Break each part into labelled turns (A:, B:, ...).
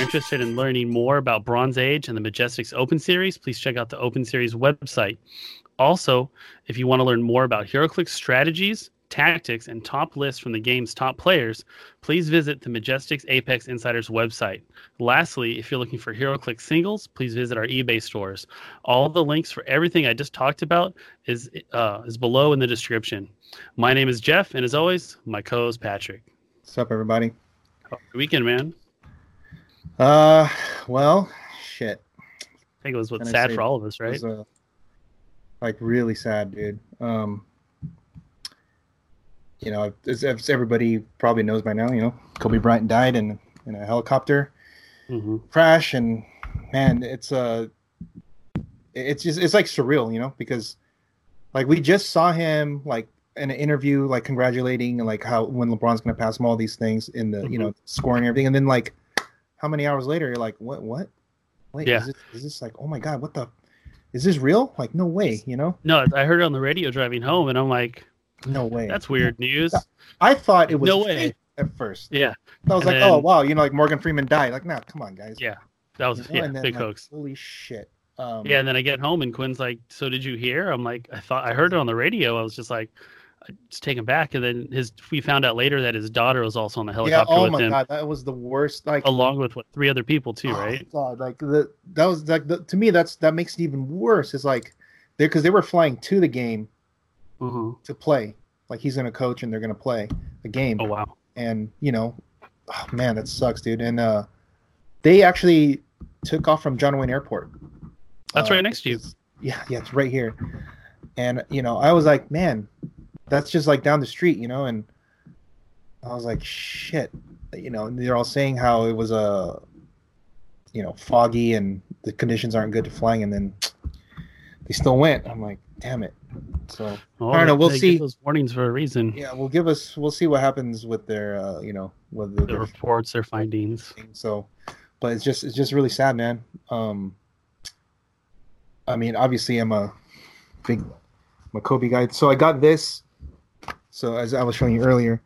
A: interested in learning more about Bronze Age and the Majestics Open Series, please check out the Open Series website. Also, if you want to learn more about HeroClix strategies, tactics, and top lists from the game's top players, please visit the Majestics Apex Insiders website. Lastly, if you're looking for HeroClix singles, please visit our eBay stores. All the links for everything I just talked about is uh, is below in the description. My name is Jeff, and as always, my co-host Patrick.
B: What's up, everybody?
A: How was your weekend, man.
B: Uh, well, shit.
A: I think it was
B: Can
A: what's
B: I
A: sad
B: say
A: for all of us,
B: It
A: right?
B: was, uh, like really sad, dude. Um, you know, as, as everybody probably knows by now, you know, Kobe Bryant died in in a helicopter
A: hmm
B: crash, and man, it's uh, it's just it's like surreal, you know, because like we just saw him like in an interview, like congratulating and like how when LeBron's gonna pass him all these things in the you know
A: Mm-hmm.
B: scoring and everything, and then like how many hours later, you're like, what, what? Wait,
A: Yeah.
B: is, this, is this like, oh my god, what the? Is this real? Like, no way, you know,
A: No, I heard it on the radio driving home, and I'm like,
B: no way.
A: that's weird news.
B: I thought it was
A: No way.
B: fake at first.
A: Yeah,
B: I was
A: And
B: like,
A: then-
B: oh wow, you know, like Morgan Freeman died. Like, nah, come on, guys.
A: Yeah, that was
B: You know,
A: yeah,
B: and then,
A: big
B: like,
A: hoax.
B: Holy shit. Um,
A: Yeah, and then I get home and Quinn's like, "So did you hear?" I'm like, "I thought I heard it on the radio." I was just like, I just taken back. And then his, we found out later that his daughter was also on the
B: yeah.
A: helicopter
B: Oh
A: with
B: my
A: him,
B: god, that was the worst. Like,
A: along with what three other people too,
B: oh,
A: right?
B: God, like the that was like the, to me that's that makes it even worse. It's like they because they were flying to the game
A: Mm-hmm.
B: to play. Like he's gonna coach and they're gonna play a game.
A: Oh wow.
B: and you know, oh, man, that sucks, dude. And uh, they actually took off from John Wayne Airport.
A: That's
B: Uh,
A: right next to you.
B: Yeah, yeah, it's right here. And you know, I was like, man, that's just like down the street, you know. And I was like, shit, you know. And they're all saying how it was uh, you know, foggy and the conditions aren't good to flying, and then they still went. I'm like, damn it. So
A: Oh,
B: I don't know, we'll
A: they give
B: see.
A: those warnings for a reason.
B: yeah, we'll give us, we'll see what happens with their, uh, you know, with
A: The
B: their
A: reports, their findings.
B: thing, So, but it's just it's just really sad, man. Um, I mean, obviously, I'm a big I'm a Kobe guy, so I got this. So as I was showing you earlier,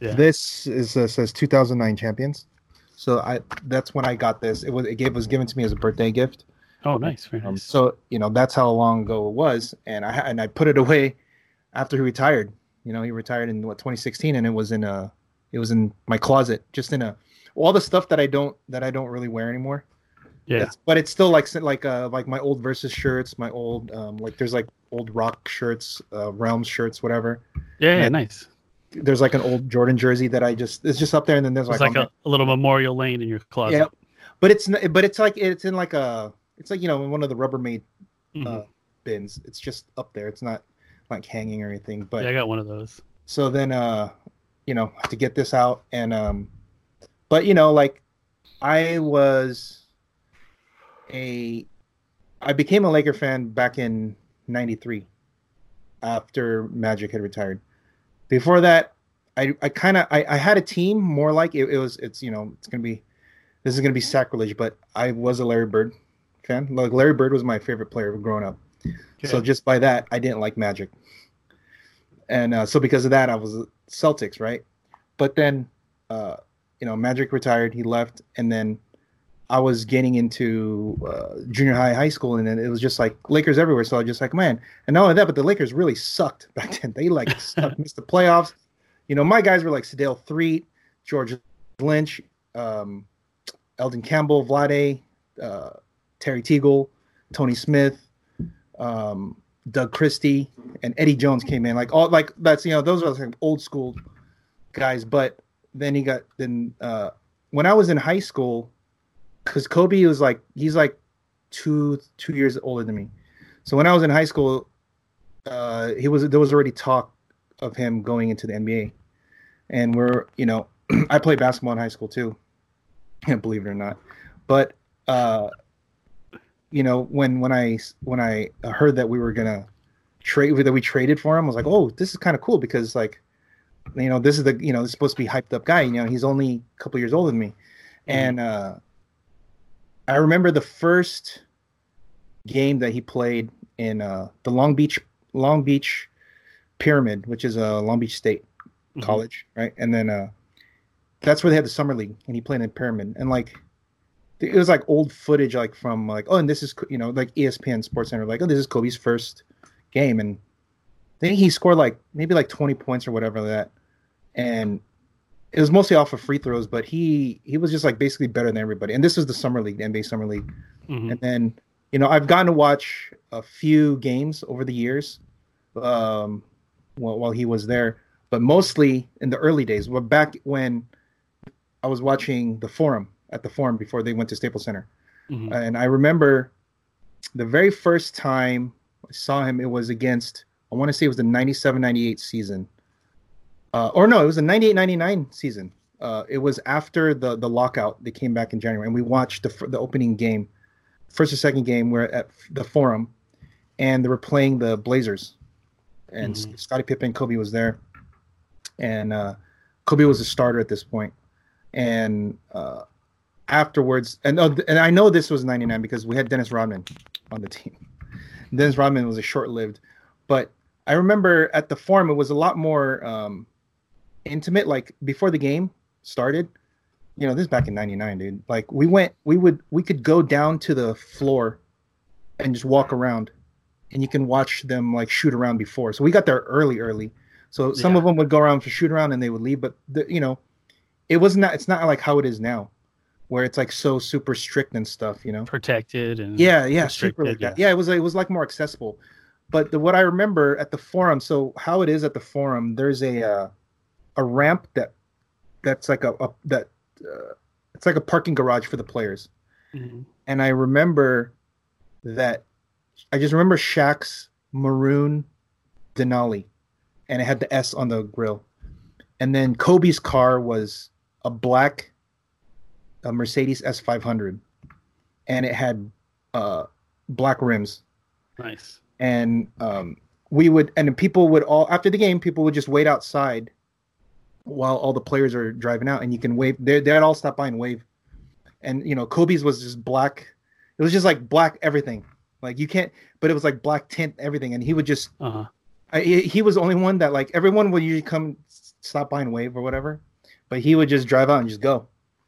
A: Yeah.
B: this is uh, says 2009 champions. So I that's when I got this. It was it gave was given to me as a birthday gift.
A: Oh, nice, very
B: Um,
A: nice.
B: so you know that's how long ago it was, and I and I put it away after he retired. You know, he retired in what 2016, and it was in a it was in my closet, just in a all the stuff that I don't that I don't really wear anymore.
A: yeah,
B: It's- but it's still like s- like uh like my old versus shirts, my old um like there's like old rock shirts, uh, realm shirts, whatever.
A: yeah, yeah,
B: yeah.
A: nice.
B: There's like an old Jordan jersey that I just it's just up there, and then there's
A: It's
B: like,
A: like
B: oh,
A: a, a little memorial lane in your closet.
B: Yeah. but it's n- but it's like it's in like a it's like you know in one of the Rubbermaid
A: Mhm.
B: uh, bins. It's just up there. It's not like hanging or anything. But
A: yeah, I got one of those.
B: so then, uh, you know, to get this out and um, but you know, like I was a, I became a Laker fan back in '93 after Magic had retired. Before that, I I kind of I, I had a team more like it, it was it's you know it's gonna be this is gonna be sacrilege, but I was a Larry Bird fan. Like Larry Bird was my favorite player growing up. So
A: Okay.
B: just by that, I didn't like Magic, and uh, so because of that, I was Celtics, right? But then, uh, you know, Magic retired, he left, and then I was getting into uh, junior high, high school, and then it was just like Lakers everywhere. So I was just like, man, and not only that, but the Lakers really sucked back then. They like sucked, missed the playoffs. You know, my guys were like Sedale three, George Lynch, um, Eldon Campbell, Vlade, uh, Terry Teagle, Tony Smith, um, Doug Christie, and Eddie Jones came in. Like all like that's you know those are like old school guys. But then he got then uh, when I was in high school, because Kobe was like he's like two two years older than me. So when I was in high school, uh, he was there was already talk of him going into the NBA, and we're you know I played basketball in high school too, believe it or not, but uh, you know when when I when I heard that we were gonna trade that we traded for him, I was like, oh, this is kind of cool because like you know this is the you know this is supposed to be hyped up guy. You know he's only a couple years older than me, and uh, I remember the first game that he played in uh, the Long Beach Long Beach Pyramid, which is a uh, Long Beach State
A: Mhm.
B: college, right? And then uh that's where they had the summer league, and he played in Pyramid. And like, it was like old footage, like from like oh, and this is you know like ESPN Sports Center, like oh, this is Kobe's first game, and I think he scored like maybe like twenty points or whatever like that, and it was mostly off of free throws, but he he was just like basically better than everybody. And this was the summer league, the NBA summer league,
A: Mhm.
B: and then you know I've gotten to watch a few games over the years, um, while, while he was there, but mostly in the early days. Well, back when I was watching the Forum at the Forum before they went to Staples Center,
A: Mhm.
B: and I remember the very first time I saw him, it was against, I want to say it was the 97 98 season. Uh, or no, it was the 98 99 season. Uh, it was after the, the lockout. They came back in January, and we watched the, fir- the opening game, first or second game. We're at the forum, and they were playing the Blazers. And
A: Mhm.
B: Scottie Pippen, Kobe was there. And uh, Kobe was a starter at this point. And uh, afterwards, and uh, and I know this was '99 because we had Dennis Rodman on the team. Dennis Rodman was a short-lived, but I remember at the forum it was a lot more um, intimate. Like before the game started, you know, this is back in '99, dude. Like we went, we would, we could go down to the floor and just walk around, and you can watch them like shoot around before. So we got there early, early. So some
A: Yeah.
B: of them would go around for shoot around and they would leave, but the, you know, it was not. It's not like how it is now, where it's like so super strict and stuff. You know.
A: protected and
B: Yeah, yeah, super like
A: restricted,
B: that. Yeah, it was it was like more accessible. But the, what I remember at the forum, so how it is at the forum, there's a uh, a ramp that that's like a, a that uh, it's like a parking garage for the players.
A: Mhm.
B: And I remember that I just remember Shaq's maroon Denali, and it had the S on the grill. And then Kobe's car was a black uh Mercedes S500, and it had uh, black rims.
A: nice.
B: And um, we would, and people would all after the game, people would just wait outside while all the players are driving out, and you can wave. They they'd all stop by and wave. And you know, Kobe's was just black. It was just like black everything. Like you can't, but it was like black tint everything. And he would just
A: Uh huh.
B: I, he he was the only one that like everyone would usually come s- stop by and wave or whatever, but he would just drive out and just go.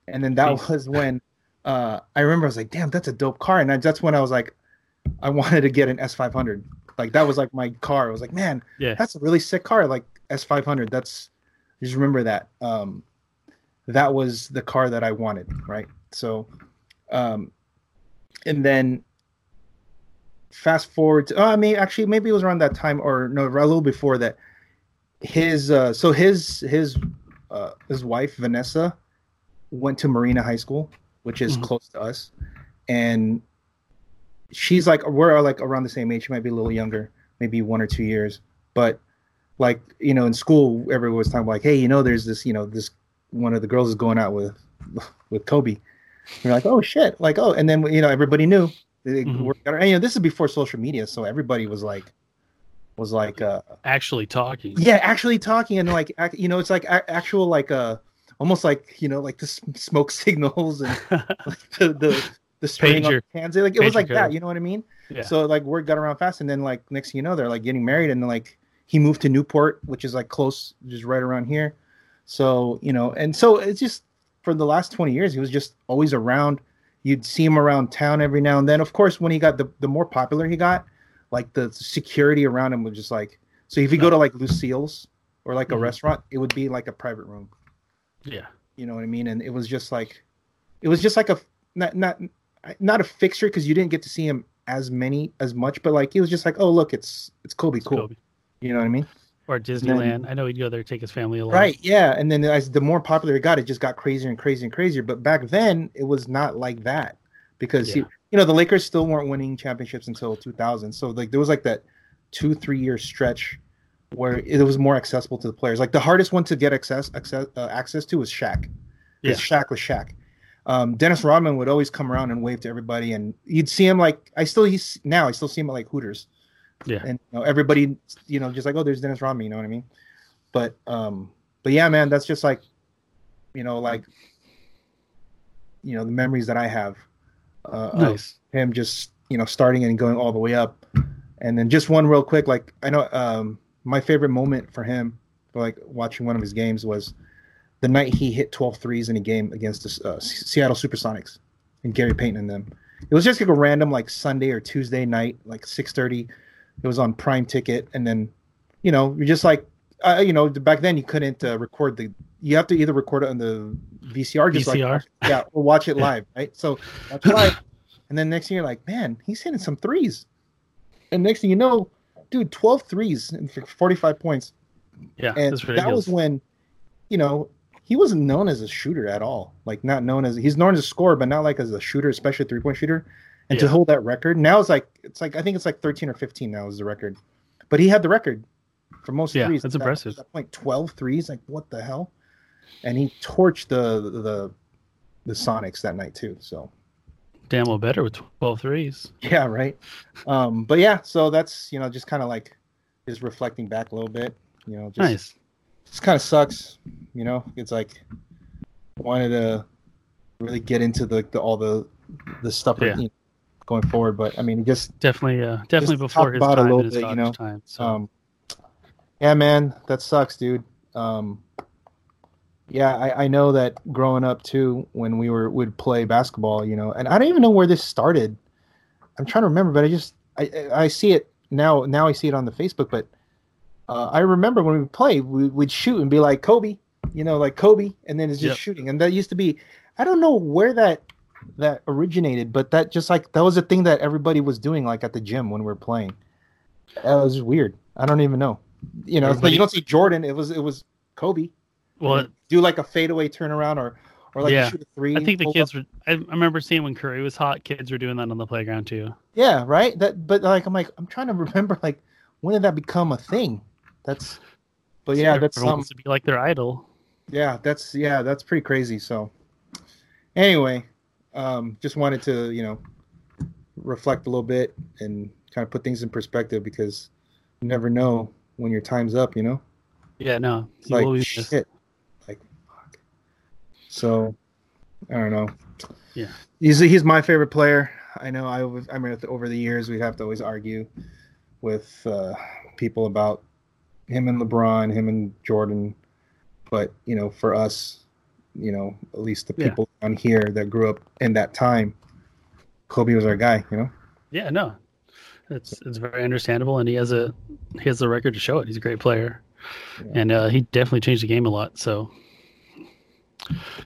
B: And then that
A: Jeez.
B: was when uh, I remember I was like, "Damn, that's a dope car!" And I, that's when I was like, I wanted to get an S five hundred. Like that was like my car. I was like, "Man,
A: Yeah.
B: that's a really sick car!" Like S five hundred. That's I just remember that. Um, that was the car that I wanted, right? So, um, and then fast forward to, oh, I mean, actually, maybe it was around that time or no, a little before that. His, uh, so his, his, uh, his wife, Vanessa, went to Marina High School, which is
A: Mhm.
B: close to us. And she's like, we're like around the same age. She might be a little younger, maybe one or two years. But like, you know, in school, everyone was talking about like, hey, you know, there's this, you know, this one of the girls is going out with, with Kobe. we are like, oh shit, like oh, and then you know everybody knew. They
A: Mhm.
B: worked out- And, you know, this is before social media, so everybody was like, was like, uh,
A: Actually talking.
B: yeah, actually talking and like ac- you know, it's like a- actual like uh, almost like you know like the s- smoke signals and like the the the spraying on
A: Pager.
B: the hands. Like it was
A: Pager
B: like that,
A: code.
B: you know what I mean?
A: Yeah.
B: So like word got around fast, and then like next thing you know, they're like getting married, and like he moved to Newport, which is like close, just right around here. So you know, and so it's just for the last twenty years, he was just always around. You'd see him around town every now and then. Of course, when he got the the more popular he got, like the security around him was just like. So if you go to like Lucille's or like a
A: Mhm.
B: restaurant, it would be like a private room.
A: Yeah.
B: You know what I mean? And it was just like, it was just like a not not not a fixture because you didn't get to see him as many as much, but like it was just like, oh look, it's it's Kobe, cool.
A: Kobe.
B: You know what I mean?
A: Or Disneyland. I know he'd go there, take his family along.
B: Right? Yeah. And then as the more popular it got, it just got crazier and crazier and crazier. But back then, it was not like that because
A: Yeah.
B: you, you know the Lakers still weren't winning championships until 2000. So like there was like that two three year stretch where it was more accessible to the players. Like the hardest one to get access access uh, access to was Shaq.
A: Yeah.
B: Yeah. Shaq was Shaq. Um, Dennis Rodman would always come around and wave to everybody, and you'd see him like I still he's now I still see him at like Hooters.
A: Yeah.
B: And you know, everybody, you know, just like oh, there's Dennis Rodman. You know what I mean? But um, but yeah, man, that's just like, you know, like, you know, the memories that I have. Uh, of
A: Nice.
B: him just you know starting and going all the way up and then just one real quick like i know um my favorite moment for him like watching one of his games was the night he hit 12 threes in a game against the uh, S- seattle supersonics and Gary Payton and them. It was just like a random like Sunday or Tuesday night, like six thirty. It was on Prime Ticket, and then you know you're just like uh, you know back then you couldn't uh, record the. You have to either record it on the VCR, just
A: VCR.
B: like yeah, or watch it live, right? So watch live, and then next thing you're like, man, he's hitting some threes, and next thing you know, dude, 12 threes and for 45 points,
A: Yeah,
B: and
A: that's
B: that
A: ridiculous.
B: was when, you know, he wasn't known as a shooter at all. Like not known as he's known as a scorer, but not like as a shooter, especially three point shooter. And to
A: Yeah.
B: hold that record now it's like it's like I think it's like thirteen or fifteen now is the record, but he had the record for most
A: Yeah,
B: threes.
A: that's
B: at that-
A: impressive.
B: at That point 12 threes, like what the hell? And he torched the the the Sonics that night too. So
A: Damn well better with 12 threes.
B: yeah, right. Um, but yeah, so that's you know just kind of like just reflecting back a little bit. You know, just
A: Nice.
B: it's kind of sucks, you know. It's like wanted to really get into the, the all the the stuff with,
A: Yeah.
B: you know, going forward, but I mean, it just
A: Definitely, uh, definitely
B: Just
A: before
B: talk
A: his
B: about it a
A: time
B: little
A: and his
B: bit, you
A: daughter's
B: know,
A: time. So
B: um, yeah, man, that sucks, dude. Um, yeah, I, I know that growing up too, when we were would play basketball, you know, and I don't even know where this started. I'm trying to remember, but I just I I- I see it now. Now I see it on the Facebook, but uh, I remember when we would play, we, we'd shoot and be like Kobe, you know, like Kobe, and then it's just
A: Yep.
B: shooting, and that used to be. I don't know where that that originated, but that just like that was a thing that everybody was doing, like at the gym when we were playing. That was weird. I don't even know. You know, it's like
A: Everybody-
B: you don't see Jordan. It was it was Kobe.
A: well,
B: Do like a fadeaway turnaround or or like
A: Yeah.
B: shoot a three.
A: I think the
B: pull up.
A: kids were. I, I remember seeing when Curry was hot, kids were doing that on the playground too.
B: Yeah, right. That but like I'm like I'm trying to remember like when did that become a thing? That's. But yeah, that's um,
A: everyone
B: something.
A: wants to be like their idol.
B: yeah that's yeah that's pretty crazy so anyway um just wanted to you know reflect a little bit and kind of put things in perspective because you never know when your time's up you know
A: Yeah, no,
B: it's
A: he will be
B: like
A: missed.
B: shit like fuck so i don't know
A: Yeah.
B: he's he's my favorite player i know i was- i mean over the years we have to always argue with uh people about him and lebron him and jordan but you know for us you know at least the
A: Yeah.
B: people on here that grew up in that time kobe was our guy you know
A: Yeah, no, it's it's very understandable, and he has a he has the record to show it. He's a great player,
B: Yeah.
A: and uh, he definitely changed the game a lot. So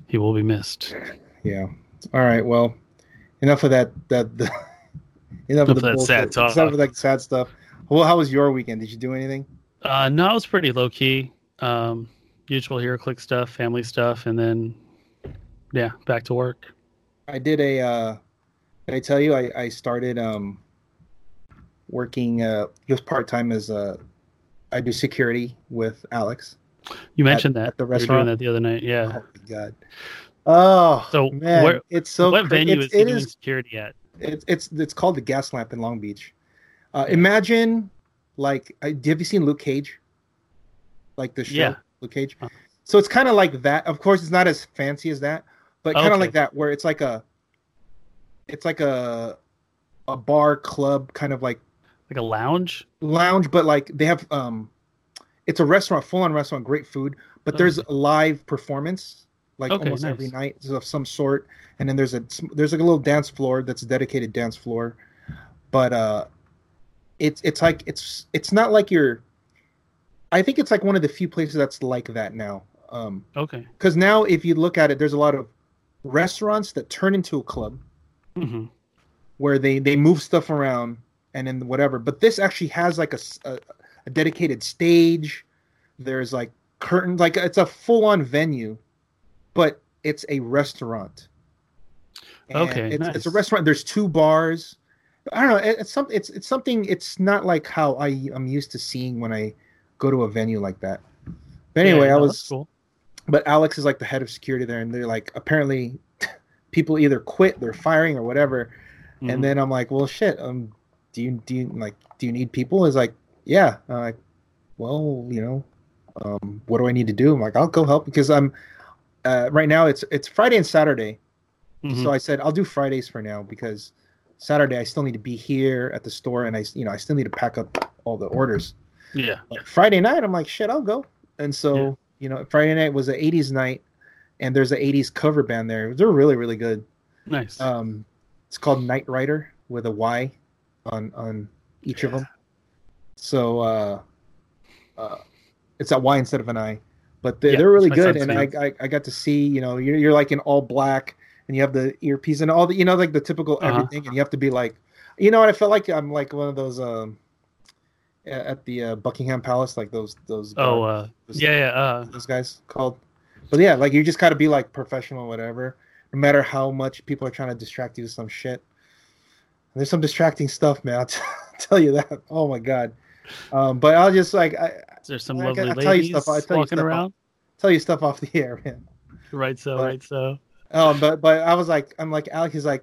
A: he will be missed.
B: yeah all right well enough of that that the, enough,
A: Enough of that
B: bullshit.
A: sad talk.
B: enough of that sad stuff well how was your weekend did you do anything
A: Uh, no, it was pretty low key. Um, usual hero click stuff, family stuff, and then yeah, back to work.
B: I did a. Uh, did I tell you I, I started um, working uh, just part time as a. I do security with Alex.
A: You mentioned that
B: at the
A: You were
B: restaurant?
A: doing that the other night. Yeah.
B: Oh my god! Oh
A: Uh-huh. So
B: man,
A: where-
B: it's so
A: what
B: cra-
A: venue
B: it's,
A: is he
B: it
A: doing
B: is
A: security at?
B: it's it's it's called the Gas Lamp in Long Beach. Uh, imagine, like, I- have you seen Luke Cage? Like the show,
A: Yeah.
B: Luke Cage.
A: Uh.
B: So it's kind of like that. Of course, it's not as fancy as that, but kind of
A: Okay.
B: like that, where it's like a, it's like a, a bar club kind of like
A: Like a lounge?
B: lounge, but like they have um, it's a restaurant, full on restaurant, great food, but there's a live performance like
A: Oh. Okay,
B: almost every
A: nice.
B: night of some sort, and then there's a there's like a little dance floor that's a dedicated dance floor, but uh, it's it's like it's it's not like you're. I think it's like one of the few places that's like that now. Um,
A: Okay.
B: because now if you look at it, there's a lot of restaurants that turn into a club
A: hmm
B: where they they move stuff around and then whatever but this actually has like a, s- a- a dedicated stage there's like curtains like it's a full-on venue but it's a restaurant And
A: Okay,
B: it's, it's a
A: nice.
B: restaurant there's two bars i don't know it- it's some it's it's something it's not like how i i'm used to seeing when i go to a venue like that but
A: Yeah,
B: anyway i
A: no,
B: was
A: that's cool.
B: but Alex is like the head of security there, and they're like apparently people either quit, they're firing or whatever.
A: Mhm.
B: And then I'm like, well, shit. Um, do you do you, like do you need people? Is like, yeah. I'm like, well, you know, um, what do I need to do? I'm like, I'll go help because I'm uh, right now. It's it's Friday and Saturday,
A: Mhm.
B: so I said I'll do Fridays for now because Saturday I still need to be here at the store, and I s- you know I still need to pack up all the orders.
A: yeah.
B: But Friday night, I'm like, shit, I'll go. And so,
A: Yeah.
B: you know, Friday night was an 80s night, and there's an 80s cover band there. They're really, really good.
A: Nice.
B: Um, it's called Knight Rider with a Y on on each of them. So uh, uh, it's that Y instead of an I, but they're,
A: Yeah,
B: they're really
A: that's what
B: good.
A: I
B: And
A: said
B: I,
A: too.
B: I I got to see you know you're you're like in all black and you have the earpiece and all the you know like the typical
A: Uh-huh.
B: everything and you have to be like you know what I felt like I'm like one of those um a- at the uh, Buckingham Palace like those those
A: oh,
B: guards,
A: uh,
B: those-
A: yeah, yeah. Uh,
B: those guys called. But yeah, like you just gotta be like professional, whatever. No matter how much people are trying to distract you with some shit. There's some distracting stuff, man. I'll t- tell you that. Oh my god. Um, but I'll just like I
A: is there some
B: I- I
A: lovely
B: tell you
A: ladies
B: stuff, I tell you
A: walking
B: stuff.
A: around?
B: tell you stuff off the air, man.
A: Right, so,
B: But-
A: right, so.
B: Um, but but I was like, I'm like Alex is like,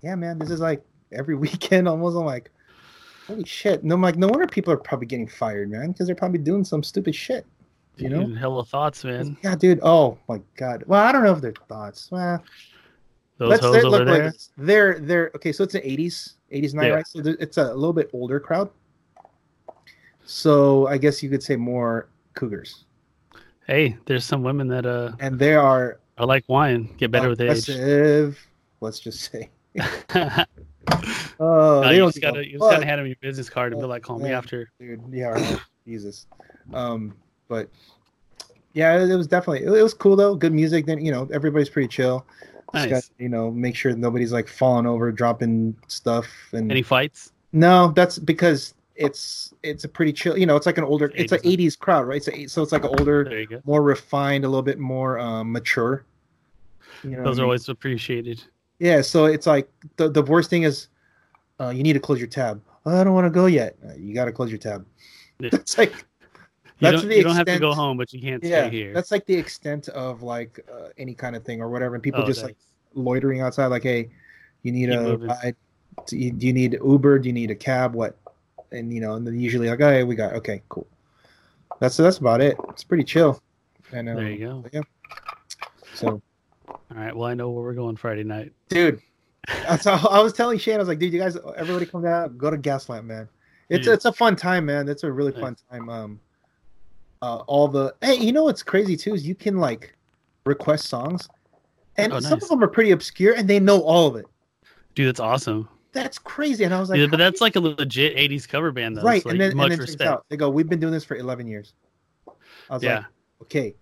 B: yeah, man. This is like every weekend almost. I'm like, holy shit. And I'm like, no wonder people are probably getting fired, man, because they're probably doing some stupid shit. You know?
A: Dude, hella thoughts, man.
B: Yeah, dude. Oh my god. Well, I don't know if they're thoughts. Well,
A: Those
B: Let's-
A: hoes
B: let-
A: over
B: look, like
A: there.
B: this. they're they're okay. So it's an '80s, '80s night,
A: Yeah.
B: right? So th- it's a little bit older crowd. So I guess you could say more cougars,
A: Hey, there's some women that uh
B: and they are
A: are like wine, get
B: Oh,
A: better with age.
B: aggressive. Let's just say,
A: no,
B: oh, they
A: you
B: don't
A: just
B: give a
A: gotta you just gotta
B: fuck, Oh,
A: hand them your business card and be like, call me
B: Yeah.
A: after.
B: dude. Yeah, right. Jesus. Um, but yeah, it, it was definitely it, it was cool though. Good music. Then you know everybody's pretty chill. Just
A: Nice.
B: got, you know, make sure nobody's like falling over, dropping stuff, and
A: Any fights?
B: No, that's because it's it's a pretty chill. You know, it's like an older, it's, an
A: 80s.
B: '80s crowd, right? It's a, so it's like an older,
A: There you go.
B: more refined, a little bit more um, mature. You know what
A: Those
B: I mean?
A: are always appreciated.
B: yeah. So it's like the the worst thing is uh, you need to close your tab. Oh, I don't want to go yet. Uh, You got to close your tab.
A: Yeah.
B: It's like
A: You,
B: That's
A: don't,
B: the
A: you don't have to
B: extent-
A: go home, but you can't
B: yeah,
A: stay here.
B: that's like the extent of like uh, any kind of thing or whatever. And people
A: Oh,
B: just
A: nice.
B: like loitering outside. Like, hey, you need
A: Keep
B: a
A: moving.
B: ride? Do you, do you need Uber? Do you need a cab? What? And you know, and then usually like, oh, yeah, we got okay, cool. That's that's about it. It's pretty chill. And um,
A: There you go.
B: so,
A: All right. Well, I know where we're going Friday night.
B: dude, that's how I was telling Shane. I was like, dude, you guys, everybody, come down, go to Gaslamp, man. It's
A: Yeah.
B: it's a fun time, man. It's a really fun time. Um, uh, all the hey, you know what's crazy too is you can like request songs, and
A: Oh,
B: some
A: nice.
B: of them are pretty obscure, and they know all of it.
A: Dude, that's awesome.
B: That's crazy. And I was like,
A: yeah,
B: how
A: but that's like a legit 80s cover band, though.
B: right
A: So,
B: and
A: like,
B: then,
A: much
B: and then check this
A: respect.
B: out. they go we've been doing this for 11 years i was
A: yeah.
B: like okay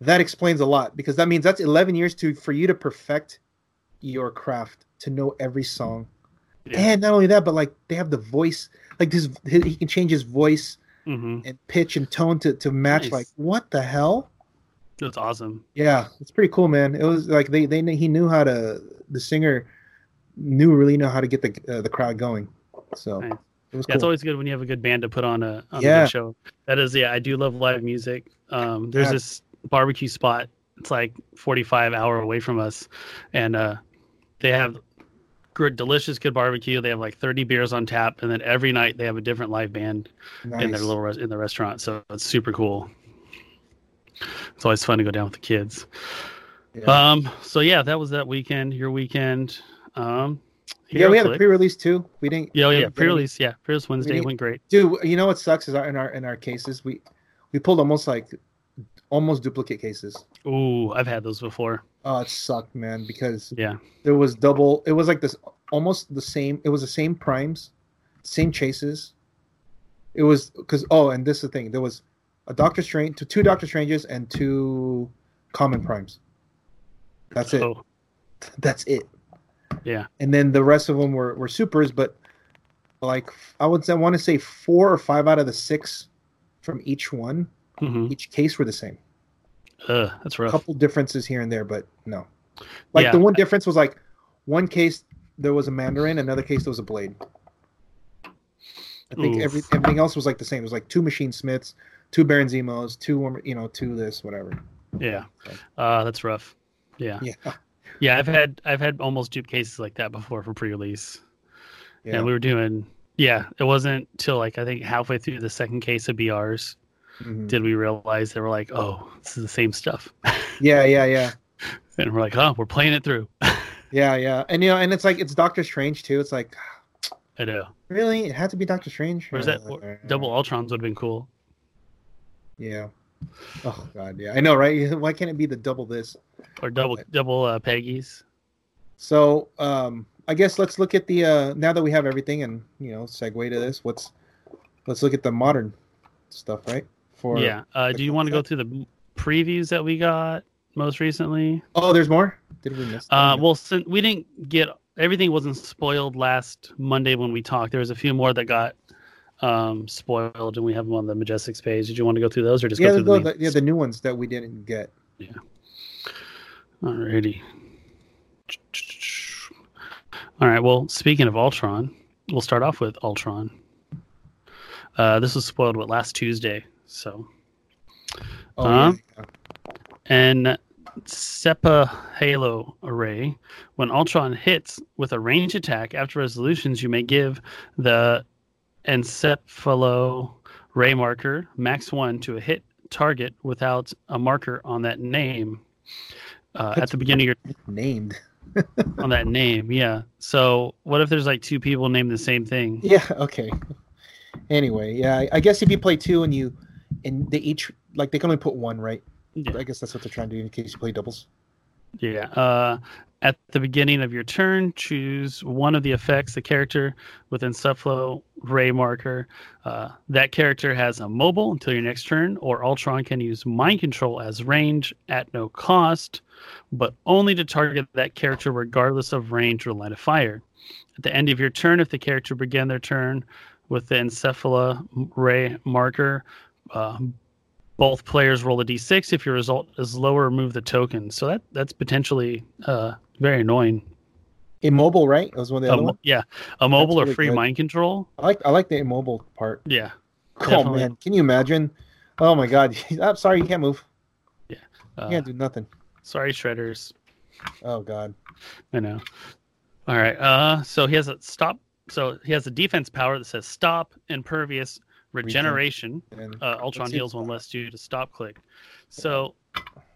B: that explains a lot because that means that's 11 years to for you to perfect your craft to know every song
A: Yeah.
B: and not only that but like they have the voice like this he he can change his voice
A: hmm
B: and pitch and tone to, to match
A: Nice.
B: like what the hell
A: That's awesome.
B: yeah it's pretty cool man it was like they they kn- he knew how to the singer knew really know how to get the uh, the crowd going so
A: Nice.
B: it was
A: Yeah,
B: cool.
A: it's always good when you have a good band to put on a, on a
B: Yeah.
A: good show. That is, yeah, I do love live music. Um, there's
B: Yeah.
A: this barbecue spot. It's like 45 hour away from us, and uh, they have good, delicious, good barbecue. They have like 30 beers on tap, and then every night they have a different live band in their
B: Nice.
A: little res- in the restaurant. So it's super cool. It's always fun to go down with the kids.
B: Yeah.
A: Um, so yeah, that was that weekend. Your weekend. Um,
B: Yeah, we had a
A: HeroClix.
B: pre-release too. We didn't.
A: Yeah, oh,
B: we
A: yeah,
B: didn't-
A: pre-release. Yeah, pre-release Wednesday
B: didn't-
A: went great.
B: Dude, you know what sucks is our, in our in our cases we we pulled almost like almost duplicate cases.
A: Ooh, I've had those before.
B: Oh, it sucked, man, because
A: Yeah.
B: there was double. It was like this almost the same. It was the same primes, same chases. It was because oh, and this is the thing. There was a Doctor Strange, two Doctor Stranges, and two common primes. That's it.
A: Oh,
B: that's it.
A: Yeah.
B: And then the rest of them were, were supers, but like I would say, I want to say four or five out of the six from each one,
A: mhm.
B: each case were the same.
A: Ugh, that's
B: A
A: rough.
B: couple differences here and there, but no. Like
A: Yeah.
B: the one difference was like one case there was a mandarin, another case there was a blade. I think every,
A: Oof.
B: everything else was like the same. It was like two machine smiths, two Baron Zemos, two Warmer- you know, two this, whatever.
A: Yeah. Uh, that's rough. Ah. Yeah.
B: Yeah.
A: Yeah, I've had I've had almost dupe cases like that before for pre-release.
B: Yeah.
A: And we were doing yeah, it wasn't till like I think halfway through the second case of BRs
B: Mhm.
A: did we realize they were like, "Oh, this is the same stuff."
B: yeah, yeah, yeah.
A: And we're like, "Huh, we're playing it through."
B: Yeah, yeah. And you know, and it's like it's Doctor Strange too. It's like
A: I know.
B: Really? It had to be Doctor Strange? Uh,
A: Where's that or- double Ultrons would have been cool.
B: Yeah. Oh god, yeah. I know, right? Why can't it be the double this?
A: Or double double uh, Peggy's.
B: So um, I guess let's look at the uh, now that we have everything and you know segue to this. What's let's look at the modern stuff, right? For
A: yeah. Uh, do you want to go through the previews that we got most recently?
B: oh, there's more. Did we miss?
A: Uh,
B: them?
A: well, since we didn't get everything wasn't spoiled last Monday when we talked. There was a few more that got um, spoiled, and we have them on the Majestics page. Did you want to go through those, or just
B: yeah,
A: go
B: the,
A: through the,
B: the- yeah, the new ones that we didn't get.
A: Alrighty. All right. Well, speaking of Ultron, we'll start off with Ultron. Uh, this was spoiled what last Tuesday, so
B: Oh,
A: Huh?
B: yeah.
A: and SEPA Halo array. When Ultron hits with a range attack after resolutions, you may give the Encephalo ray marker max one to a hit target without a marker on that name. Uh, at the beginning of your
B: named.
A: on that name. Yeah. So what if there's like two people named the same thing?
B: Yeah. Okay. Anyway, yeah, I, I guess if you play two and you and they each like they can only put one, right?
A: Yeah.
B: I guess that's what they're trying to do in case you play doubles.
A: Yeah. Uh, at the beginning of your turn, choose one of the effects. The character with encephalo ray marker. Uh, that character has a mobile until your next turn, or Ultron can use mind control as range at no cost, but only to target that character regardless of range or line of fire. At the end of your turn, if the character began their turn with the encephala ray marker, uh, both players roll a d6. If your result is lower, remove the token. So that that's potentially uh, very annoying.
B: Immobile, right? That was one of the
A: A
B: other
A: mo-
B: one.
A: yeah, a mobile
B: really
A: or free
B: good.
A: mind control.
B: I like I like the immobile part.
A: Yeah,
B: Oh
A: Definitely.
B: man, can you imagine? Oh my god. I'm sorry, you can't move.
A: uh,
B: You can't do nothing.
A: Sorry, shredders.
B: Oh god.
A: I know. All right. Uh, so he has a stop. So he has a defense power that says stop, impervious, regeneration.
B: And
A: Uh, Ultron
B: Let's see.
A: heals one less due to stop click. So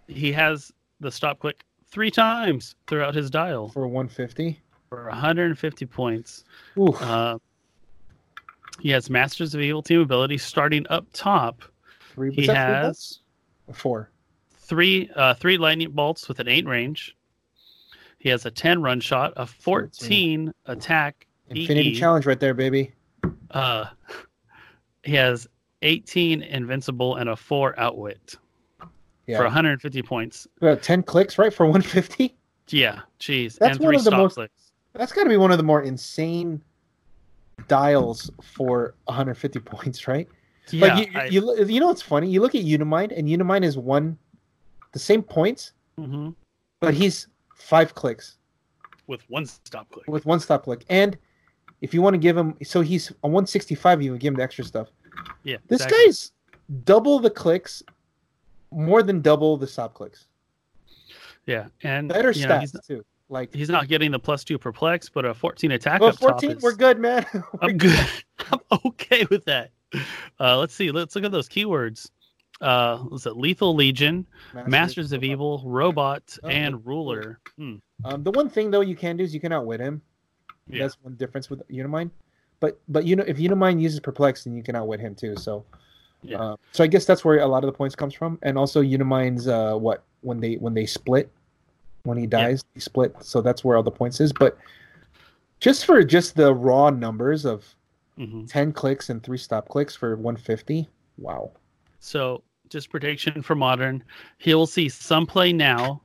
A: he has the stop click three times throughout his dial
B: for 150.
A: for 150 points.
B: Oof.
A: Uh, he has Masters of Evil team ability starting up top.
B: three,
A: he
B: was that three
A: has-
B: bucks? four.
A: three uh, three lightning bolts with an eight range. He has a ten run shot, a fourteen attack.
B: Infinity
A: EE.
B: challenge right there, baby.
A: Uh, he has eighteen invincible and a four outwit
B: Yeah.
A: for 150 points.
B: About 10 clicks, right? For 150?
A: Yeah, jeez,
B: That's
A: and
B: one
A: three
B: of the
A: stop
B: most-
A: clicks.
B: That's got to be one of the more insane dials for 150 points, right?
A: Yeah,
B: like you,
A: I-
B: you, you, know what's funny? You look at Unimind, and Unimind is one, the same points,
A: mhm,
B: but he's five clicks
A: with one stop click.
B: with one stop click. And if you want to give him, so he's on 165, you would give him the extra stuff.
A: Yeah,
B: This
A: exactly.
B: guy's double the clicks, more than double the stop clicks.
A: yeah, and
B: Better
A: you
B: stats
A: know, he's,
B: too. Like
A: he's not getting the plus two perplex, but a 14 attack.
B: well,
A: up top
B: 14,
A: is-
B: we're good, man. We're
A: I'm good. I'm okay with that. Uh, let's see. Let's look at those keywords. Uh, was it Lethal Legion,
B: good.
A: Masters of E Evil, Robot,
B: Oh,
A: and Ruler? Hmm.
B: Um, the one thing though you can do is you can outwit him.
A: Yeah.
B: That's one difference with Unimind. But but you know if Unimind uses perplex, then you can outwit him too. So
A: Yeah.
B: uh, so I guess that's where a lot of the points comes from. And also Unimind's uh, what when they when they split when he dies he split. So that's where all the points is. But just for just the raw numbers of
A: Mhm.
B: ten clicks and three stop clicks for 150. Wow.
A: So, just prediction for modern. He will see some play now,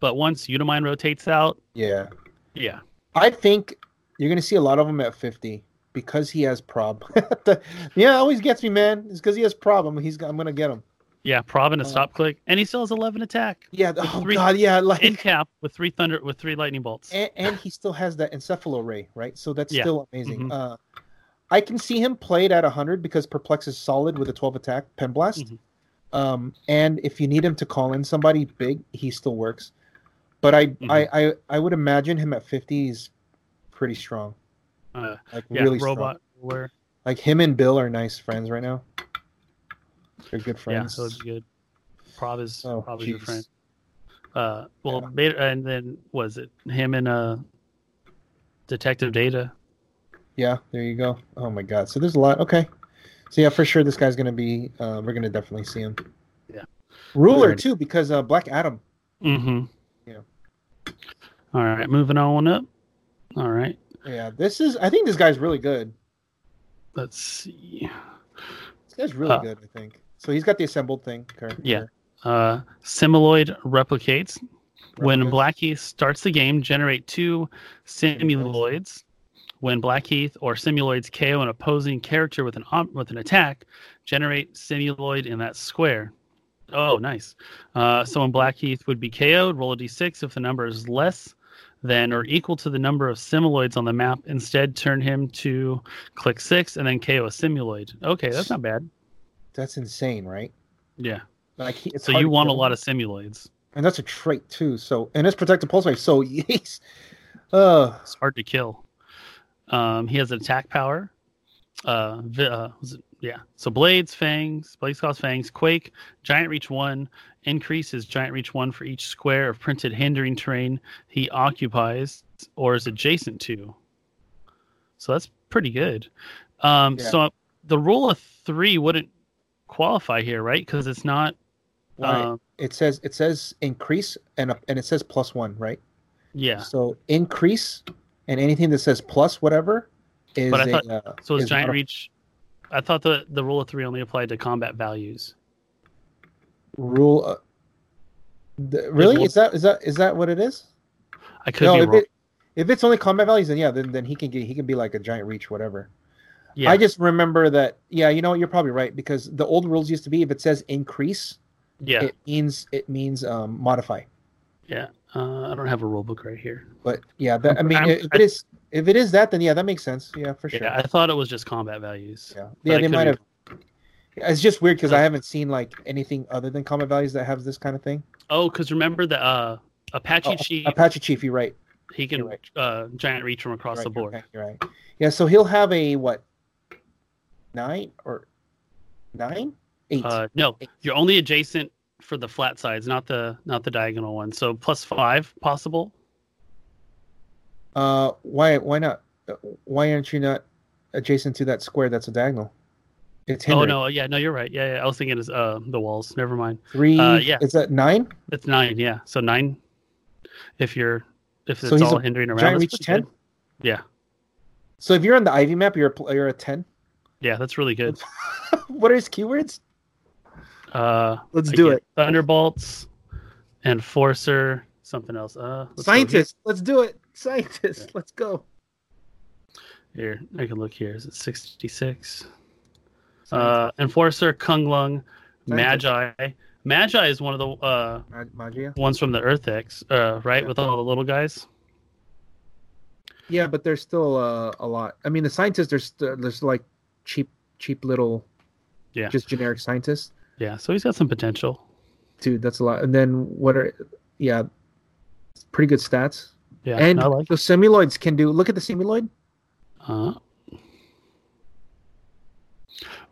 A: but once Unimind rotates out,
B: Yeah.
A: yeah,
B: I think you're gonna see a lot of them at 50 because he has prob. The- yeah, it always gets me, man. It's because he has prob. I'm, he's I'm gonna get him.
A: yeah, Prob and a
B: Uh,
A: stop click, and he still has 11 attack
B: Yeah. th- Oh
A: three-
B: god. Yeah.
A: in
B: Like
A: cap with three thunder with three lightning bolts.
B: and, and he still has that encephalo ray, right? So that's
A: Yeah.
B: still amazing.
A: Mhm.
B: Uh, I can see him played at 100 because perplex is solid with a 12 attack pen blast.
A: Mhm.
B: Um, and if you need him to call in somebody big, he still works. But I
A: Mm-hmm.
B: I, I I would imagine him at 50 is pretty strong.
A: Uh,
B: Like
A: yeah,
B: really strong.
A: Robot, Ruler.
B: Like him and Bill are nice friends right now. They're good
A: Yeah,
B: friends.
A: so it's good. Prob is
B: Oh,
A: Prob is your
B: jeez.
A: friend. Uh, well,
B: Yeah.
A: Beta, and then was it him and uh, Detective Data?
B: Yeah, there you go. Oh my god. So there's a lot. Okay. So yeah, for sure this guy's gonna be. Uh, we're gonna definitely see him.
A: Yeah.
B: Ruler
A: Alrighty.
B: too, because uh, Black Adam.
A: Mm-hmm.
B: Yeah.
A: All right, moving on up. All right,
B: Yeah, this is. I think this guy's really good.
A: let's see.
B: This guy's really
A: Uh.
B: good. I think. So he's got the assembled thing. current-
A: Yeah. Uh, Similoid replicates. When
B: Replicas.
A: Blackie starts the game, generate two simuloids. When Blackheath or simuloids KO an opposing character with an op- with an attack, generate simuloid in that square. Oh, nice. Uh, so when Blackheath would be KO'd, roll a d6. If the number is less than or equal to the number of simuloids on the map, instead turn him to click six and then KO a simuloid. Okay, that's not bad.
B: That's insane, right?
A: Yeah.
B: Like he, it's
A: So
B: hard
A: you
B: to
A: want a
B: kill him.
A: lot of simuloids.
B: and that's a trait too. So and it's protected pulse wave. So yes, uh,
A: It's hard to kill. Um, he has attack power. Uh, vi- uh, was it- yeah. So blades, fangs, blades cost fangs, quake, giant reach one increases giant reach one for each square of printed hindering terrain he occupies or is adjacent to. So that's pretty good. Um,
B: Yeah.
A: So the rule of three wouldn't qualify here, right? Because it's not.
B: right.
A: uh,
B: it says it says increase and up- and it says plus one, right?
A: yeah.
B: So increase and anything that says plus whatever is
A: But I
B: a,
A: thought-
B: uh,
A: So is
B: is
A: giant
B: modif-
A: reach? I thought the the rule of three only applied to combat values.
B: rule. Uh, the, really?
A: one-
B: Is that is that is that what it is?
A: I could
B: no,
A: be
B: if
A: wrong.
B: it if it's only combat values, then yeah, then, then he can get he can be like a giant reach, whatever.
A: yeah.
B: I just remember that. Yeah, you know what? You're probably right because the old rules used to be if it says increase,
A: Yeah,
B: it means it means um, modify.
A: yeah. Uh, I don't have a rule book right here.
B: But yeah, that, I mean,
A: I'm-
B: if it is if it is that, then yeah, that makes sense. Yeah, for sure.
A: Yeah, I thought it was just combat values.
B: yeah,
A: but
B: yeah
A: I
B: they
A: could
B: might
A: be
B: have. It's just weird because I haven't seen like anything other than combat values that has this kind of thing.
A: Oh, because remember the uh, Apache
B: Oh,
A: Chief,
B: Apache Chief, you're right.
A: he can
B: you're right.
A: uh, giant reach from across
B: Right,
A: the
B: you're
A: board.
B: right, you're right. Yeah, so he'll have a what? Nine or nine? Eight.
A: Uh, no,
B: Eight.
A: you're only adjacent for the flat sides, not the not the diagonal one. So plus five possible.
B: Uh, why? Why not? Why aren't you not adjacent to that square that's a diagonal? It's
A: Oh
B: hindering.
A: no, yeah, no, you're right. Yeah, yeah. I was thinking it's uh the walls. Never mind.
B: Three.
A: Uh, yeah.
B: Is that nine?
A: It's nine. Yeah, so nine. If you're if
B: So
A: it's
B: he's
A: all
B: a
A: hindering around,
B: Giant
A: that's
B: reach ten.
A: pretty good. Yeah,
B: So if you're on the Ivy map, you're a, pl- you're a ten.
A: yeah, that's really good.
B: what are his keywords?
A: Uh,
B: Let's
A: I
B: do
A: get
B: it.
A: Thunderbolts, Enforcer, something else. Uh, let's go
B: Scientist. Let's do it. Scientist. Let's go.
A: Here. here, I can look here. Is it 66? Uh, Enforcer, Kung Lung,
B: Scientist.
A: Magi. Magi is one of the uh,
B: Mag- Magia.
A: ones from the Earth X, uh, right? With all the little guys.
B: Yeah, but there's still uh, a lot. I mean, the scientists. There's st- there's like cheap cheap little,
A: Yeah.
B: just generic scientists.
A: Yeah, so he's got some potential.
B: Dude, that's a lot. And then what are? Yeah, pretty good stats.
A: Yeah,
B: and
A: I like.
B: the simuloids can do. Look at the simuloid.
A: Uh,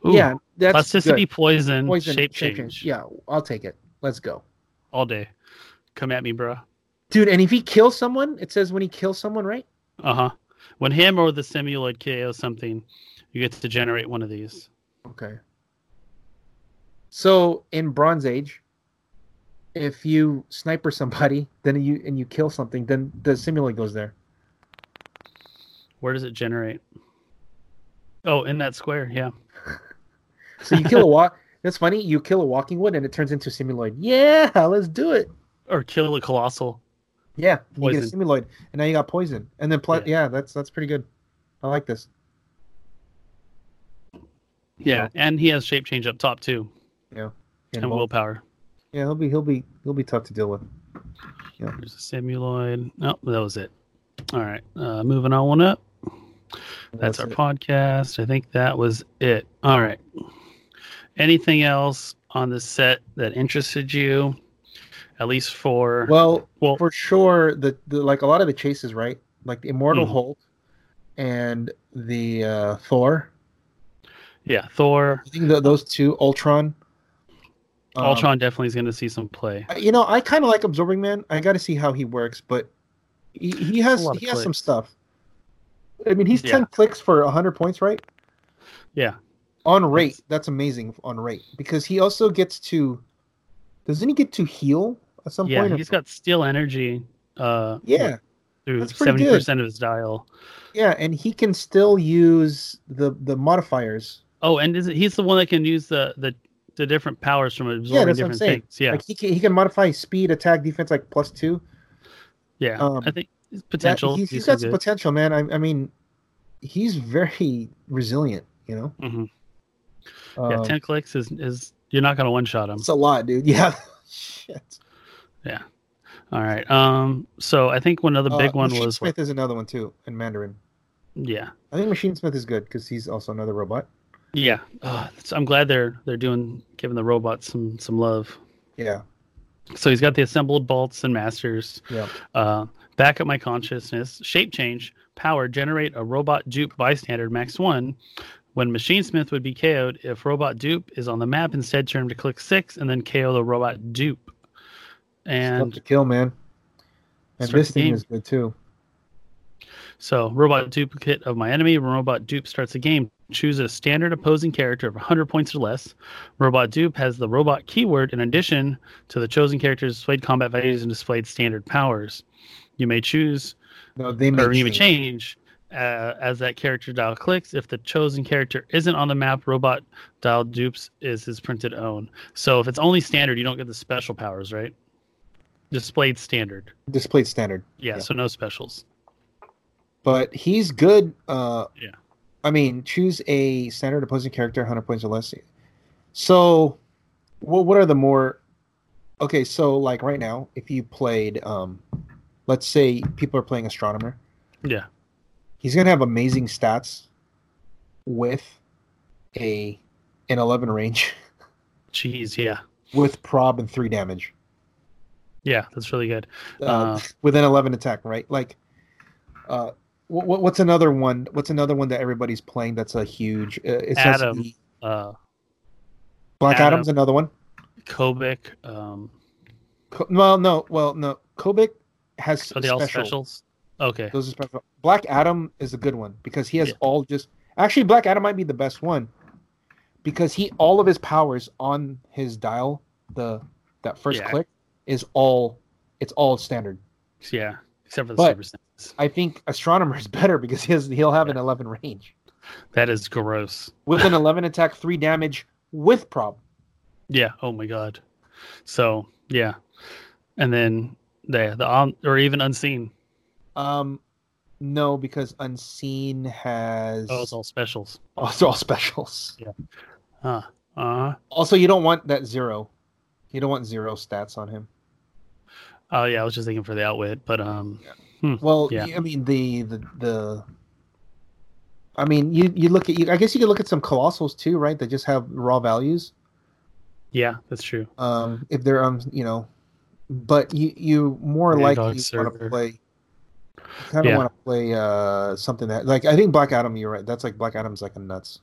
A: ooh,
B: yeah, that's
A: plasticity,
B: good.
A: poison,
B: Poison,
A: shape, change,
B: Yeah, I'll take it. Let's go,
A: all day. Come at me, bruh.
B: dude. And if he kills someone, it says when he kills someone, right?
A: Uh huh. When him or the simuloid KO something, you get to generate one of these.
B: Okay. So in Bronze Age, if you sniper somebody, then you and you kill something, then the simuloid goes there.
A: Where does it generate? Oh, in that square, yeah.
B: So you kill a walk. That's funny. You kill a walking wood, and it turns into a simuloid. Yeah, let's do it.
A: Or kill a colossal.
B: Yeah, you get a
A: Poison.
B: simuloid, and now you got poison, and then pla- yeah, that's that's pretty good. I like this.
A: Yeah, and he has shape change up top too, and,
B: Involved.
A: willpower.
B: Yeah, he'll be he'll be he'll be tough to deal with.
A: There's a simuloid. Oh, that was it. All right, uh, moving on one up. That's, our
B: it.
A: podcast. I think that was it. All right. Anything else on the set that interested you? At least for
B: Well,
A: well,
B: for sure, the, the like a lot of the chases, right? Like the Immortal
A: Mhm.
B: Hulk and the uh, Thor.
A: yeah, Thor,
B: I think tho- those two, Ultron. Um,
A: Ultron definitely is going to see some play.
B: I- You know, I kind of like Absorbing Man. I got to see how he works, but he, he has
A: lot of
B: he has some
A: clicks.
B: stuff. I mean, he's
A: Yeah.
B: ten clicks for hundred points, right?
A: Yeah.
B: On rate, that's amazing on rate because he also gets to. Doesn't he get to heal at some
A: Yeah,
B: point? or-
A: he's got steel energy. Uh,
B: Yeah,
A: through
B: That's pretty
A: seventy
B: good.
A: percent of his dial.
B: Yeah, and he can still use the the modifiers.
A: Oh, and is it, he's the one that can use the the, the different powers from absorbing
B: that's what I'm
A: different
B: saying.
A: things. Yeah,
B: Like he can, he can modify speed, attack, defense like plus two.
A: yeah.
B: um,
A: I think his
B: That-
A: potential.
B: he's,
A: he's
B: he's got
A: so
B: some
A: good.
B: potential, man. I, I mean, he's very resilient. You know.
A: Mhm. yeah,
B: Um,
A: ten clicks is is you're not gonna one shot him.
B: It's a lot, dude. Yeah. Shit.
A: All right. Um. So I think one other big
B: Uh,
A: one
B: Machine
A: was
B: Smith is another one too in Mandarin.
A: yeah,
B: I think Machine Smith is good because he's also another robot.
A: yeah. Uh, so I'm glad they're they're doing giving the robots some some love.
B: Yeah.
A: So he's got the assembled bolts and masters.
B: Yeah.
A: Uh, back up my consciousness. Shape change. Power. Generate a robot dupe bystander. Max one. When Machine Smith would be KO'd if robot dupe is on the map, instead turn him to click six and then KO the robot dupe.
B: Stuff
A: And
B: to kill, man. And
A: Start
B: this
A: the
B: thing
A: game.
B: is good too.
A: So, robot duplicate of my enemy. Robot dupe starts the game. Choose a standard opposing character of 100 points or less. Robot dupe has the robot keyword in addition to the chosen character's displayed combat values and displayed standard powers. You may choose
B: No, they may
A: or even change uh, as that character dial clicks. If the chosen character isn't on the map, robot dial dupes is his printed own. So, if it's only standard, you don't get the special powers, right? Displayed standard.
B: displayed standard.
A: yeah.
B: Yeah.
A: so no specials.
B: But he's good. Uh,
A: Yeah.
B: I mean, choose a standard opposing character, 100 points or less. So, what what are the more? Okay, so like right now, if you played, um, let's say people are playing astronomer,
A: Yeah.
B: he's gonna have amazing stats with a an 11 range
A: Jeez, yeah.
B: with prob and three damage.
A: Yeah, that's really good.
B: uh,
A: Uh,
B: with an 11 attack, right? Like, uh, wh- wh- what's another one? What's another one that everybody's playing that's a huge? Uh, it says
A: Adam.
B: E.
A: Uh,
B: Black
A: Adam.
B: Adam's another one.
A: Kobik. Um,
B: Co- well, no, well, no. Kobik has
A: are they all
B: special.
A: specials? Okay.
B: Those are special. Black Adam is a good one because he has
A: Yeah.
B: all just. Actually, Black Adam might be the best one because he all of his powers on his dial, the that first
A: Yeah.
B: click is all. It's all standard.
A: Yeah. Except for the
B: But-
A: super senses.
B: I think astronomer is better because he has, he'll have an 11 range.
A: That is gross.
B: with an 11 attack, 3 damage with prob.
A: Yeah. Oh my god. So yeah, and then the the on or even unseen.
B: Um, no, because unseen has
A: Oh, it's all specials.
B: also all specials.
A: Huh. Uh.
B: Also, you don't want that zero. You don't want zero stats on him.
A: Oh yeah, I was just thinking for the outwit, but um.
B: Well,
A: Yeah.
B: I mean the the the. I mean, you you look at you. I guess you could look at some colossals too, right? That just have raw values.
A: Yeah, that's true. Mm-hmm.
B: Um, if they're um, you know, but you you more
A: Yeah,
B: likely
A: dog
B: want to
A: server.
B: play. Kind of
A: Yeah.
B: want to play uh something that like I think Black Adam. You're right. That's like Black Adam's like a nuts.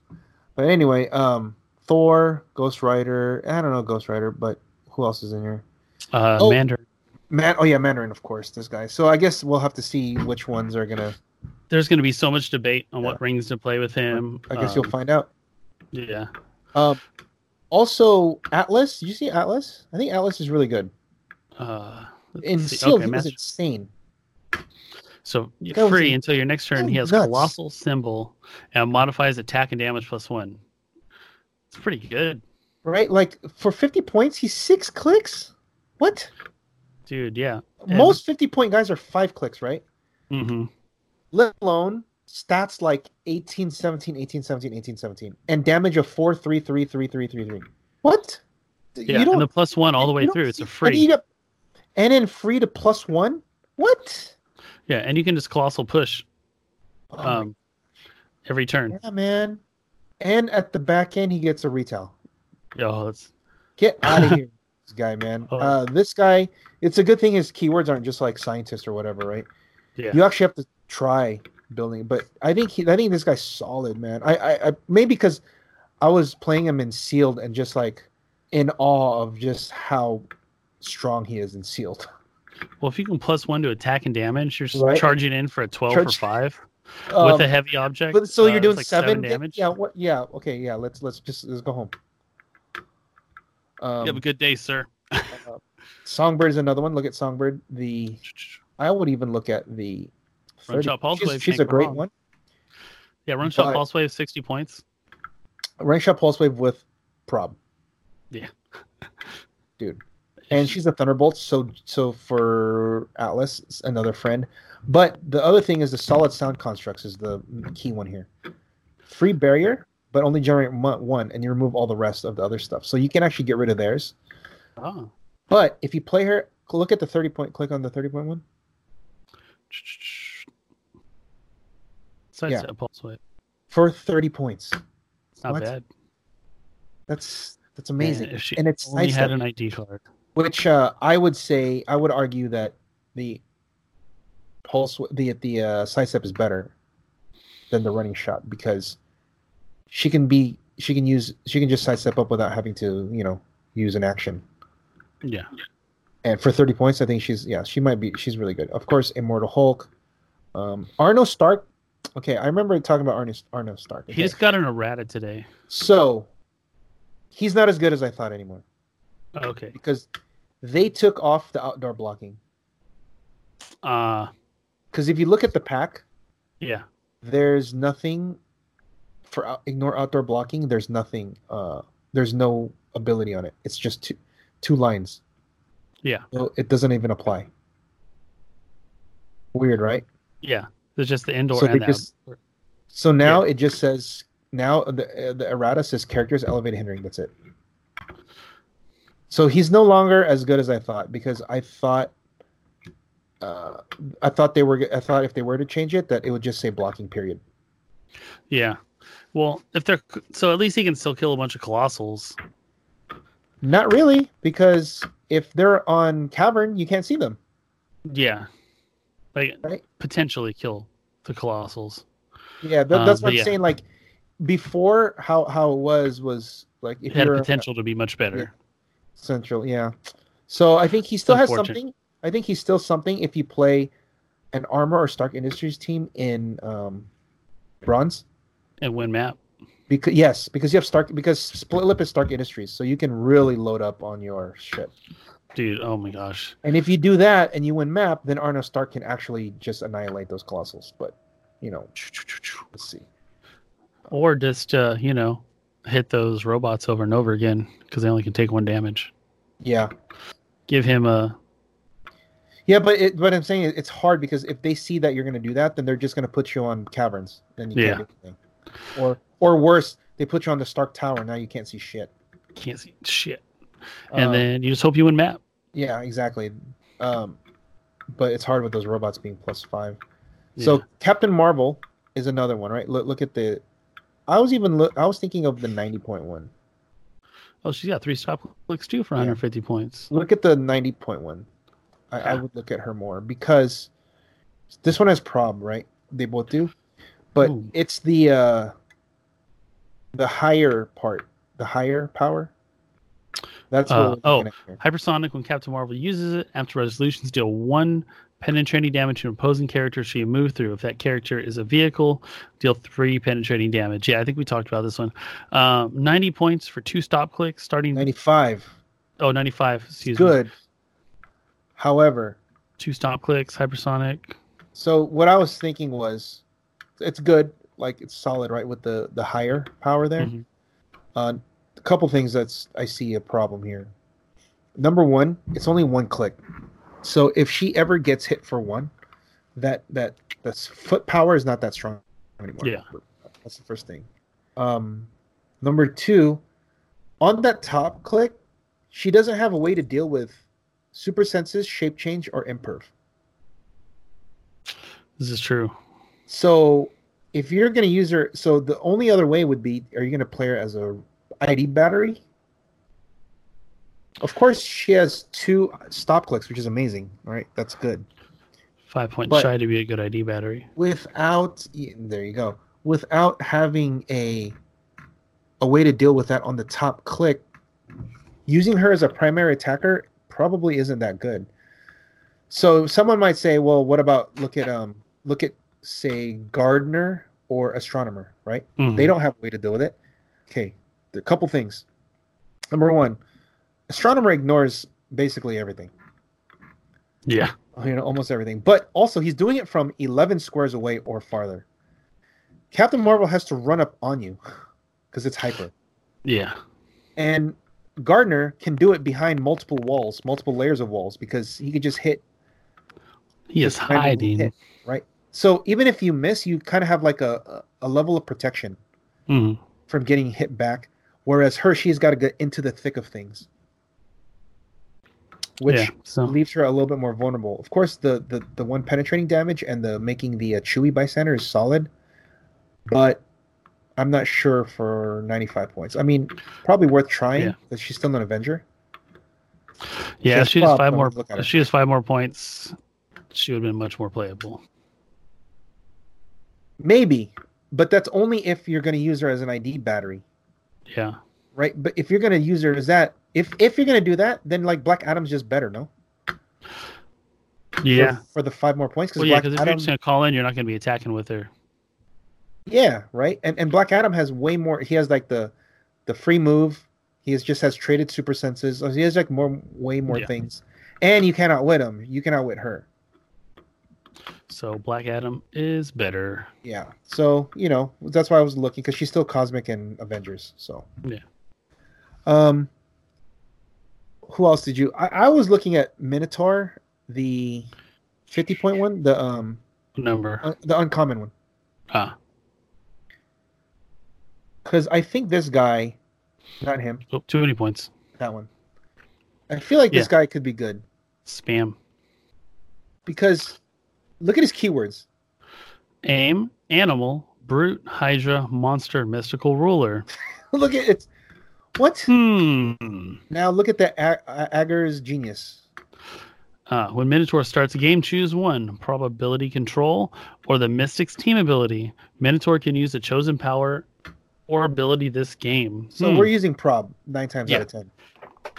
B: But anyway, um, Thor, Ghost Rider. I don't know Ghost Rider, but who else is in here?
A: Uh,
B: Oh.
A: Mandarin.
B: Man. Oh yeah, Mandarin, of course. This guy. So I guess we'll have to see which ones are gonna.
A: There's going to be so much debate on
B: Yeah.
A: what rings to play with him.
B: I guess
A: Um,
B: you'll find out.
A: Yeah.
B: Um, also Atlas. You see Atlas? I think Atlas is really good.
A: Uh, let's
B: And
A: see.
B: Sylvie is
A: Master-
B: insane.
A: So you're
B: That was
A: free
B: in-
A: until your next turn. He has
B: Nuts.
A: colossal symbol and modifies attack and damage plus one. It's pretty good,
B: right? Like for 50 points, he's six clicks. What?
A: dude. Yeah. And-
B: Most 50 point guys are five clicks, right?
A: hmm
B: Let alone stats like 18, 17, 18, 17, 18, 17, and damage of 4, 3, 3, 3, 3, 3, 3. What?
A: Yeah. And the plus one all the way
B: you don't
A: through. It's a
B: see- and you
A: free.
B: get- And in free to plus one? What?
A: Yeah. And you can just colossal push
B: Oh my
A: um, every turn.
B: God, man. And at the back end, he gets a retail.
A: Oh, it's
B: Get out of here, this guy, man.
A: Oh.
B: Uh, this guy, it's a good thing his keywords aren't just like scientist or whatever, right?
A: yeah.
B: You actually have to try building, but I think he, I think this guy's solid, man. I, I, I maybe because I was playing him in sealed and just like in awe of just how strong he is in sealed.
A: Well, if you can plus one to attack and damage, you're s-
B: Right.
A: charging in for a twelve
B: Charge-
A: for five
B: Um,
A: with a heavy object.
B: but so
A: uh,
B: you're
A: it's
B: doing
A: like
B: seven, da-
A: damage.
B: Yeah. What? Yeah. Okay. Yeah. Let's let's just let's go home. Um,
A: you have a good day, sir.
B: Songbird is another one. Look at Songbird. The I would even look at the
A: Run Shot Pulse
B: she's,
A: Wave.
B: she's
A: can't
B: a
A: go
B: great
A: wrong.
B: one.
A: Yeah, Run Shot
B: but-
A: Pulse Wave, 60 points.
B: Rank shot pulse wave with prob.
A: Yeah.
B: Dude. And she's a Thunderbolt, so so for Atlas, it's another friend. But the other thing is the solid sound constructs is the key one here. Free barrier, but only generate mo- one, and you remove all the rest of the other stuff. So you can actually get rid of theirs.
A: Oh.
B: But if you play her, look at the thirty point. Click on the thirty point one.
A: Sidestep
B: Yeah.
A: Pulse Wave.
B: for 30 points.
A: It's not
B: What?
A: bad.
B: That's that's amazing.
A: Man, if she
B: and it's
A: only
B: nice
A: had an ID card.
B: which uh, I would say I would argue that the pulse the the uh, side step is better than the running shot because she can be she can use she can just side step up without having to you know use an action.
A: Yeah.
B: And for 30 points, I think she's yeah she might be she's really good. Of course, Immortal Hulk, um, Arno Stark. Okay, I remember talking about Arno Arno Stark.
A: He
B: Okay.
A: just got an errata today.
B: So he's not as good as I thought anymore.
A: Okay.
B: because they took off the outdoor blocking.
A: Uh
B: Because if you look at the pack,
A: yeah.
B: there's nothing for out, ignore outdoor blocking. There's nothing. Uh, there's no ability on it. It's just two two lines.
A: Yeah.
B: So it doesn't even apply. Weird, right?
A: Yeah. There's just the indoor
B: So
A: and
B: they
A: the
B: just-
A: outdoor.
B: So now it just says now the uh, the errata says characters elevated hindering. That's it. So he's no longer as good as I thought because I thought uh, I thought they were I thought if they were to change it that it would just say blocking period.
A: Yeah. Well, if they're so at least he can still kill a bunch of colossals.
B: Not really because if they're on cavern you can't see them.
A: Yeah. Like
B: Right.
A: potentially kill the colossals.
B: Yeah, that,
A: Uh,
B: that's
A: but
B: what I'm
A: yeah.
B: saying. Like before, how how it was was like if
A: It had
B: you're uh,
A: potential to be much better.
B: Central, yeah. So I think he still has
A: Unfortunate.
B: something. I think he's still something if you play an armor or Stark Industries team in um, bronze.
A: And win map.
B: Because yes, because you have Stark because Split Lip is Stark Industries, so you can really load up on your ship.
A: Dude, oh my gosh.
B: And if you do that and you win map, then Arno Stark can actually just annihilate those colossals. But you know, let's see.
A: Or just uh, you know, hit those robots over and over again because they only can take one damage.
B: Yeah,
A: Give him a
B: yeah, but it, but I'm saying it- it's hard because if they see that you're going to do that, then they're just going to put you on caverns. Then you
A: Yeah.
B: can't do anything. Or or worse, they put you on the Stark Tower. Now you can't see shit.
A: can't see shit. And
B: Um,
A: then you just hope you win map.
B: yeah, exactly. Um, but it's hard with those robots being plus five. So Captain Marvel is another one, right? Look look at the. I was even look. I was thinking of the ninety point one.
A: Oh, she's got three stop clicks too for
B: Yeah.
A: 150 points.
B: Look at the ninety point one. I, I
A: Yeah.
B: would look at her more because this one has prob, right? They both do, but
A: Ooh.
B: it's the uh the higher part, the higher power. That's what
A: Uh,
B: we're
A: oh.
B: looking at here.
A: Hypersonic, when Captain Marvel uses it, after resolutions, deal one penetrating damage to an opposing character she moved through. If that character is a vehicle, deal three penetrating damage. Yeah, I think we talked about this one. Um, 90 points for two stop clicks, starting.
B: ninety five.
A: oh, 95, excuse me.
B: Good. However,
A: Two stop clicks, hypersonic.
B: So what I was thinking was, it's good, like it's solid, right, with the the higher power there.
A: Mhm.
B: Uh, a couple things that's I see a problem here. Number one, it's only one click, so if she ever gets hit for one, that that the s- foot power is not that strong anymore.
A: Yeah.
B: that's the first thing. Um, number two, on that top click, she doesn't have a way to deal with super senses, shape change, or imperv.
A: This is true.
B: So if you're going to use her, so the only other way would be, are you going to play her as a ID battery? Of course, she has two stop clicks, which is amazing. All right, that's good.
A: Five points
B: But-
A: shy to be a good ID battery.
B: Without there you go. Without having a a way to deal with that on the top click, using her as a primary attacker probably isn't that good. So someone might say, well, what about look at um look at say gardener or astronomer, right?
A: Mhm.
B: They don't have a way to deal with it. Okay, there are a couple things. Number one, astronomer ignores basically everything.
A: yeah.
B: you know, almost everything. But also, he's doing it from 11 squares away or farther. Captain Marvel has to run up on you because it's hyper.
A: Yeah.
B: And Gardner can do it behind multiple walls, multiple layers of walls, because he can just hit,
A: He is
B: Just randomly
A: hiding.
B: hit. right? So even if you miss, you kind of have like a, a a level of protection
A: Mhm.
B: from getting hit back. Whereas her, she's got to get into the thick of things, which
A: yeah. So
B: leaves her a little bit more vulnerable. Of course, the the, the one penetrating damage and the making the uh, chewy bystander is solid, but I'm not sure for 95 points. I mean, probably worth trying,
A: Yeah.
B: but she's still an Avenger.
A: yeah,
B: says
A: if she has
B: Bob,
A: five
B: I'm
A: more.
B: gonna look at her.
A: If she has five more points, she would have been much more playable.
B: Maybe, but that's only if you're going to use her as an ID battery,
A: Yeah.
B: right? But if you're going to use her as that, if if you're going to do that, then like Black Adam's just better, no? For-
A: Yeah.
B: For, the five more points,
A: Well,
B: because
A: yeah, because
B: Black
A: if you're
B: Adam,
A: just gonna call in, you're not gonna be attacking with her.
B: yeah, right, and and Black Adam has way more. He has like the the free move. He is, just has traded super senses. So He has like more, way more
A: Yeah.
B: things, and you cannot wit him. You cannot wit her.
A: So Black Adam is better.
B: Yeah. So you know that's why I was looking because she's still cosmic and Avengers. So
A: Yeah.
B: Um. Who else did you? I, I was looking at Minotaur, the fifty point one, the um,
A: Number.
B: uh, the uncommon one,
A: Ah.
B: because I think this guy, not him,
A: Oh, too many points.
B: that one. I feel like this guy could be good
A: Spam.
B: because look at his keywords.
A: Aim. Animal. Brute. Hydra. Monster. Mystical. Ruler.
B: look at it's what
A: Hmm.
B: now. Look at the Ag- Agar's genius.
A: Uh, when Minotaur starts a game, choose one probability control or the Mystic's team ability. Minotaur can use a chosen power or ability this game.
B: So
A: Hmm.
B: we're using prob nine times out
A: Yeah.
B: of ten.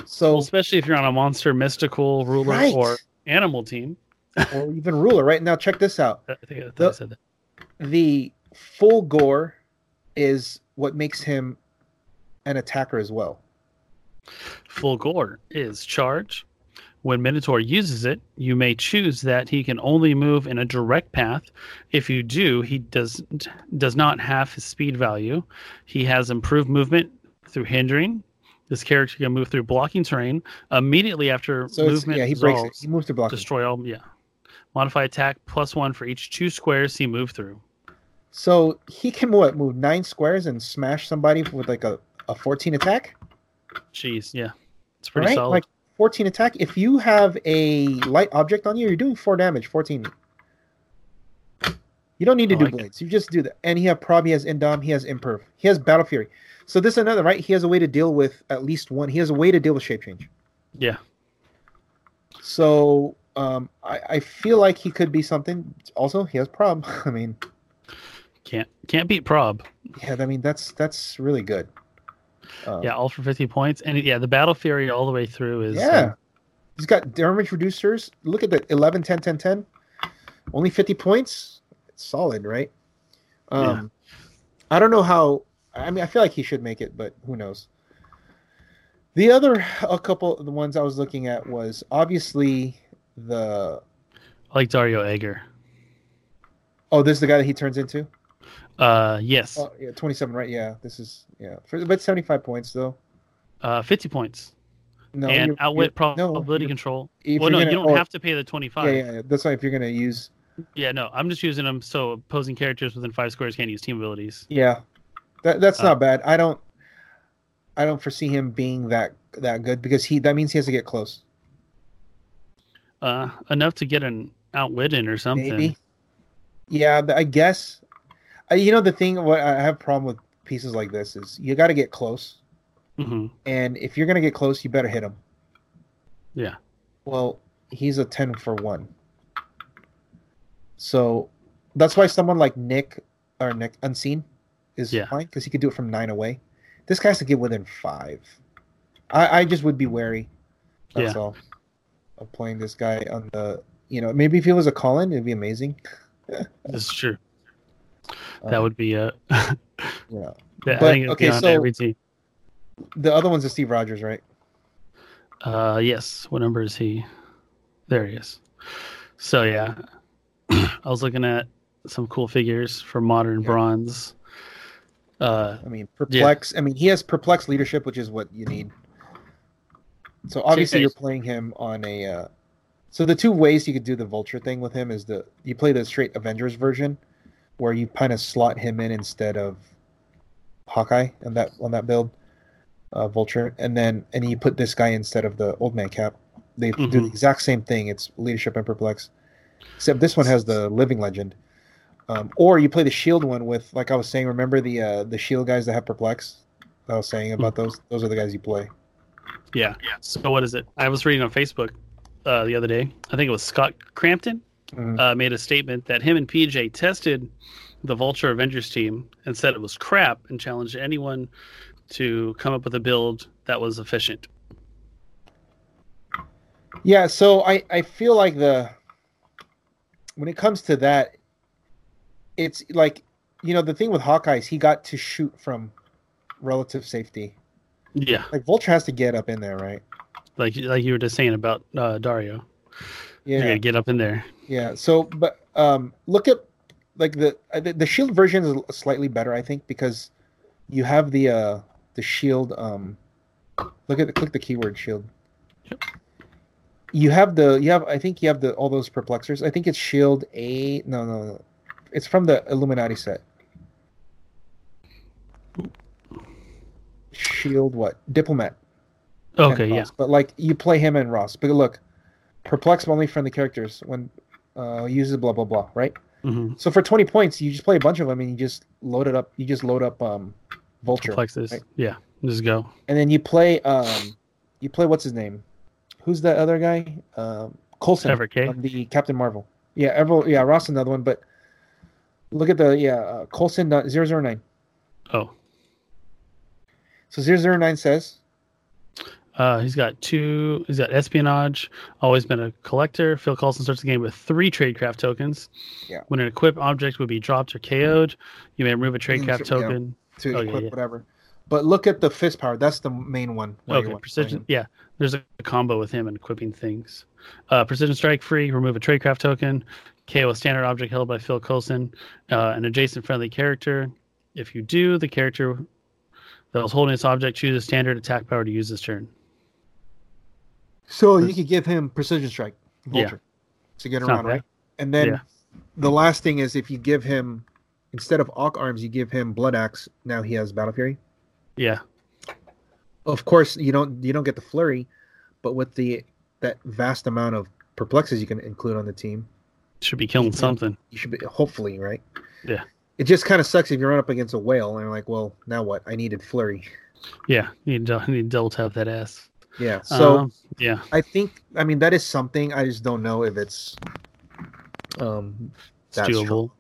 B: So
A: Well, especially if you're on a monster, mystical, ruler,
B: Right.
A: or animal team.
B: or even ruler, right? Now check this out.
A: I think I, thought I
B: The-
A: said that.
B: The full gore is what makes him an attacker as well.
A: Full gore is charge. When Minotaur uses it, you may choose that he can only move in a direct path. If you do, he does does not have his speed value. He has improved movement through hindering. This character can move through blocking terrain immediately after
B: So it's,
A: movement.
B: yeah, he breaks it.
A: resolves,
B: He moves to block. it.
A: Destroy all. Yeah. Modify attack plus one for each two squares he moved through.
B: So he can what move nine squares and smash somebody with like a, a fourteen attack,
A: Jeez, yeah, it's pretty
B: right?
A: solid.
B: Like fourteen attack. If you have a light object on you, you're doing four damage, fourteen. You don't need to
A: Oh, I
B: do
A: like it.
B: blades. You just do that. And he have prob, he has indom, he has imperv, he has battle fury. So this is another right. He has a way to deal with at least one. He has a way to deal with shape change.
A: yeah,
B: So um, I, I feel like he could be something. Also, he has prob. I mean,
A: can't can't beat prob.
B: yeah, I mean that's that's really good. Um,
A: Yeah, all for 50 points. And yeah, the Battle Fury all the way through is.
B: yeah.
A: um,
B: He's got damage reducers. Look at the 11, 10, 10, 10. Only 50 points. It's solid, right? Um, I don't know how. I mean, I feel like he should make it, but who knows? The other, a couple of the ones I was looking at was obviously the.
A: I like Dario Egger.
B: Oh, this is the guy that he turns into?
A: Uh, yes,
B: Oh, yeah, 27, right? Yeah, this is, yeah. For, but 75 points, though.
A: uh, 50 points.
B: No,
A: and
B: you're-
A: outwit
B: you're- no,
A: probability
B: you're-
A: control.
B: if
A: Well, no,
B: you're
A: you
B: gonna-
A: don't
B: oh,
A: have to pay the 25.
B: Yeah, yeah, yeah. That's why if you're going to use.
A: Yeah, no, I'm just using them so opposing characters within five squares can't use team abilities.
B: Yeah, that, that's
A: Uh,
B: not bad. I don't, I don't foresee him being that that good because he that means he has to get close.
A: Uh, enough to get an outwit in or something.
B: Maybe. Yeah, but I guess. I, you know the thing. What I have a problem with pieces like this is you got to get close,
A: hmm
B: and if you're gonna get close, you better hit him.
A: Yeah.
B: Well, he's a ten for one. So, that's why someone like Nick or Nick Unseen is
A: Yeah.
B: fine because he could do it from nine away. This guy has to get within five. I, I just would be wary. That's
A: Yeah.
B: all. Of playing this guy on the, you know, maybe if he was a call-in, it'd be amazing.
A: This is true. that
B: Um,
A: would be a. I
B: Yeah.
A: think it's
B: okay,
A: beyond
B: so-
A: every team.
B: The other one's a Steve Rogers, right?
A: Uh, yes. What number is he? There he is. So yeah, I was looking at some cool figures for modern
B: Yeah.
A: bronze. Uh,
B: I mean, perplex. I mean, he has perplex leadership, which is what you need. So obviously,
A: days.
B: you're playing him on a. Uh, so the two ways you could do the vulture thing with him is the you play the straight Avengers version, where you kind of slot him in instead of Hawkeye on that on that build, uh, vulture, and then and you put this guy instead of the old man cap. They do the
A: Mhm.
B: exact same thing. It's leadership and perplex, except this one has the living legend. Um, or you play the shield one with, like I was saying, remember the uh, the shield guys that have perplex? I was saying about those. Those are the guys you play.
A: yeah. So what is it? I was reading on Facebook uh, the other day. I think it was Scott Crampton
B: Mhm.
A: uh, made a statement that him and PJ tested the Vulture Avengers team and said it was crap and challenged anyone to come up with a build that was efficient.
B: Yeah, so I I feel like the when it comes to that, it's like you know the thing with Hawkeye is he got to shoot from relative safety.
A: Yeah,
B: Like Vulture has to get up in there, right?
A: like like you were just saying about uh, Dario. You're
B: Yeah,
A: gonna get up in there.
B: yeah. So, but um, look at like the uh, the the shield version is slightly better, I think, because you have the uh the shield. Um, look at the, click the keyword shield. you have the you have I think you have the all those perplexers. I think it's Shield A. No, no, no. It's from the Illuminati set. Shield what? Diplomat. and
A: Okay, yeah,
B: Ross. But like you play him and Ross. But look, perplex only from the characters when uh uses blah blah blah, right?
A: mm-hmm.
B: So for 20 points, you just play a bunch of them and you just load it up. You just load up um Vulture.
A: plexus.
B: right?
A: Yeah, just go.
B: And then you play um you play what's his name? Who's that other guy? Um Colson
A: Ever K.
B: on the Captain Marvel. Yeah, Ever yeah, Ross another one, but look at the yeah, uh, Colson dot- 009.
A: Oh,
B: So 009 says,
A: Uh, he's got two. He's got espionage. Always been a collector. Phil Coulson starts the game with three tradecraft tokens.
B: Yeah.
A: When an equip object would be dropped or KO'd, you may remove a tradecraft
B: Mm, Yeah.
A: token.
B: to
A: Oh, yeah,
B: equip
A: yeah.
B: whatever. But look at the fist power. That's the main one. where you
A: Okay.
B: want to play
A: Precision.
B: him.
A: Yeah. There's a combo with him and equipping things. Uh, precision strike free. Remove a tradecraft token. KO a standard object held by Phil Coulson, uh, an adjacent friendly character. If you do, the character that was holding this object chooses standard attack power to use this turn.
B: So
A: Pres-
B: you could give him precision strike vulture to get
A: It's not
B: around,
A: bad.
B: right? And then
A: Yeah.
B: the last thing is if you give him instead of Awk arms, you give him blood axe. Now he has battle fury.
A: Yeah.
B: of course you don't you don't get the flurry but with the that vast amount of perplexes you can include on the team
A: Should be killing something.
B: you should be hopefully right
A: Yeah.
B: it just kind of sucks if you run up against a whale and you're like well now what i needed flurry
A: Yeah. You need to, you need to double tap that ass.
B: yeah so
A: Um, yeah.
B: i think i mean that is something i just don't know if it's um
A: It's
B: That's
A: doable.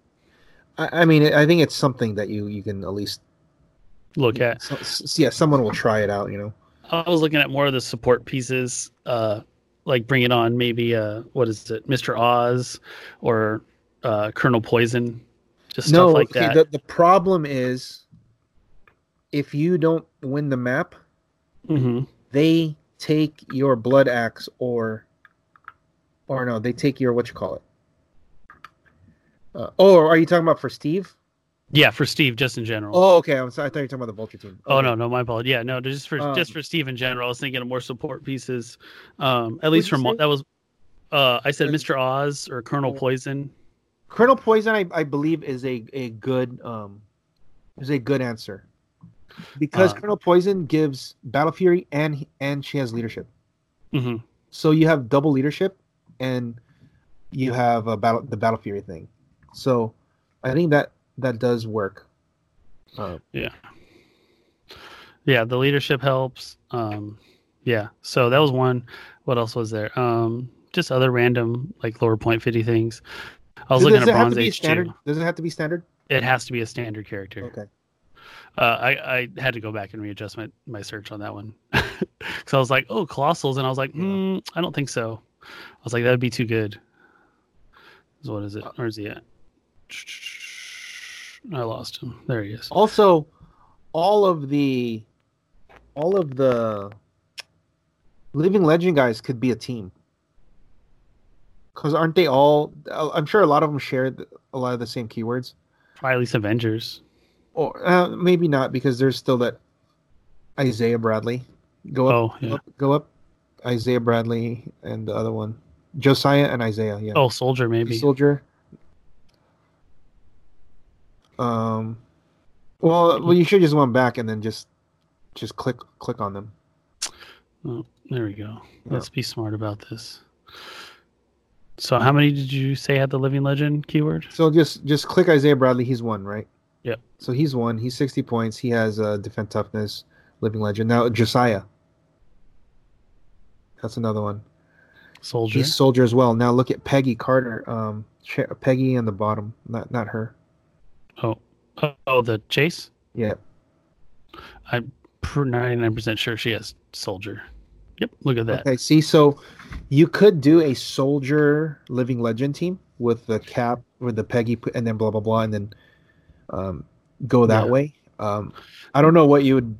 B: i, I mean i think it's something that you you can at least
A: Look at.
B: so, s- yeah someone will try it out you know
A: I was looking at more of the support pieces, uh, like Bring It On, maybe uh, what is it, Mr. Oz, or uh, Colonel Poison, just stuff like
B: okay,
A: that.
B: The, the problem is if you don't win the map
A: hmm
B: they take your blood axe or or no they take your what you call it uh, oh are you talking about for steve
A: Yeah, for Steve, just in general. Oh,
B: oh okay I'm sorry, i thought you were talking about the vulture team
A: no, no, my fault. Yeah, no, just for just
B: Um,
A: for Steve in general. I was thinking of more support pieces, um, at
B: What'd you
A: least from
B: say? Oh.
A: that was. Uh, I said
B: Uh,
A: Mr. Oz or Colonel
B: Colonel-
A: Poison.
B: colonel poison i, I believe is a, a good um is a good answer because
A: Uh,
B: colonel poison gives battle fury and and she has leadership
A: hmm
B: so you have double leadership and you have a battle the battle fury thing so i think that that does work uh,
A: Yeah, the leadership helps. Um, yeah, so that was one. What else was there? Um, just other random like lower point fifty things. I was
B: Does-
A: looking
B: does
A: at
B: it have to
A: Bronze
B: be
A: Age
B: standard? Oh.
A: too.
B: Does it have to be standard?
A: It has to be a standard character.
B: Okay.
A: Uh, I I had to go back and readjust my, my search on that one because I was like, oh, colossals, and I was like,
B: Yeah.
A: mm, I don't think so. I was like, that would be too good. So what is
B: Uh.
A: it? Where's he at? I lost him. There he is.
B: Also, all of the all of the Living Legend guys could be a team. Because aren't they all? I'm sure a lot of them share th- a lot of the same keywords.
A: Probably at least Avengers.
B: Or uh, maybe not, because there's still that Isaiah Bradley. Go up,
A: Oh, yeah.
B: go up, go up, Isaiah Bradley, and the other one, Josiah and Isaiah. Yeah.
A: Oh, Soldier maybe.
B: Soldier. Um, well, well, you should just went back and then just, just click, click on them.
A: There we go. Let's be smart about this. So, how many did you say had the living legend keyword?
B: So just, just click Isaiah Bradley. He's one, right?
A: Yep.
B: So he's one. He's sixty points. He has uh, defense toughness, living legend. Now Josiah. That's another one.
A: Soldier.
B: He's soldier as well. Now look at Peggy Carter. Um, Ch- Peggy on the bottom, not not her.
A: Oh, oh, oh, the chase.
B: Yeah.
A: Ninety-nine percent sure she has soldier. Yep. Look at that.
B: Okay, see, so you could do a soldier living legend team with the cap with the Peggy p- and then blah blah blah and then um, go that
A: Yeah.
B: way. Um, I don't know what you would.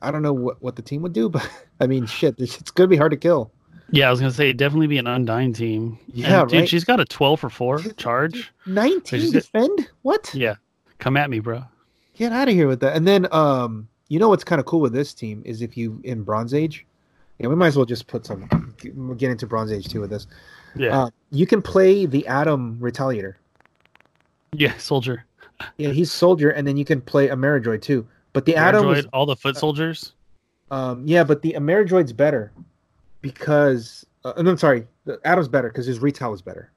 B: I don't know what, what the team would do, but I mean, shit, this, it's gonna be hard to kill.
A: Yeah, I was gonna say it'd definitely be an undying team. And,
B: Yeah,
A: dude,
B: right.
A: she's got a twelve for four charge.
B: Nineteen
A: Is it-
B: defend? What?
A: Yeah, come at me, bro.
B: Get out of here with that. And then, um, you know what's kind of cool with this team is if you in Bronze Age, yeah, we might as well just put some get into Bronze Age too with this.
A: Yeah,
B: Uh, you can play the Atom Retaliator.
A: yeah, soldier.
B: Yeah, he's soldier, and then you can play Ameridroid too. But the Atom, was,
A: Android, all the foot soldiers.
B: um, yeah, but the Ameridroid's better because uh, no, I'm sorry, the Atom's better because his retail is better.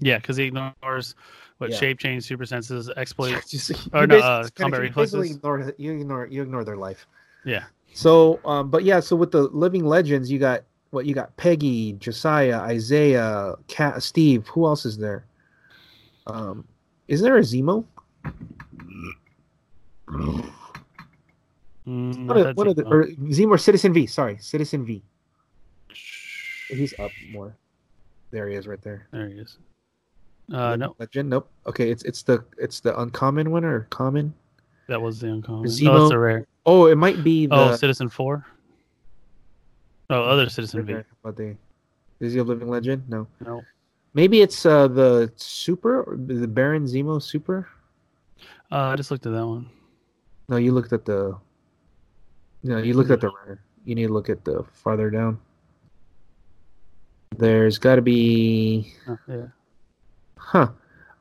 A: Yeah, because he ignores what
B: Yeah.
A: shape change, super senses, exploits.
B: Just-
A: Or
B: you
A: no,
B: basi-
A: uh,
B: it's kinda-
A: combat
B: you basically
A: reflexes.
B: Ignore, you ignore, you ignore their life.
A: Yeah,
B: So, um, but yeah, so with the Living Legends, you got what you got: Peggy, Josiah, Isaiah, Cat, Steve. Who else is there? Um, is there a Zemo?
A: Mm,
B: What are-
A: that's
B: what are
A: it,
B: the,
A: though.
B: or Zemo, Citizen V. Sorry, Citizen V. He's up more. There he is, right there.
A: There he is. Uh, no,
B: Legend? Nope. Okay, it's it's the it's the uncommon one or common.
A: that was the uncommon.
B: Zemo.
A: Oh, that's the rare.
B: Oh, it might be the.
A: Oh, Citizen Four. Oh, other Citizen V.
B: Okay, But they, is he a living legend? No.
A: No.
B: Maybe it's uh the super or the Baron Zemo super.
A: Uh, I just looked at that one.
B: No, you looked at the. No, you looked at the rare. You need to look at the farther down. There's got to be,
A: Uh, yeah.
B: huh?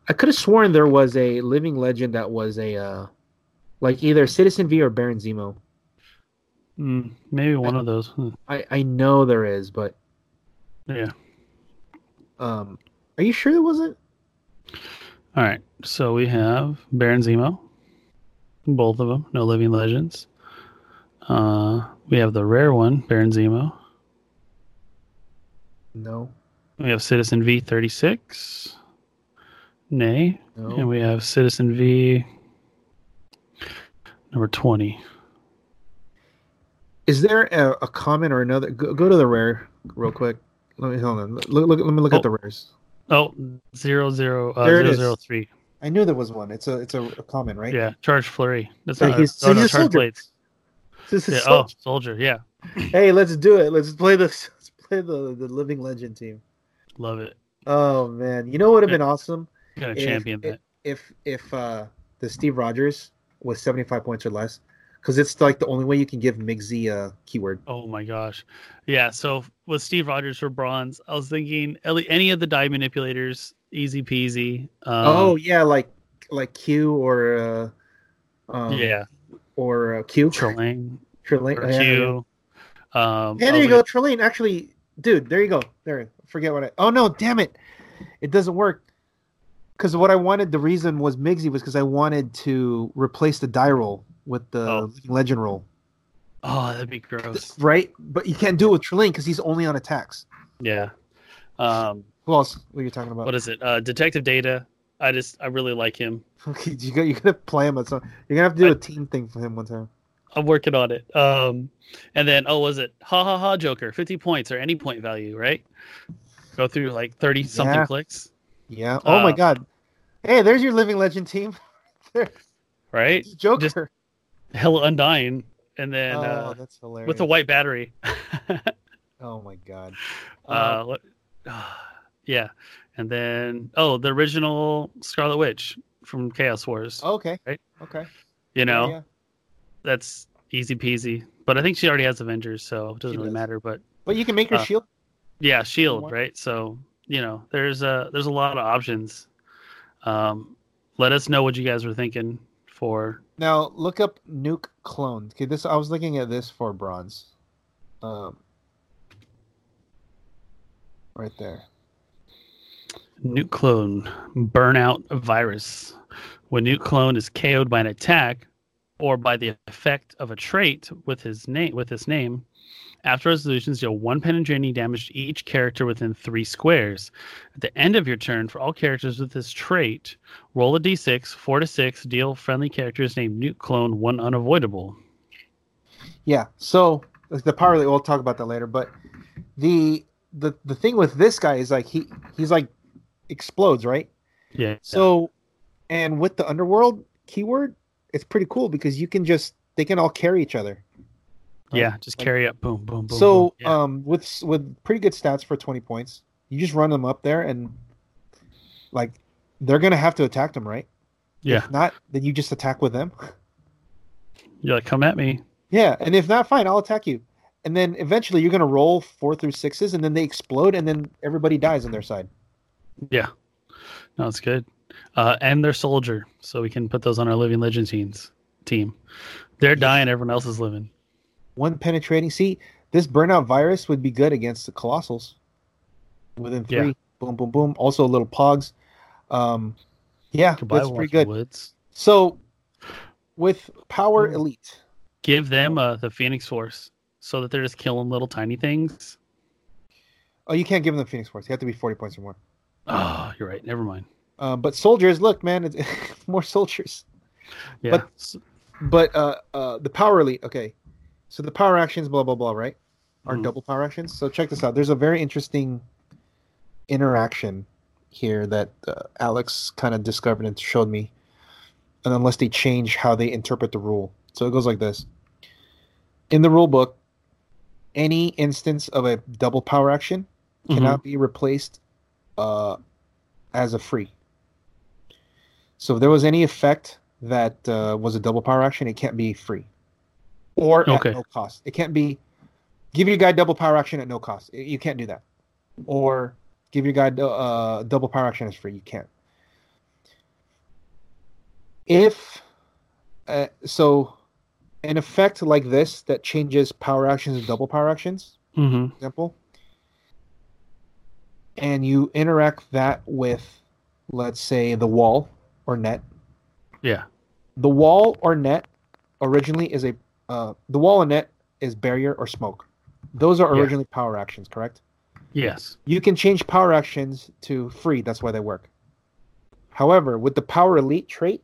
B: I could have sworn there was a living legend that was a, uh, like either Citizen V or Baron Zemo. Hmm.
A: Mm, maybe one of those. Hmm.
B: I I know there is, but
A: Yeah.
B: Um, are you sure it wasn't?
A: All right. So we have Baron Zemo, both of them, no living legends. Uh, we have the rare one, Baron Zemo.
B: No,
A: We have Citizen V thirty six, nay,
B: no.
A: and we have Citizen V number twenty.
B: Is there a, a comment or another? Go, go to the rare real quick. Let me hold on. Look, look, let me look
A: Oh.
B: at the rares.
A: Oh, zero zero uh,
B: There it
A: zero
B: is.
A: zero three.
B: I knew there was one. It's a it's a, a comment, right?
A: Yeah, charge flurry. That's
B: So
A: not.
B: he's-
A: oh,
B: so
A: no,
B: he's a
A: charge
B: soldier.
A: blades.
B: This
A: Yeah,
B: is
A: oh,
B: so-
A: soldier. Yeah,
B: Hey, let's do it. Let's play this. Let's play the the living legend team.
A: love it.
B: Oh man, you know what would have been awesome
A: Gotta
B: If-
A: champion
B: if-
A: that.
B: if if uh the Steve Rogers was seventy five points or less, because it's like the only way you can give Miggsy a keyword.
A: Oh my gosh. Yeah. So with Steve Rogers for bronze, I was thinking at le- any of the die manipulators, easy peasy. Um,
B: oh yeah, like like Q or uh, um,
A: yeah.
B: or uh, Q.
A: Trelane,
B: Trillane.
A: or
B: yeah, yeah.
A: Q. Um,
B: oh, Yeah, there
A: I was
B: you go,
A: gonna-
B: Trillane. Actually, dude, there you go. There, forget what I. Oh no, damn it, it doesn't work. Because what I wanted, the reason was Migsy was because I wanted to replace the die roll with the
A: Oh.
B: Living legend roll,
A: Oh, that'd be gross.
B: right? But you can't do it with Trillane because he's only on attacks.
A: Yeah. Um,
B: Who else? What are you talking about?
A: what is it? Uh, Detective Data. I just, I really like him.
B: okay, you got, you're gonna play him at some. You're gonna have to do
A: I-
B: a team thing for him one time.
A: I'm working on it. Um, and then, oh, was it ha ha ha Joker? 50 points or any point value, right? Go through like 30 something
B: Yeah.
A: clicks,
B: Yeah. Oh my
A: Uh,
B: god. Hey, there's your living legend team.
A: right?
B: Joker.
A: Just- Hella Undying. And then
B: oh,
A: uh,
B: that's hilarious.
A: with the white battery.
B: Oh my god.
A: Uh, what- Yeah. And then oh, the original Scarlet Witch from Chaos Wars.
B: Okay.
A: Right.
B: Okay.
A: you know,
B: Oh, Yeah.
A: that's easy peasy. But I think she already has Avengers, so it doesn't
B: She
A: really
B: does.
A: matter. But
B: But you can make your
A: Uh,
B: shield.
A: yeah, Shield,
B: What?
A: E right? So you know, there's a there's a lot of options. Um, let us know what you guys were thinking for.
B: Now look up nuke clone. Okay, this I was looking at this for bronze. Um, right there.
A: Nuke clone burnout virus. When nuke clone is KO'd by an attack or by the effect of a trait with his name with his name, after resolutions deal one penetrating damage to each character within three squares. At the end of your turn, for all characters with this trait, roll a d6, four to six, deal friendly characters named nuke clone one unavoidable.
B: Yeah. So like, the power. We'll talk about that later. But the the the thing with this guy is like he he's like explodes right.
A: Yeah.
B: So, and with the underworld keyword, it's pretty cool because you can just they can all carry each other.
A: yeah, just
B: like-
A: carry up, boom, boom, boom.
B: um, so,
A: boom. Yeah.
B: um, with s- with pretty good stats for twenty points, you just run them up there and like they're gonna have to attack them, right?
A: yeah,
B: If not, then you just attack with them.
A: you're like, come at me.
B: Yeah, and if not, fine, I'll attack you. And then eventually you're gonna roll four through sixes, and then they explode, and then everybody dies on their side.
A: Yeah, no, it's good. Uh, and their soldier, so we can put those on our living legend teams team. They're dying, everyone else is living.
B: One penetrating. See, this burnout virus would be good against the colossals. Within three,
A: Yeah.
B: boom, boom, boom. Also little pogs. Um, yeah,
A: Goodbye,
B: that's pretty
A: Walter
B: good.
A: Woods.
B: So, with power
A: Mm.
B: elite.
A: Give them uh, the Phoenix Force so that they're just killing little tiny things.
B: Oh, you can't give them the Phoenix Force. You have to be 40 points or more.
A: Oh, you're right. Never mind.
B: Uh, but soldiers, look, man, it's more soldiers.
A: Yeah.
B: But-
A: S-
B: But uh, uh, the power elite, okay. So the power actions, blah, blah, blah, right? Are
A: Mhm.
B: double power actions. So check this out. There's a very interesting interaction here that uh, Alex kind of discovered and showed me. And unless they change how they interpret the rule. So it goes like this In the rule book, any instance of a double power action
A: mhm.
B: cannot be replaced uh, as a free. So if there was any effect that uh, was a double power action, it can't be free or
A: Okay.
B: at no cost. It can't be give your guy double power action at no cost. Y- You can't do that. Or give your guy do- uh, double power action is free. You can't. If uh, so, an effect like this that changes power actions and double power actions
A: Mhm.
B: example, and you interact that with, let's say, the wall or net.
A: Yeah.
B: The wall or net originally is a uh, the wall and net is barrier or smoke. Those are
A: Yeah.
B: originally power actions, correct?
A: Yes.
B: You can change power actions to free. That's why they work. However, with the power elite trait,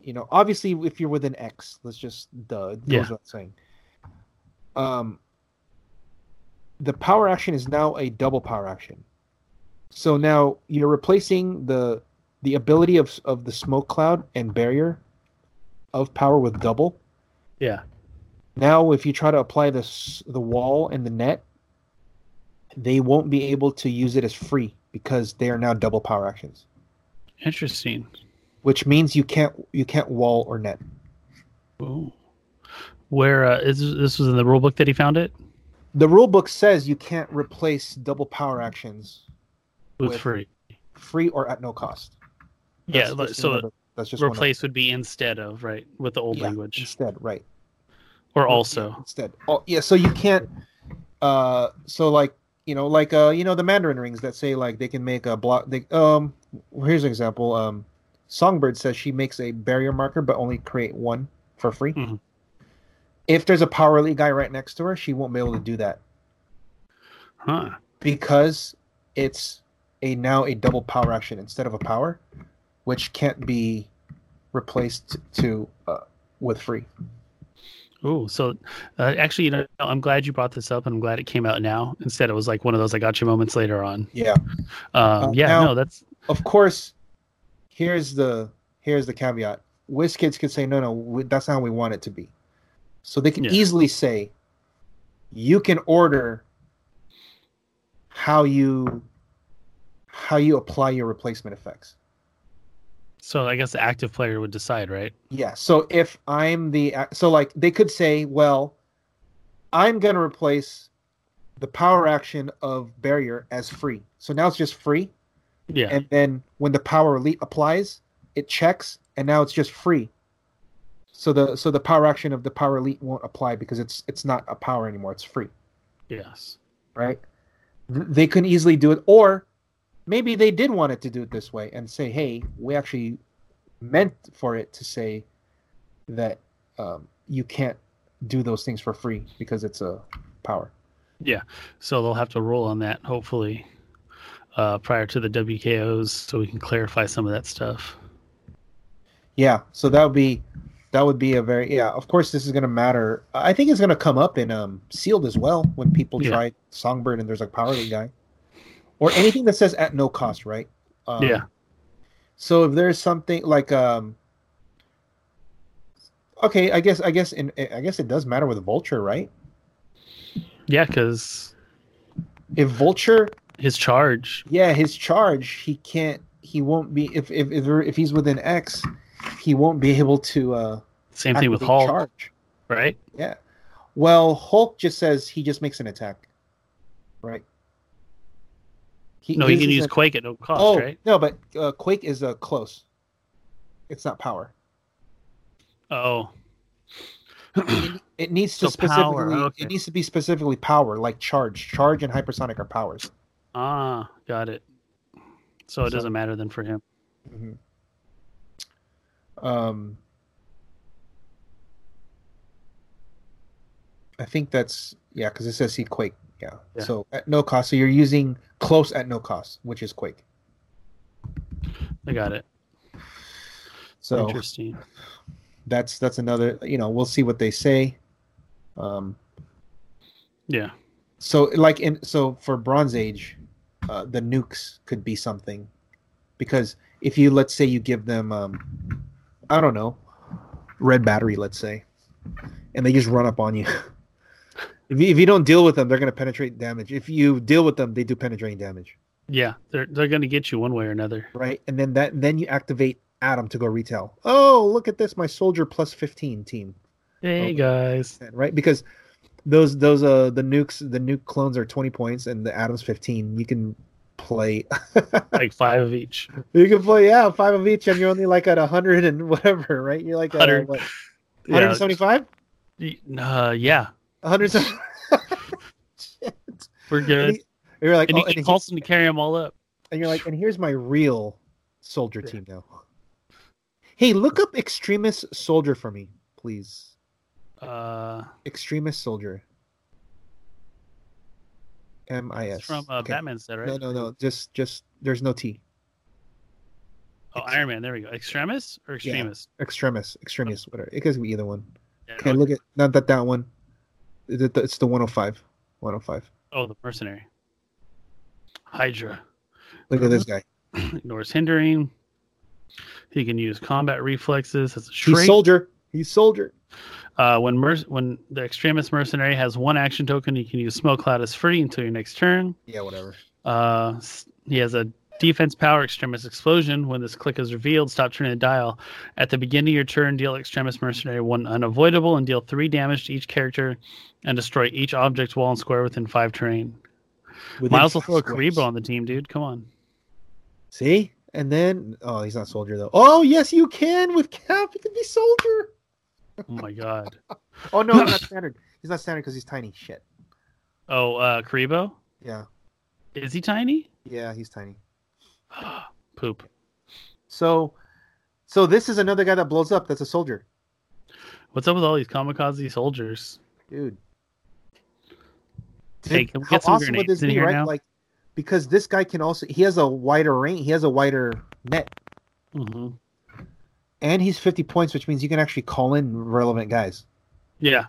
B: you know, obviously, if you're within X, let's just duh, it
A: Yeah.
B: goes without saying. Um, the power action is now a double power action. So now you're replacing the the ability of of the smoke cloud and barrier of power with double.
A: Yeah.
B: Now, if you try to apply this the wall and the net, they won't be able to use it as free because they are now double power actions,
A: Interesting.
B: which means you can't you can't wall or net.
A: Ooh. Where uh, is this was in the rule book that he found it
B: The rule book says you can't replace double power actions
A: with,
B: With-
A: free.
B: free or at no cost.
A: Yeah.
B: That's
A: li-
B: just
A: So
B: another- that's just one of-
A: replace would be instead of right with the old
B: Yeah,
A: language
B: instead, right?
A: or also.
B: instead. Oh, yeah. So you can't. Uh, so like you know, like uh, you know, the Mandarin rings that say like they can make a block. They um, well, here's an example. Um, Songbird says she makes a barrier marker, but only create one for free.
A: Mhm.
B: If there's a power elite guy right next to her, she won't be able to do that
A: Huh.
B: because it's a now a double power action instead of a power, which can't be replaced to uh, with free.
A: Ooh, so uh, actually, you know, I'm glad you brought this up, and I'm glad it came out now. Instead, it was like one of those "I got you" moments later on.
B: Yeah.
A: Um, yeah,
B: now-
A: no, that's
B: of course, here's the here's the caveat. WizKids could say, no, no, we, that's not how we want it to be. So they can
A: Yeah.
B: easily say, you can order how you how you apply your replacement effects.
A: So I guess the active player would decide, right?
B: Yeah. So if I'm the so like they could say, well, I'm gonna replace the power action of barrier as free. So now it's just free.
A: Yeah.
B: And then when the power elite applies, it checks, and now it's just free. So the so the power action of the power elite won't apply because it's it's not a power anymore. It's free,
A: yes.
B: right? Th- They can easily do it, or maybe they did want it to do it this way and say, "Hey, we actually meant for it to say that um, you can't do those things for free because it's a power."
A: So they'll have to roll on that, hopefully, uh, prior to the WKOs, so we can clarify some of that stuff.
B: Yeah, so that would be that would be a very yeah. Of course, this is gonna matter. I think it's gonna come up in um sealed as well when people
A: Yeah.
B: try Songbird and there's like Power League guy, or anything that says at no cost, right? Um,
A: Yeah.
B: So if there's something like um. Okay, I guess I guess in I guess it does matter with Vulture, right?
A: Yeah, because
B: If Vulture,
A: his charge.
B: yeah, his charge, he can't, he won't be if if if, if he's within X, he won't be able to uh
A: Same thing with
B: activate
A: Hulk,
B: charge.
A: right?
B: Well, Hulk just says he just makes an attack, right? He,
A: No, you
B: his
A: can
B: is
A: use
B: a-
A: Quake at no cost,
B: oh
A: right?
B: no, but uh, Quake is uh, close. It's not power.
A: Oh,
B: It needs to
A: So power,
B: specifically.
A: okay.
B: It needs to be specifically power, like charge. Charge and hypersonic are powers.
A: ah, got it. So
B: So-
A: it doesn't matter then for him.
B: Mhm. Um, I think that's yeah, because it says he quake. Yeah.
A: Yeah.
B: So at no cost, so you're using close at no cost, which is quake.
A: I got it.
B: So
A: Interesting.
B: that's that's another. You know, we'll see what they say. Um,
A: Yeah.
B: so like in so for Bronze Age, uh, the nukes could be something, because if you let's say you give them, um, I don't know, red battery, let's say, and they just run up on you. If you, if you don't deal with them, they're going to penetrate damage. If you deal with them, they do penetrating damage,
A: Yeah. They're, they're going to get you one way or another.
B: right? And then that then you activate Atom to go retail. Oh, look at this! My soldier plus fifteen team.
A: Hey,
B: Oh.
A: guys.
B: percent, right? Because those those uh the nukes the nuke clones are twenty points and the atoms fifteen. You can play
A: Like five of each.
B: you can play yeah five of each and you're only like at hundred and whatever, right? You're like at
A: 100.
B: one
A: Yeah.
B: hundred seventy five,
A: Y- Uh, yeah.
B: one hundred seventy.
A: We're good.
B: You're like
A: And
B: oh,
A: you
B: and,
A: can
B: he-
A: call them to carry them all up.
B: and you're like and here's my real soldier
A: Yeah.
B: team now. Hey, look up extremist soldier for me, please.
A: Uh,
B: Extremist soldier. M I
A: it's
B: S.
A: from uh,
B: Okay.
A: Batman set, right?
B: No, no, no. Just, just. There's no T.
A: Oh, Iron Man. There we go. Extremis or extremist?
B: Extremis, extremis, whatever. It could be either one.
A: Yeah,
B: Okay, look at not that that one. It- it- It's the 105. 105.
A: Oh, the mercenary. Hydra
B: Look at this
A: Uh-huh.
B: guy.
A: ignores hindering. He can use combat reflexes as a
B: He's
A: trait.
B: soldier. He's soldier.
A: uh, when merc- when the extremist mercenary has one action token, you can use smoke cloud as free until your next turn.
B: Yeah, whatever.
A: Uh, s- he has a defense power extremist explosion. When this click is revealed, stop turning the dial. At the beginning of your turn, deal extremist mercenary one unavoidable and deal three damage to each character, and destroy each object, wall, and square within five terrain.
B: Within
A: Miles will
B: five
A: throw a
B: squares.
A: Karibo on the team, dude. Come on.
B: See, and then oh, he's not soldier though. Oh yes, you can with Cap. He can be soldier.
A: Oh my god.
B: Oh no, he's not standard. He's not standard because he's tiny. Shit.
A: Oh, uh Karibo?
B: Yeah,
A: Is he tiny?
B: yeah, he's tiny.
A: Poop.
B: So, so this is another guy that blows up. That's a soldier,
A: What's up with all these kamikaze soldiers?
B: dude.
A: Hey, can we get some grenades in here now?
B: Like, because this guy can also he has a wider range, he has a wider net,
A: hmm
B: and he's fifty points, which means you can actually call in relevant guys.
A: Yeah.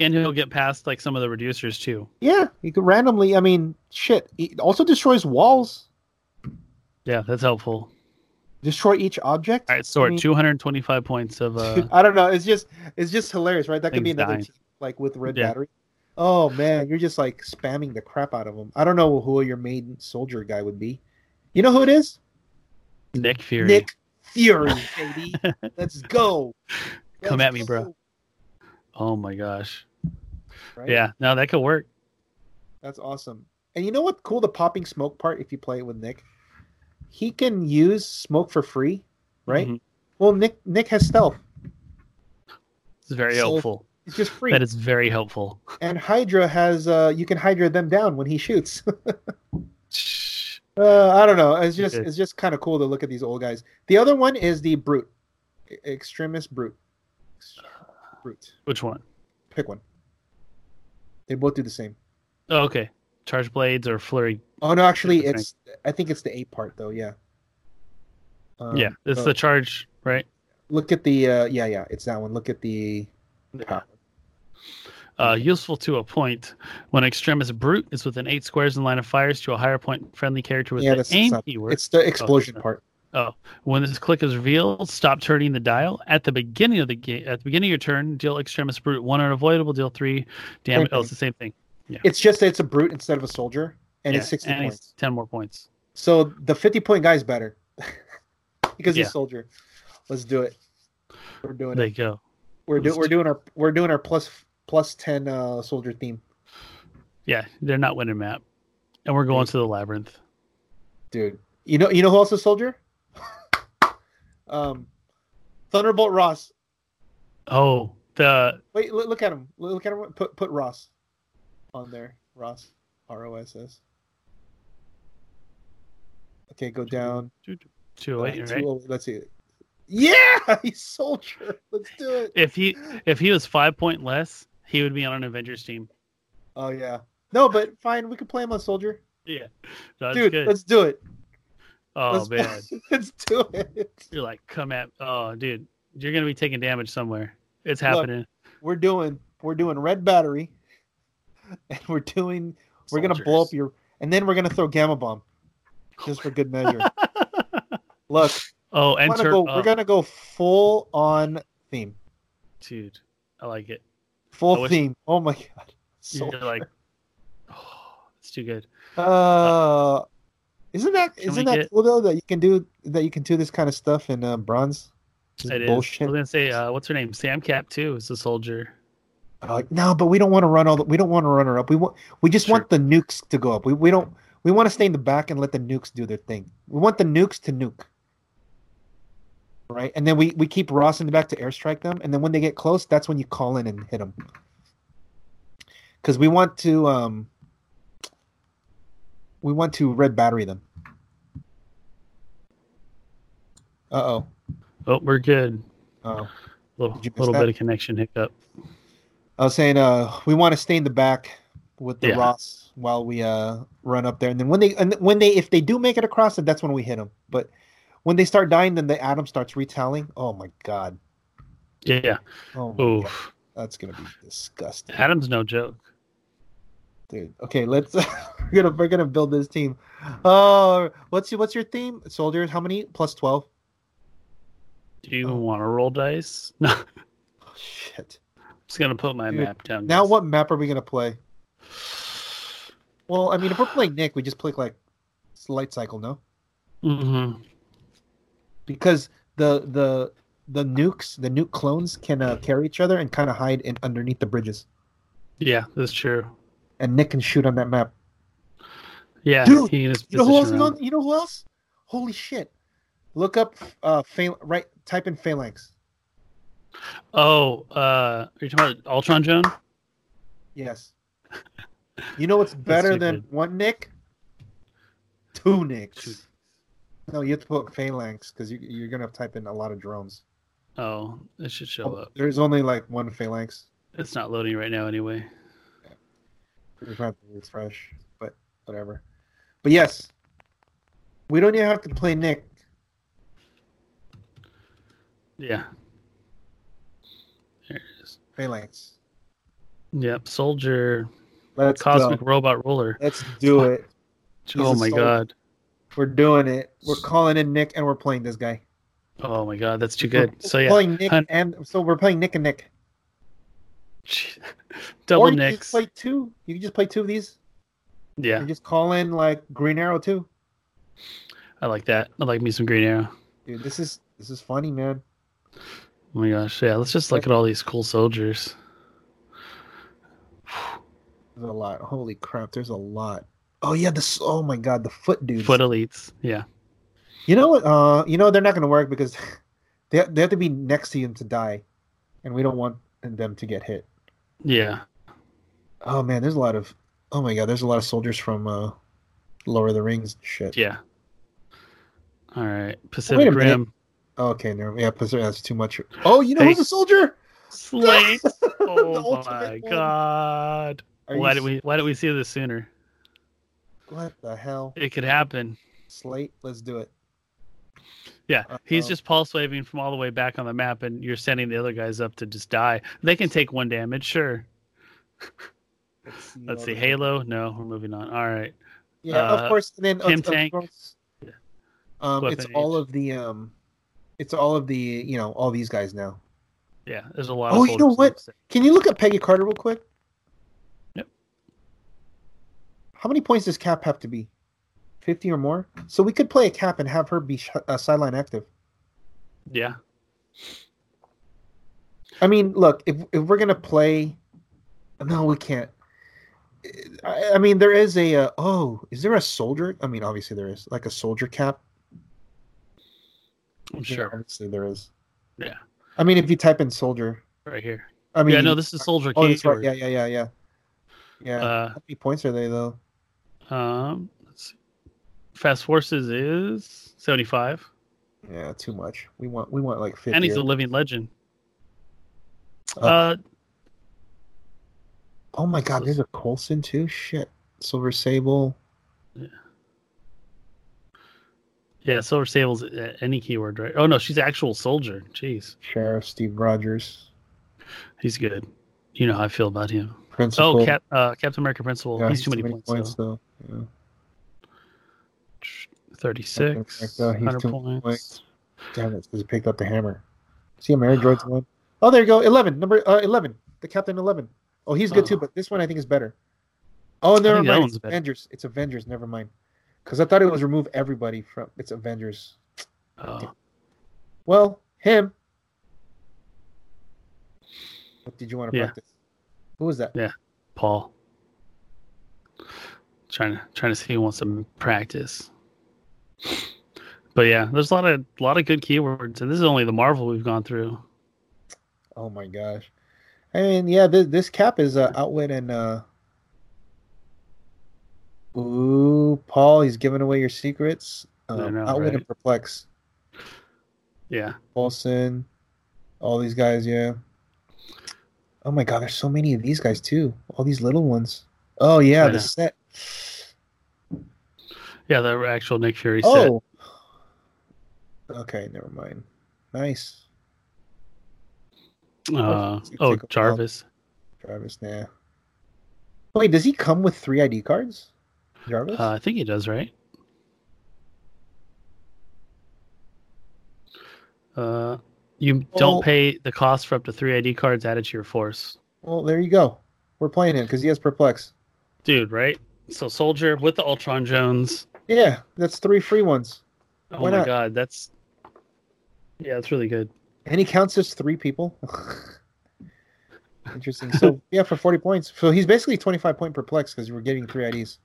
A: And he'll get past like some of the reducers too.
B: Yeah, you can randomly. I mean, shit. He also destroys walls.
A: Yeah, that's helpful.
B: Destroy each object.
A: All right, so
B: I mean-
A: 225 points of uh
B: Dude, I don't know. It's just it's just hilarious, right? That could be
A: Things
B: another
A: dying.
B: team, like with red
A: Yeah.
B: battery. Oh man, you're just like spamming the crap out of them. I don't know who your main soldier guy would be. You know who it is?
A: Nick Fury.
B: Nick Fury, baby. Let's go.
A: Come
B: Let's
A: at me, bro.
B: go.
A: Oh my gosh.
B: Right?
A: Yeah. No, that could work.
B: That's awesome. And you know what? Cool, the popping smoke part. If you play it with Nick, he can use smoke for free, right?
A: Mhm.
B: Well, Nick Nick has stealth.
A: It's very
B: So-
A: helpful.
B: It's just free.
A: That is very helpful.
B: and Hydra has uh, you can Hydra them down when he shoots.
A: Shh.
B: uh, I don't know. It's just
A: Okay.
B: it's just kind of cool to look at these old guys. The other one is the brute, E- extremist brute, Ex- brute.
A: Which one?
B: Pick one. They both do the same.
A: Oh, okay. Charge blades or flurry.
B: Oh no, actually,
A: Different
B: it's I think it's the eight part though. Yeah. Um,
A: yeah. It's
B: so
A: the charge, right?
B: look at the uh, yeah yeah it's that one. Look at the power.
A: Uh,
B: Mm-hmm.
A: useful to a point. When extremist brute is within eight squares in line of fires to a higher point friendly character with
B: yeah,
A: the
B: that's
A: aim
B: not-
A: keyword.
B: It's the explosion
A: sorry.
B: part.
A: When this click is revealed, stop turning the dial. At the beginning of the game, at the beginning of your turn, deal extremist brute one unavoidable, deal three
B: Same
A: damage. Oh, it's the same thing.
B: It's just that it's a brute instead of a soldier, and
A: Yeah,
B: it's sixty
A: and
B: points.
A: it's ten more points.
B: So the fifty point guy's better because he's
A: Yeah.
B: soldier. Let's do it. We're doing
A: There
B: it.
A: you go.
B: We're do,
A: let's
B: we're
A: do-
B: doing our we're doing our plus plus ten uh, soldier theme,
A: Yeah, they're not winning map, and we're going to the labyrinth.
B: dude. You know you know who else is soldier? um, Thunderbolt Ross.
A: Oh, the
B: Wait, look, look at him. Look look at him. Put put Ross on there. Ross, R O S S. Okay, go down.
A: two
B: Uh,
A: oh eight, right?
B: 208. Let's see. Yeah, he's soldier. Let's do it.
A: If he if he was five point less, he would be on an Avengers team.
B: Oh yeah. No, but fine. We could play him on soldier.
A: Yeah, that's
B: Dude,
A: good.
B: let's do it.
A: oh
B: let's,
A: man,
B: let's do it.
A: you're like come at. Oh, dude, you're gonna be taking damage somewhere. It's happening.
B: We're doing. We're doing red battery, and we're doing. We're gonna blow up
A: Soldiers.
B: your, and then we're gonna throw gamma bomb, just for good measure. Look,
A: Oh,
B: we're gonna
A: enter.
B: go-
A: oh,
B: we're gonna go full on theme.
A: dude, I like it. I
B: Full
A: wish-
B: theme. Oh my god.
A: You're
B: Soldier.
A: like, oh, it's too good.
B: Uh, isn't that
A: Can we
B: not that
A: get-
B: cool though that you can do that you can do this kind of stuff in uh, bronze? This
A: It is. I
B: bullshit.
A: was gonna say, uh, what's her name? Sam Cap too is a soldier.
B: Uh, like, no, but we don't want to run all. The, we don't want to run her up. We want. We just want the nukes to go up. We we don't. We want to stay in the back and let the nukes do their thing. We want the nukes to nuke. Right, and then we we keep Ross in the back to airstrike them, and then when they get close, that's when you call in and hit them. Because we want to um. We want to red battery them. Uh oh.
A: Oh, we're good.
B: Oh.
A: Little
B: Did you miss
A: little
B: that?
A: bit of connection hiccup.
B: I was saying uh we want to stay in the back with the
A: Yeah.
B: Ross while we uh run up there, and then when they and when they if they do make it across, then that's when we hit them. But when they start dying, then the atom starts retelling. Oh my god!
A: Yeah.
B: Oh, my
A: Oof.
B: God. that's gonna be disgusting,
A: Adam's no joke.
B: dude. Okay, let's we're gonna we're gonna build this team. Oh, what's your what's your theme, soldiers? How many plus twelve?
A: Do you
B: Oh.
A: even want to roll dice? No, I'm
B: Oh, shit.
A: just gonna put my
B: Dude,
A: map down.
B: Now
A: guys.
B: what map are we gonna play? Well, I mean, if we're playing Nick, we just play like light cycle, no?
A: Mhm.
B: because the the the nukes the nuke clones can uh, carry each other and kind of hide in underneath the bridges
A: Yeah, that's true.
B: and nick can shoot on that map
A: Yeah,
B: Dude,
A: he is.
B: you know who else is on, you know who else holy shit look up uh phal- right type in phalanx
A: Oh, uh, are you talking about Ultron Joan?
B: yes you know what's better
A: too
B: than
A: good.
B: one nick two
A: Two.
B: nicks no you have to put phalanx because you, you're gonna type in a lot of drones
A: Oh, it should show up.
B: there's only like one phalanx
A: It's not loading right now anyway.
B: We might have to refresh, but whatever. But yes, we don't even have to play Nick.
A: Yeah. There it is.
B: Phalanx.
A: Yep, soldier,
B: Let's
A: cosmic
B: go.
A: robot ruler.
B: Let's do it. He's
A: oh
B: a
A: my
B: soldier.
A: god.
B: We're doing it. We're calling in Nick and we're playing this guy.
A: Oh my god, that's too good.
B: We're
A: So yeah,
B: playing Nick
A: Hun-
B: and so we're playing Nick and Nick.
A: double
B: or you can
A: nicks.
B: just play two. You can just play two of these.
A: Yeah,
B: And just call in like Green Arrow too.
A: I like that. I like me some Green Arrow.
B: Dude, this is this is funny, man.
A: Oh my gosh, yeah. Let's just look at all these cool soldiers.
B: There's a lot. Holy crap, there's a lot. Oh yeah, this oh my god, the foot dudes.
A: Foot elites. Yeah.
B: You know what? Uh, you know they're not going to work because they they have to be next to him to die, and we don't want them to get hit.
A: Yeah.
B: Oh man, there's a lot of oh my god, there's a lot of soldiers from uh, Lord of the Rings and shit.
A: Yeah. All right.
B: Wait
A: Pacific
B: a minute.
A: Rim.
B: Okay, no, yeah, Pizzer- that's too much. Oh, you know who's a
A: Thanks.
B: soldier?
A: Slate.
B: The
A: Oh my
B: ultimate one.
A: god.
B: Are
A: Why
B: you
A: did we why did we see this sooner?
B: What the hell?
A: It could happen.
B: Slate, let's do it.
A: Yeah, he's
B: Uh-oh.
A: just pulse waving from all the way back on the map, and you're sending the other guys up to just die. They can take one damage, sure.
B: Let's see.
A: Let's
B: all
A: see,
B: the-
A: Halo. No, we're moving on. All right,
B: Yeah,
A: uh,
B: of course. And then of-
A: Tim
B: of
A: Tank.
B: course, um,
A: Weapon
B: it's all of the um, it's all of the you know all these guys now.
A: yeah, there's a lot.
B: Oh,
A: of
B: you know
A: soldiers
B: what?
A: left.
B: Can you look at Peggy Carter real quick?
A: Yep.
B: How many points does Cap have to be? Fifty or more. So we could play a Cap and have her be sh- uh, sideline active.
A: Yeah,
B: I mean, look, if if we're gonna play, no, we can't. I, I mean, there is a uh, oh, is there a soldier? I mean, obviously there is, like a soldier cap.
A: I'm
B: Yeah,
A: sure.
B: obviously there is.
A: Yeah.
B: I mean, if you type in soldier,
A: Right here.
B: I mean,
A: yeah, no, this is Soldier
B: oh,
A: King.
B: that's right. Yeah, yeah, yeah, yeah. Yeah. How many points are they though?
A: Uh, um, let's see. Fast Forces is 75,
B: Yeah, too much. We want we want like fifty.
A: and he's
B: or-
A: a living legend.
B: Uh,
A: Uh,
B: Oh my god, there's a Colson too. Shit, Silver Sable.
A: yeah, Silver Sable's uh, any keyword, right? Oh no, she's actual soldier. Jeez,
B: Sheriff Steve Rogers,
A: he's good. You know how I feel about him.
B: Principal.
A: Oh, Cap, uh, Captain America Principal.
B: Yeah,
A: he's too many, points. though.
B: though. Yeah.
A: 36,
B: Captain America, he's
A: 100
B: too many
A: points.
B: points. Damn it, because he picked up the hammer. See, Mary Droid's one. Oh, there you go. 11. Number uh, 11. The Captain 11. Oh, he's good too,
A: Oh.
B: but this one I think is better. Oh, never
A: think that
B: mind.
A: one's
B: It's
A: better.
B: Avengers. It's Avengers. Never mind. Because I thought it was remove everybody from. It's Avengers.
A: Oh,
B: Well, him. What did you want to
A: Yeah.
B: practice? Who was that?
A: Paul. Trying to trying to see who wants to practice. But yeah, there's a lot of lot of good keywords, and this is only the Marvel we've gone through.
B: Oh my gosh. I mean, yeah, this, this cap is uh, outwit and uh Ooh, Paul, he's giving away your secrets.
A: I
B: Um,
A: know,
B: outwit and
A: right?
B: perplex.
A: Yeah,
B: Paulson, all these guys, yeah. Oh my god, there's so many of these guys too. All these little ones. Oh yeah,
A: I
B: the
A: know.
B: set.
A: yeah, the actual Nick Fury set.
B: Oh. Okay, never mind. Nice.
A: Uh,
B: Take a
A: oh,
B: while.
A: Jarvis.
B: Jarvis, nah. Wait, does he come with three ID cards? Jarvis?
A: Uh, I think he does right. Uh, you
B: Oh.
A: don't pay the cost for up to three ID cards added to your force.
B: Well, there you go. We're playing him because he has perplex.
A: dude, right? So soldier with the Ultron Jones.
B: Yeah, that's three free ones,
A: Oh
B: Why
A: my
B: not?
A: god, that's yeah, that's really good.
B: and he counts as three people. Interesting. So yeah, for forty points. So he's basically twenty-five point perplex because we're getting three IDs.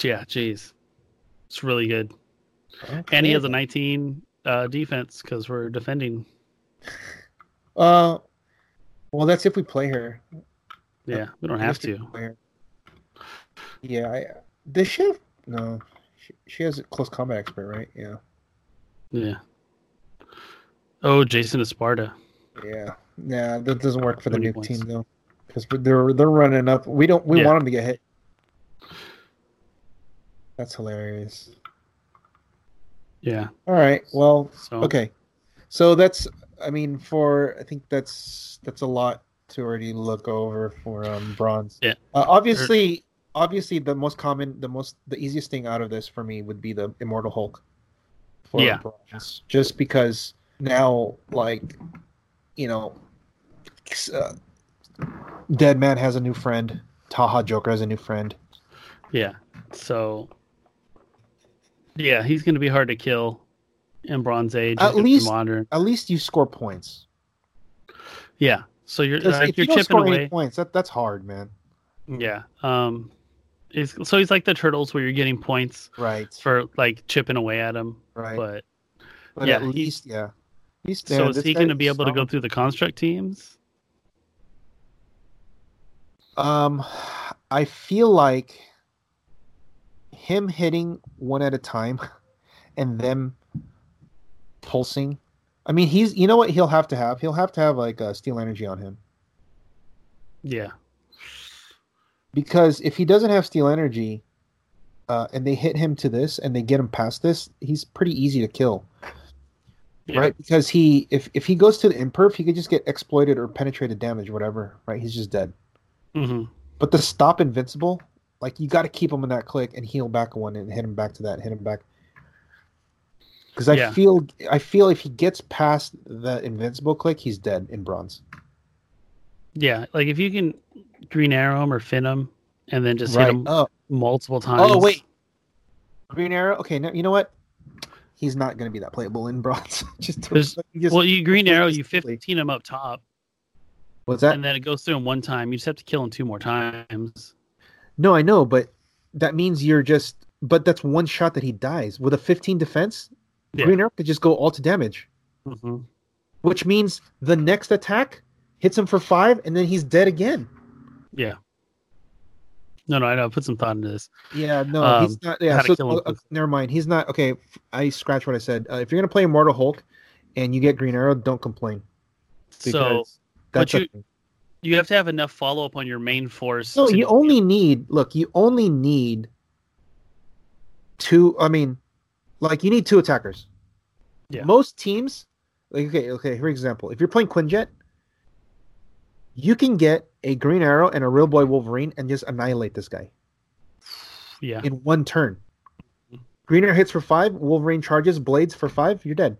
A: Yeah, jeez, it's really good. And he has a 19 uh, defense because we're defending.
B: Uh, well, that's if we play her.
A: Yeah, we don't have to.
B: Play her. Yeah. I, does she have? No. She, she has a close combat expert, right? Yeah.
A: Yeah. Oh, Jason Esparta.
B: Yeah. Nah, that doesn't work for the
A: 20
B: nuke
A: points.
B: team though, because they're they're running up. We don't. We
A: Yeah.
B: want them to get hit. That's hilarious.
A: Yeah.
B: All right. Well.
A: So
B: Okay. So that's. I mean, for I think that's that's a lot to already look over for um, bronze.
A: Yeah.
B: Uh, obviously, obviously, the most common, the most, the easiest thing out of this for me would be the Immortal Hulk.
A: Yeah.
B: bronze, just because now, like, you know, uh, Dead Man has a new friend. Taha Joker has a new friend.
A: Yeah. So Yeah, he's going to be hard to kill in Bronze Age.
B: At
A: and
B: least-
A: modern.
B: At least you score points.
A: Yeah. So you're
B: 'Cause
A: uh,
B: if
A: you're
B: you don't
A: chipping
B: score
A: away.
B: any points, that, that's hard, man.
A: Yeah. Um, it's, so he's like the turtles where you're getting points
B: Right.
A: for like chipping away at him,
B: Right. But,
A: but yeah,
B: at
A: he-
B: least, yeah. He's,
A: so is he going to be able to go through the construct teams?
B: Um, I feel like him hitting one at a time and them pulsing. I mean, he's you know what he'll have to have. He'll have to have like uh, steel energy on him
A: Yeah.
B: because if he doesn't have steel energy, uh, and they hit him to this and they get him past this, he's pretty easy to kill,
A: Yeah.
B: right? Because he if if he goes to the imperf, he could just get exploited or penetrated damage, whatever, right? He's just dead.
A: hmm
B: But the stop invincible, like you got to keep him in that click and heal back one and hit him back to that, hit him back. Because I
A: Yeah.
B: feel, I feel if he gets past the invincible click, he's dead in bronze.
A: Yeah. Like if you can green arrow him or fin him and then just hit him
B: Oh,
A: multiple times.
B: oh wait, green arrow. Okay, now you know what? He's not going to be that playable in bronze. just, to-
A: There's-
B: just-
A: Well, you green arrow,
B: just
A: you
B: quickly.
A: 15 him up top.
B: what's that?
A: and then it goes through him one time. You just have to kill him two more times.
B: No, I know, but that means you're just. But that's one shot that he dies with a 15 defense.
A: Yeah.
B: Green arrow could just go all to damage.
A: Mm-hmm.
B: which means the next attack hits him for five, and then he's dead again.
A: Yeah. No, no, I know. I put some thought into this.
B: Yeah, no,
A: Um,
B: he's not. Yeah,
A: how to
B: so
A: kill him
B: uh,
A: quickly.
B: never mind. He's not. Okay, f- I scratch what I said. Uh, if you're gonna play Immortal Hulk, and you get Green Arrow, don't complain.
A: so
B: because that's
A: but
B: a
A: you- you have to have enough follow up on your main force.
B: no.
A: to-
B: You only need look. You only need two. I mean, like you need two attackers.
A: Yeah.
B: Most teams, like okay, okay. For example, if you're playing Quinjet, you can get a Green Arrow and a Real Boy Wolverine and just annihilate this guy.
A: yeah,
B: in one turn. Green Arrow hits for five. Wolverine charges. Blades for five. You're dead.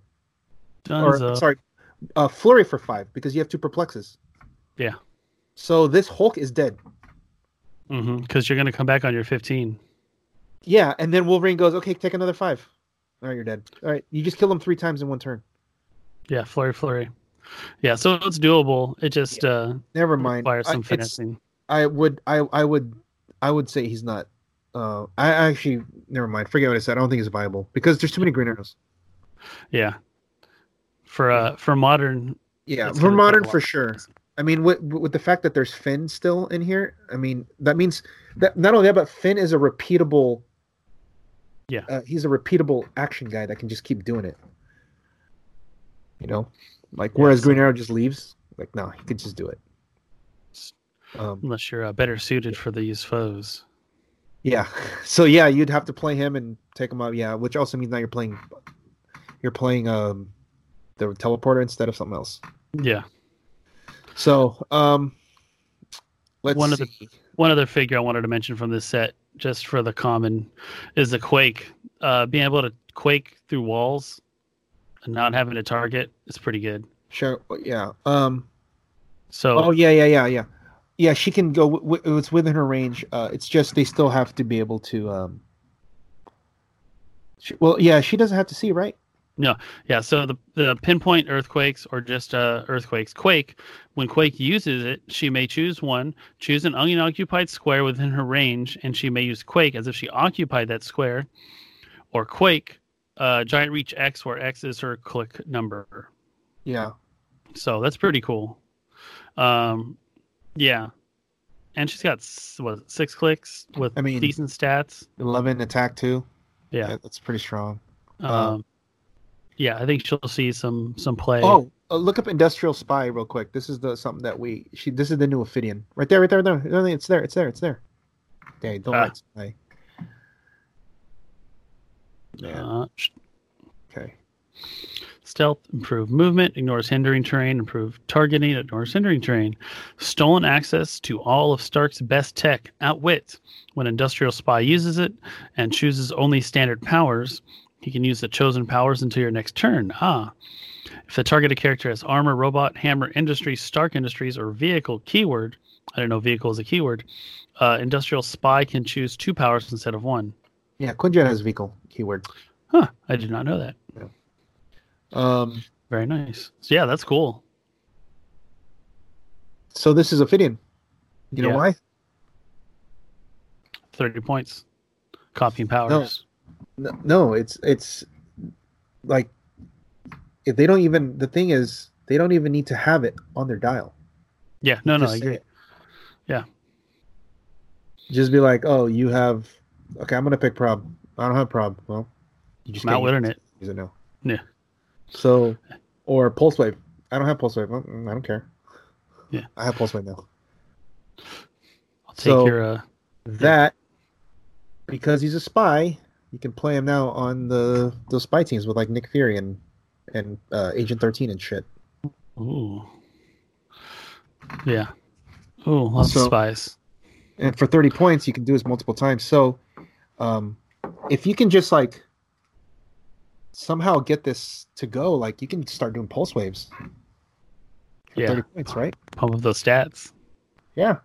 B: Or
A: Dunzo.
B: sorry, uh, flurry for five because you have two perplexes.
A: Yeah.
B: So this Hulk is dead.
A: Mhm, 'cause you're gonna come back on your 15.
B: Yeah, and then Wolverine goes, okay, take another five. All right, you're dead. All right, you just kill him three times in one turn.
A: Yeah, flurry, flurry. Yeah, so it's doable. It just uh,
B: Never mind.
A: requires
B: I,
A: some
B: it's-
A: finessing.
B: I would, I, I would, I would say he's not. Uh, I I actually, never mind. Forget what I said. I don't think it's viable because there's too many Green Arrows.
A: Yeah, for uh, for modern.
B: Yeah,
A: It's
B: for
A: gonna take a
B: modern
A: lot
B: for
A: of
B: sure.
A: practice.
B: I mean, with with the fact that there's Finn still in here, I mean that means that not only that, but Finn is a repeatable.
A: Yeah.
B: uh, he's a repeatable action guy that can just keep doing it. You know, like whereas
A: so-
B: Green Arrow just leaves, like no, he could just do it. Um,
A: Unless you're uh, better suited for these foes.
B: yeah, so yeah, you'd have to play him and take him out. Yeah, which also means now you're playing, you're playing um, the teleporter instead of something else.
A: Yeah.
B: So um, let's
A: One of
B: see.
A: the- One other figure I wanted to mention from this set, just for the common, is the quake. Uh, being able to quake through walls and not having a target is pretty good.
B: Sure. Yeah. Um.
A: So
B: Oh yeah, yeah, yeah, yeah. Yeah, she can go. W- w- it's within her range. Uh, it's just they still have to be able to. Um. She, well, yeah, she doesn't have to see, right?
A: Yeah, so the, the pinpoint earthquakes or just uh, earthquakes. Quake, when Quake uses it, she may choose one, choose an unoccupied square within her range, and she may use Quake as if she occupied that square, or Quake, uh, Giant Reach X, where X is her click number.
B: Yeah.
A: So that's pretty cool. Um, yeah. And she's got s- what, six clicks with
B: I mean-
A: decent stats.
B: Eleven attack two.
A: Yeah.
B: That- that's pretty strong.
A: Um, yeah, I think she'll see some some play.
B: Oh, uh, look up industrial spy real quick. This is the something that we. She. This is the new Ophidian. Right there. Right there. Right there. It's there. It's there. It's there. Okay. Don't
A: Ah.
B: write spy. Yeah.
A: Uh, sh-
B: Okay.
A: Stealth, improved movement, ignores hindering terrain, improved targeting, ignores hindering terrain. Stolen access to all of Stark's best tech, outwit. When Industrial Spy uses it and chooses only standard powers, he can use the chosen powers until your next turn. Ah. If the targeted character has armor, robot, hammer, industry, Stark Industries, or vehicle keyword, I don't know, vehicle is a keyword, uh, Industrial Spy can choose two powers instead of one.
B: Yeah, Quinjet has Vical keyword.
A: Huh. I did not know that.
B: Um,
A: Very nice. So yeah, that's cool.
B: so this is Ophidian. You know
A: Yeah.
B: why?
A: Thirty points. Copying powers.
B: No, no, it's it's like if they don't even the thing is they don't even need to have it on their dial.
A: Yeah. No. No. I
B: Just say
A: agree.
B: it.
A: Yeah.
B: Just be like, oh, you have. Okay, I'm gonna pick prob. I don't have prob. Well, you
A: I'm
B: can't
A: out
B: use
A: winning it.
B: Use it now.
A: Yeah.
B: So, or pulse wave. I don't have pulse wave. Well, mm, I don't care.
A: Yeah.
B: I have pulse wave now.
A: I'll take
B: So-
A: your. Uh,
B: That because he's a spy, you can play him now on the those spy teams with like Nick Fury and and uh, Agent Thirteen and shit.
A: ooh. Yeah. Ooh, lots
B: So-
A: of spies.
B: and for 30 points you can do this multiple times so um if you can just like somehow get this to go like you can start doing pulse waves for
A: Yeah.
B: 30 points right
A: Pump up those stats.
B: yeah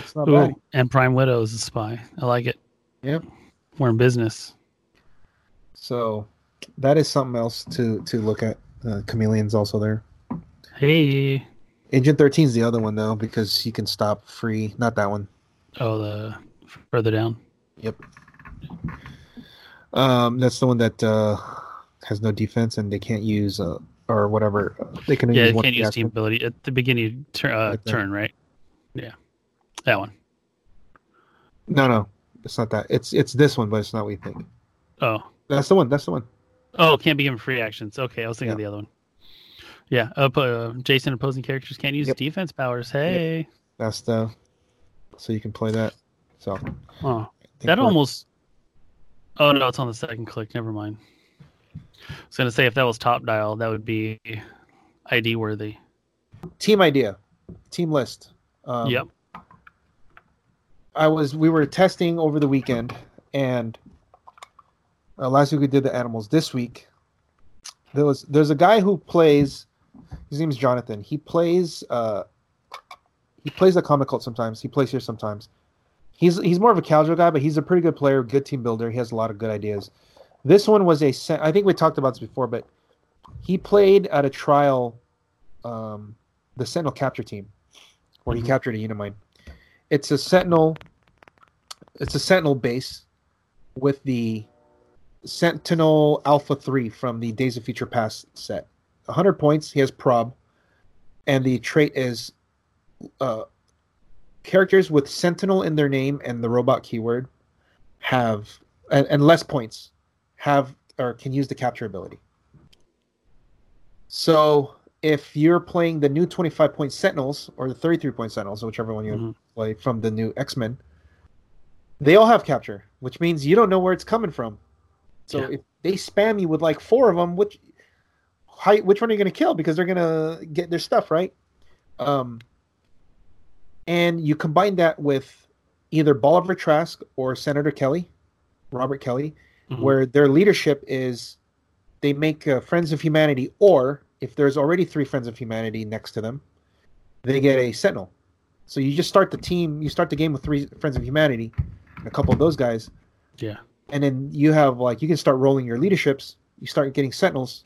B: it's not bad
A: Ooh, and Prime Widow is a spy. I like it.
B: Yep.
A: We're in business.
B: so that is something else to to look at uh, chameleon's also there
A: Hey.
B: agent 13 is the other one though because you can stop free not that one
A: Oh, the further down.
B: um that's the one that uh has no defense and they can't use uh or whatever they can
A: Yeah,
B: use
A: it
B: one
A: can't use team
B: reaction.
A: ability at the beginning of tur- uh,
B: Like that.
A: turn, right? Yeah, that one.
B: No, no, it's not that. It's it's this one, but it's not what you think.
A: Oh,
B: That's the one. That's the one.
A: oh, can't be given free actions. Okay, I was thinking of the other one. Yeah, up, uh, Jason opposing characters can't use
B: Yep.
A: defense powers. Hey,
B: That's the. So you can play that. So I think
A: oh, that
B: we're-
A: almost. Oh no, it's on the second click. Never mind. I was gonna say if that was top dial, that would be ID worthy.
B: team idea, team list. Um,
A: yep.
B: I was we were testing over the weekend, and uh, last week we did the animals. This week, there was there's a guy who plays. His name's Jonathan. He plays. Uh, he plays the comic cult sometimes. He plays here sometimes. He's he's more of a casual guy, but he's a pretty good player, good team builder. He has a lot of good ideas. This one was a. se- I think we talked about this before, but he played at a trial, um, the Sentinel capture team, where
A: Mhm.
B: he captured a Unimine. It's a Sentinel. It's a Sentinel base, with the Sentinel Alpha Three from the Days of Future Past set. 100 points. He has prob, and the trait is uh, characters with Sentinel in their name and the robot keyword have and, and less points have or can use the capture ability. So if you're playing the new 25 point Sentinels or the 33 point Sentinels, whichever one you
A: Mhm.
B: play from the new X Men, they all have capture, which means you don't know where it's coming from. So
A: Yeah.
B: if they spam you with like four of them, which how, which one are you going to kill because they're going to get their stuff right? Um, and you combine that with either Bolivar Trask or Senator Kelly, Robert Kelly,
A: Mhm.
B: where their leadership is they make uh, Friends of Humanity, or if there's already three Friends of Humanity next to them, they get a Sentinel. So you just start the team, you start the game with three Friends of Humanity, and a couple of those guys,
A: Yeah.
B: and then you have like you can start rolling your leaderships. You start getting Sentinels,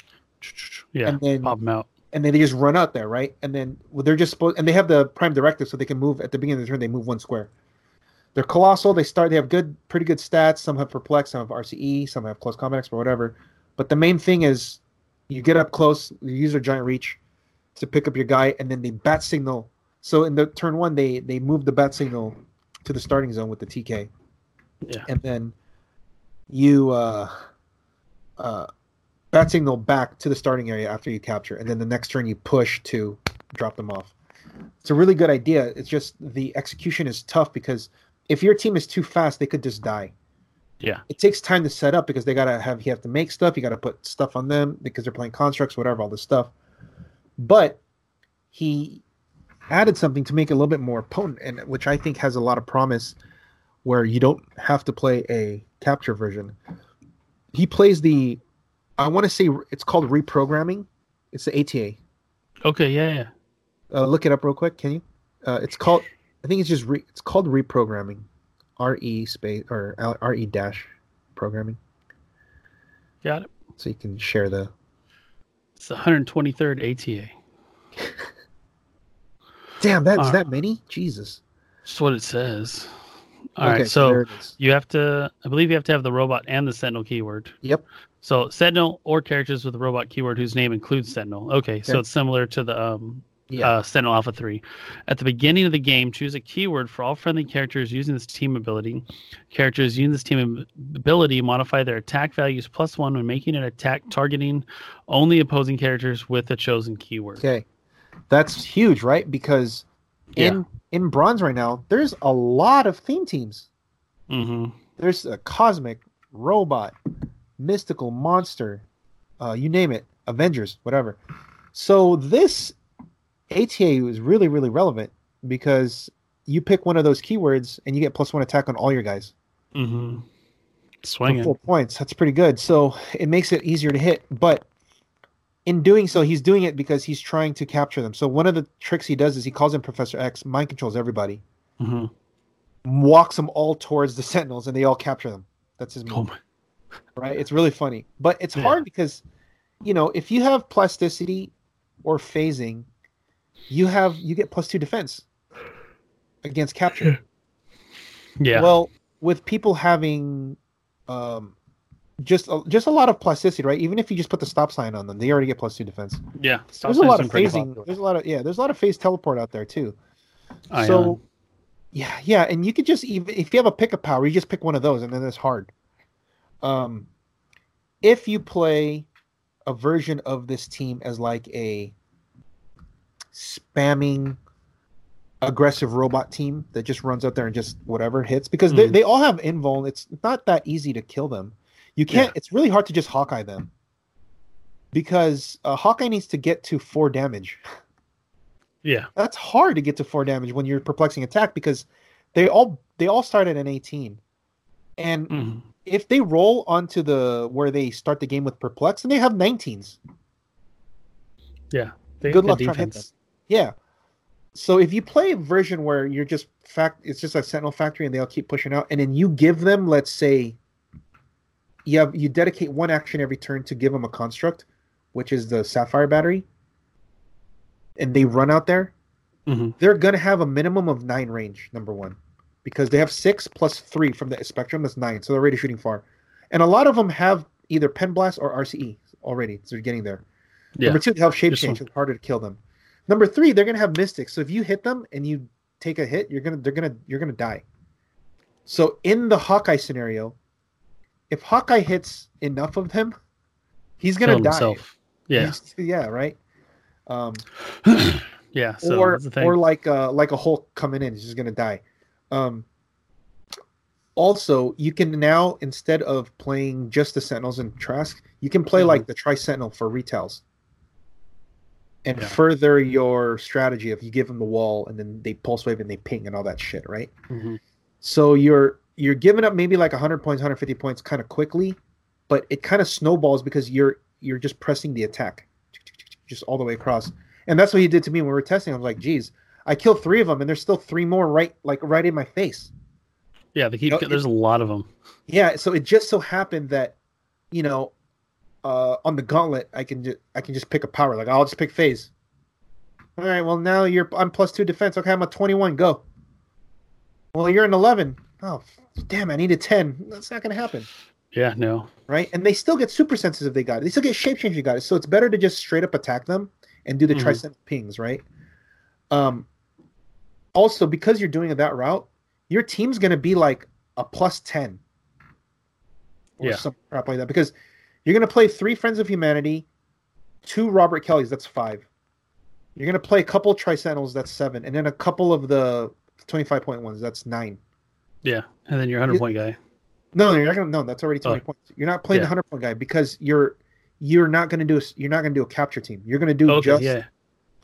A: Yeah.
B: and then
A: Pop them out.
B: and then they just run out there, right? And then well, they're just supposed, and they have the prime directive, so they can move at the beginning of the turn. They move one square. They're colossal. They start. They have good, pretty good stats. Some have perplex. Some have RCE. Some have close combat expert, whatever. But the main thing is, you get up close. You use their giant reach to pick up your guy, and then they bat signal. So in the turn one, they they move the bat signal to the starting zone with the TK,
A: Yeah.
B: and then you uh, uh, bat signal back to the starting area after you capture, and then the next turn you push to drop them off. It's a really good idea. It's just the execution is tough because if your team is too fast, they could just die.
A: Yeah.
B: It takes time to set up because they gotta have you have to make stuff, you gotta put stuff on them because they're playing constructs, whatever, all this stuff. But he added something to make it a little bit more potent and which I think has a lot of promise where you don't have to play a capture version. He plays the I want to say it's called reprogramming. It's the ATA.
A: Okay. Yeah. Yeah.
B: Uh, look it up real quick, can you? Uh, it's called I think it's just re, it's called reprogramming. re space or L- re dash programming.
A: Got it.
B: So you can share the
A: It's the 123rd ATA.
B: damn that's
A: All
B: that many. Jesus.
A: That's what it says. All right,
B: there
A: so
B: it is.
A: you have to. I believe you have to have the robot and the Sentinel keyword.
B: Yep.
A: So Sentinel or characters with the robot keyword whose name includes Sentinel. Okay, so
B: Yeah.
A: it's similar to the um,
B: Yeah.
A: uh, Sentinel Alpha 3. At the beginning of the game, choose a keyword for all friendly characters using this team ability. Characters using this team ab- ability modify their attack values plus one when making an attack targeting only opposing characters with a chosen keyword.
B: okay. That's huge, right? Because in in bronze right now, there's a lot of theme teams.
A: hmm
B: There's a cosmic, robot, mystical, monster, uh, you name it, Avengers, whatever. So this ATA is really, really relevant because you pick one of those keywords and you get plus one attack on all your guys.
A: hmm
B: for
A: Swinging.
B: four points. That's pretty good. So it makes it easier to hit, but in doing so, he's doing it because he's trying to capture them. So one of the tricks he does is he calls in Professor X, mind controls everybody,
A: hmm
B: walks them all towards the Sentinels, and they all capture them. That's his move,
A: Oh my.
B: right? It's really funny, but it's
A: Yeah.
B: hard because, you know, if you have plasticity or phasing, you have you get plus two defense against capture.
A: Yeah.
B: Well, with people having um, just a, just a lot of plasticity, right? Even if you just put the stop sign on them, they already get plus two defense.
A: yeah. Stop
B: there's a
A: signs
B: lot
A: been
B: of
A: pretty
B: phasing.
A: popular.
B: There's a lot of yeah. There's a lot of phase teleport out there too.
A: Ion.
B: so yeah, yeah, and you could just even if you have a pick a power, you just pick one of those, and then it's hard. Um, if you play a version of this team as like a spamming aggressive robot team that just runs out there and just whatever hits because they,
A: Mhm.
B: they all have invuln it's not that easy to kill them you can't it's really hard to just hawkeye them because uh, hawkeye needs to get to four damage
A: yeah.
B: that's hard to get to four damage when you're perplexing attack because they all they all start at an 18 and
A: Mhm.
B: if they roll onto the where they start the game with perplex and they have 19s
A: They-
B: Good
A: the
B: luck trying to hit yeah so if you play a version where you're just fact it's just a sentinel factory and they all keep pushing out and then you give them let's say you have you dedicate one action every turn to give them a construct which is the sapphire battery and they run out there
A: Mhm.
B: they're gonna have a minimum of nine range, number one, because they have six plus three from the spectrum. That's nine, so they're already shooting far. And a lot of them have either pen blast or RCE already, so they're getting there.
A: Yeah.
B: Number two, they have shape
A: Just
B: change,
A: one.
B: it's harder to kill them. Number three, they're gonna have mystics. So if you hit them and you take a hit, you're gonna they're gonna you're gonna die. So in the Hawkeye scenario, if Hawkeye hits enough of them, he's gonna
A: Killed
B: die.
A: himself. Yeah.
B: He's- yeah, right. Um,
A: yeah. So
B: or
A: that's the thing.
B: or like uh like a Hulk coming in, he's just gonna die. Um also you can now instead of playing just the Sentinels and Trask, you can play
A: Mhm.
B: like the Tri Sentinel for retails. And
A: Yeah.
B: further your strategy if you give them the wall and then they pulse wave and they ping and all that shit, right?
A: Mhm.
B: So you're you're giving up maybe like 100 points, 150 points kind of quickly, but it kind of snowballs because you're you're just pressing the attack, just all the way across. And that's what he did to me when we were testing. I was like, "Geez, I killed three of them, and there's still three more right like right in my face."
A: Yeah, they keep.
B: You know,
A: there's a lot of them.
B: Yeah. So it just so happened that, you know, uh, on the gauntlet, I can just I can just pick a power. Like I'll just pick phase. All right. Well, now you're I'm plus two defense. Okay, I'm a 21. Go. Well, you're an 11. Oh, f- damn! I need a 10. That's not gonna happen.
A: Yeah, no.
B: right? And they still get super senses if they got it. They still get shape change if they got it. So it's better to just straight up attack them and do the
A: Mhm.
B: tri sentinel pings, right? Um also because you're doing it that route, your team's gonna be like a plus ten. Or
A: Yeah.
B: some crap like that. Because you're gonna play three Friends of Humanity, two Robert Kellys, that's five. You're gonna play a couple tri sentinels, that's seven, and then a couple of the twenty-five point ones, that's nine.
A: Yeah, and then your hundred
B: You-
A: point guy.
B: No, you're not gonna. No, that's already twenty
A: Oh.
B: points. You're not playing the
A: Yeah.
B: hundred point guy because you're you're not gonna do a, s- you're not gonna do a capture team. You're gonna do
A: Okay,
B: just
A: yeah,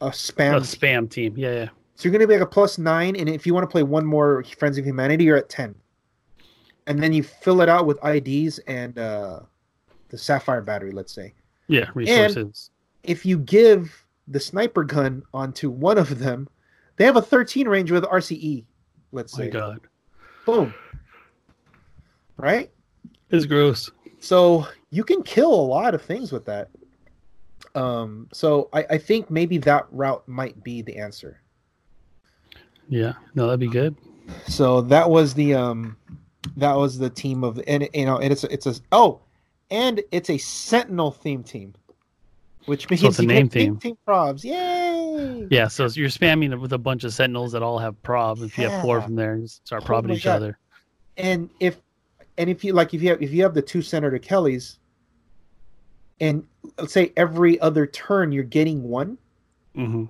B: a
A: a
B: spam.
A: spam team. Yeah, yeah,
B: so you're gonna be like a plus nine, and if you want to play one more Friends of Humanity, you're at ten, and then you fill it out with IDs and uh, the Sapphire battery, let's say.
A: yeah. Resources.
B: If you give the sniper gun onto one of them, they have a thirteen range with RCE, E, let's
A: oh my
B: say.
A: god.
B: Boom. right?
A: It's gross.
B: So you can kill a lot of things with that. Um, so I, I think maybe that route might be the answer.
A: Yeah. No, that'd be good.
B: So that was the um, that was the team of and you know and it's a, it's a oh, and it's a Sentinel theme team, which means
A: it's a
B: you
A: name
B: get big
A: theme.
B: Team probs, yay!
A: Yeah. So you're spamming it with a bunch of sentinels that all have prob. If you have four
B: Yeah.
A: from there, you start
B: Oh
A: probbing
B: my
A: each
B: God.
A: other.
B: and if and if you like if you have if you have the two senator kellys and let's say every other turn you're getting one
A: hmm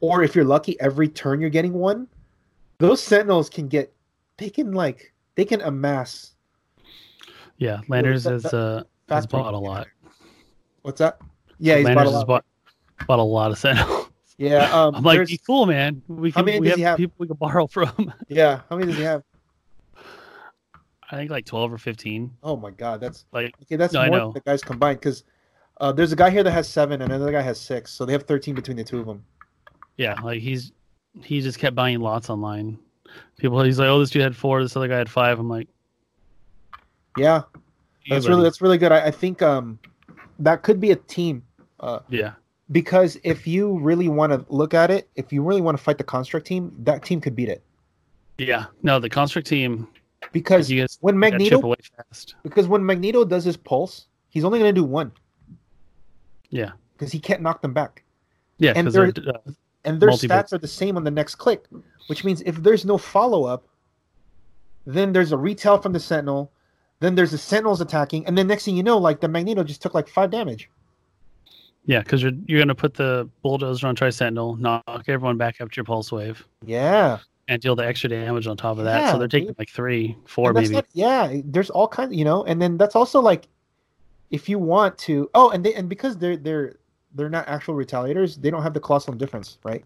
B: or if you're lucky every turn you're getting one those sentinels can get they can like they can amass
A: Yeah. Landers
B: that-
A: has
B: that-
A: uh has
B: factory
A: bought a lot.
B: what's that yeah he's bought
A: Landers
B: a lot.
A: has bought bought a lot of sentinels.
B: yeah um
A: I'm like,
B: there's-
A: be cool, man. We
B: How
A: can
B: many
A: we
B: does
A: have,
B: he have?
A: people we can borrow from.
B: yeah how many does he have
A: I think like twelve or fifteen.
B: oh my god that's
A: Like,
B: okay that's
A: No, I
B: more
A: know.
B: than the guys combined because uh, there's a guy here that has seven and another guy has six so they have 13 between the two of them
A: yeah, like he's he just kept buying lots online. People, he's like, oh, this dude had four, this other guy had five. I'm like,
B: yeah
A: "Yeah,
B: That's really
A: buddy."
B: that's really good. I, I think um, that could be a team uh,
A: yeah,
B: because if you really want to look at it, if you really want to fight the construct team, that team could beat it
A: yeah. No, the construct team
B: because
A: you guys
B: when
A: gotta chip
B: Magneto
A: away fast.
B: because when Magneto does his pulse, he's only going to do one
A: Yeah,
B: because he can't knock them back,
A: yeah,
B: And
A: because they're uh,
B: and their
A: Multiple.
B: stats are the same on the next click, which means if there's no follow up, then there's a retail from the Sentinel, then there's the Sentinels attacking, and then next thing you know, like the Magneto just took like five damage.
A: yeah, because you're you're gonna put the bulldozer on Tri Sentinel, knock everyone back up to your pulse wave,
B: Yeah.
A: and deal the extra damage on top of that. so
B: Yeah,
A: they're taking
B: dude.
A: like three, four,
B: And that's
A: maybe.
B: not- yeah, there's all kinds, you know. And then that's also like, if you want to, oh, and they and because they're they're they're not actual retaliators, they don't have the colossal difference, right?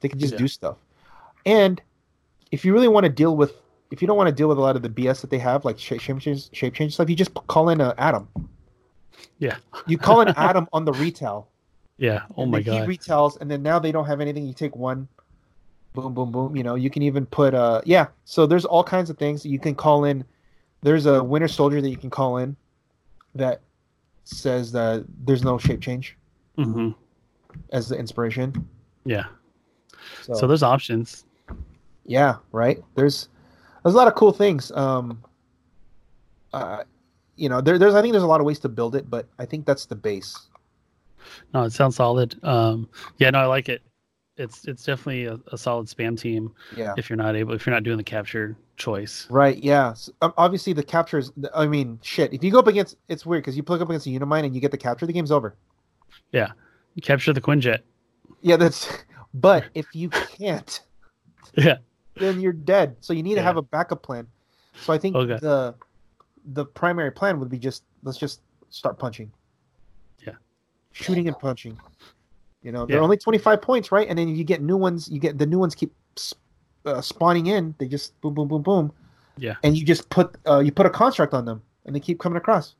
B: They can just
A: Yeah.
B: do stuff. And if you really want to deal with, if you don't want to deal with a lot of the BS that they have, like shape shape change, shape change stuff, you just call in an Adam.
A: Yeah.
B: You call an Adam on the retail.
A: yeah. Oh
B: and
A: my
B: then
A: god.
B: He retails, and then now they don't have anything. You take one, boom, boom, boom. You know, you can even put uh, yeah. So there's all kinds of things that you can call in. There's a Winter Soldier that you can call in, that says that there's no shape change
A: hmm
B: as the inspiration.
A: Yeah.
B: So,
A: so there's options.
B: yeah, right. There's there's a lot of cool things. Um, uh, you know, there, there's I think there's a lot of ways to build it, but I think that's the base.
A: No, it sounds solid. Um, yeah, no, I like it. It's it's definitely a, a solid spam team
B: Yeah.
A: if you're not able if you're not doing the capture choice.
B: Right. Yeah. S- ob- obviously, the capture is. I mean, shit. If you go up against, it's weird because you plug up against a Unimine and you get the capture, the game's over.
A: Capture the Quinjet.
B: Yeah, that's. But if you can't,
A: Yeah.
B: then you're dead. So you need to
A: Yeah.
B: have a backup plan. So I think
A: Okay.
B: the the primary plan would be just let's just start punching.
A: Yeah.
B: Shooting and punching. You know, they're
A: Yeah.
B: only twenty five points, right? And then you get new ones. You get the new ones keep s- uh, spawning in. They just boom, boom, boom, boom.
A: Yeah.
B: And you just put uh, you put a construct on them, and they keep coming across.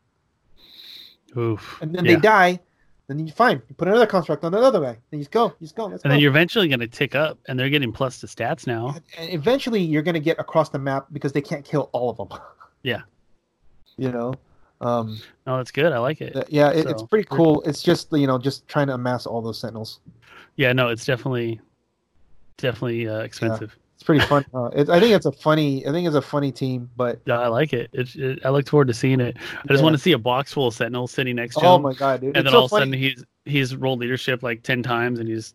A: Oof.
B: and then
A: Yeah.
B: they die, then you fine. You put another construct on another way. Then you just go, you just go. Let's
A: And
B: go.
A: then you're eventually gonna tick up and they're getting plus to stats now.
B: and eventually you're gonna get across the map because they can't kill all of them.
A: Yeah.
B: You know, um,
A: No, Oh, that's good. I like it.
B: th- yeah, it, it's
A: So-
B: pretty cool. It's just you know just trying to amass all those sentinels.
A: Yeah, no, it's definitely definitely uh, expensive.
B: It's pretty fun. uh, it's I think it's a funny. I think it's a funny team, but
A: Yeah. I like it. It, it. I look forward to seeing it. I just
B: Yeah.
A: want to see a box full of Sentinels sitting next to
B: oh
A: him,
B: my god, dude.
A: and
B: it's
A: then
B: so
A: all of a
B: funny.
A: sudden he's he's rolled leadership like ten times, and he's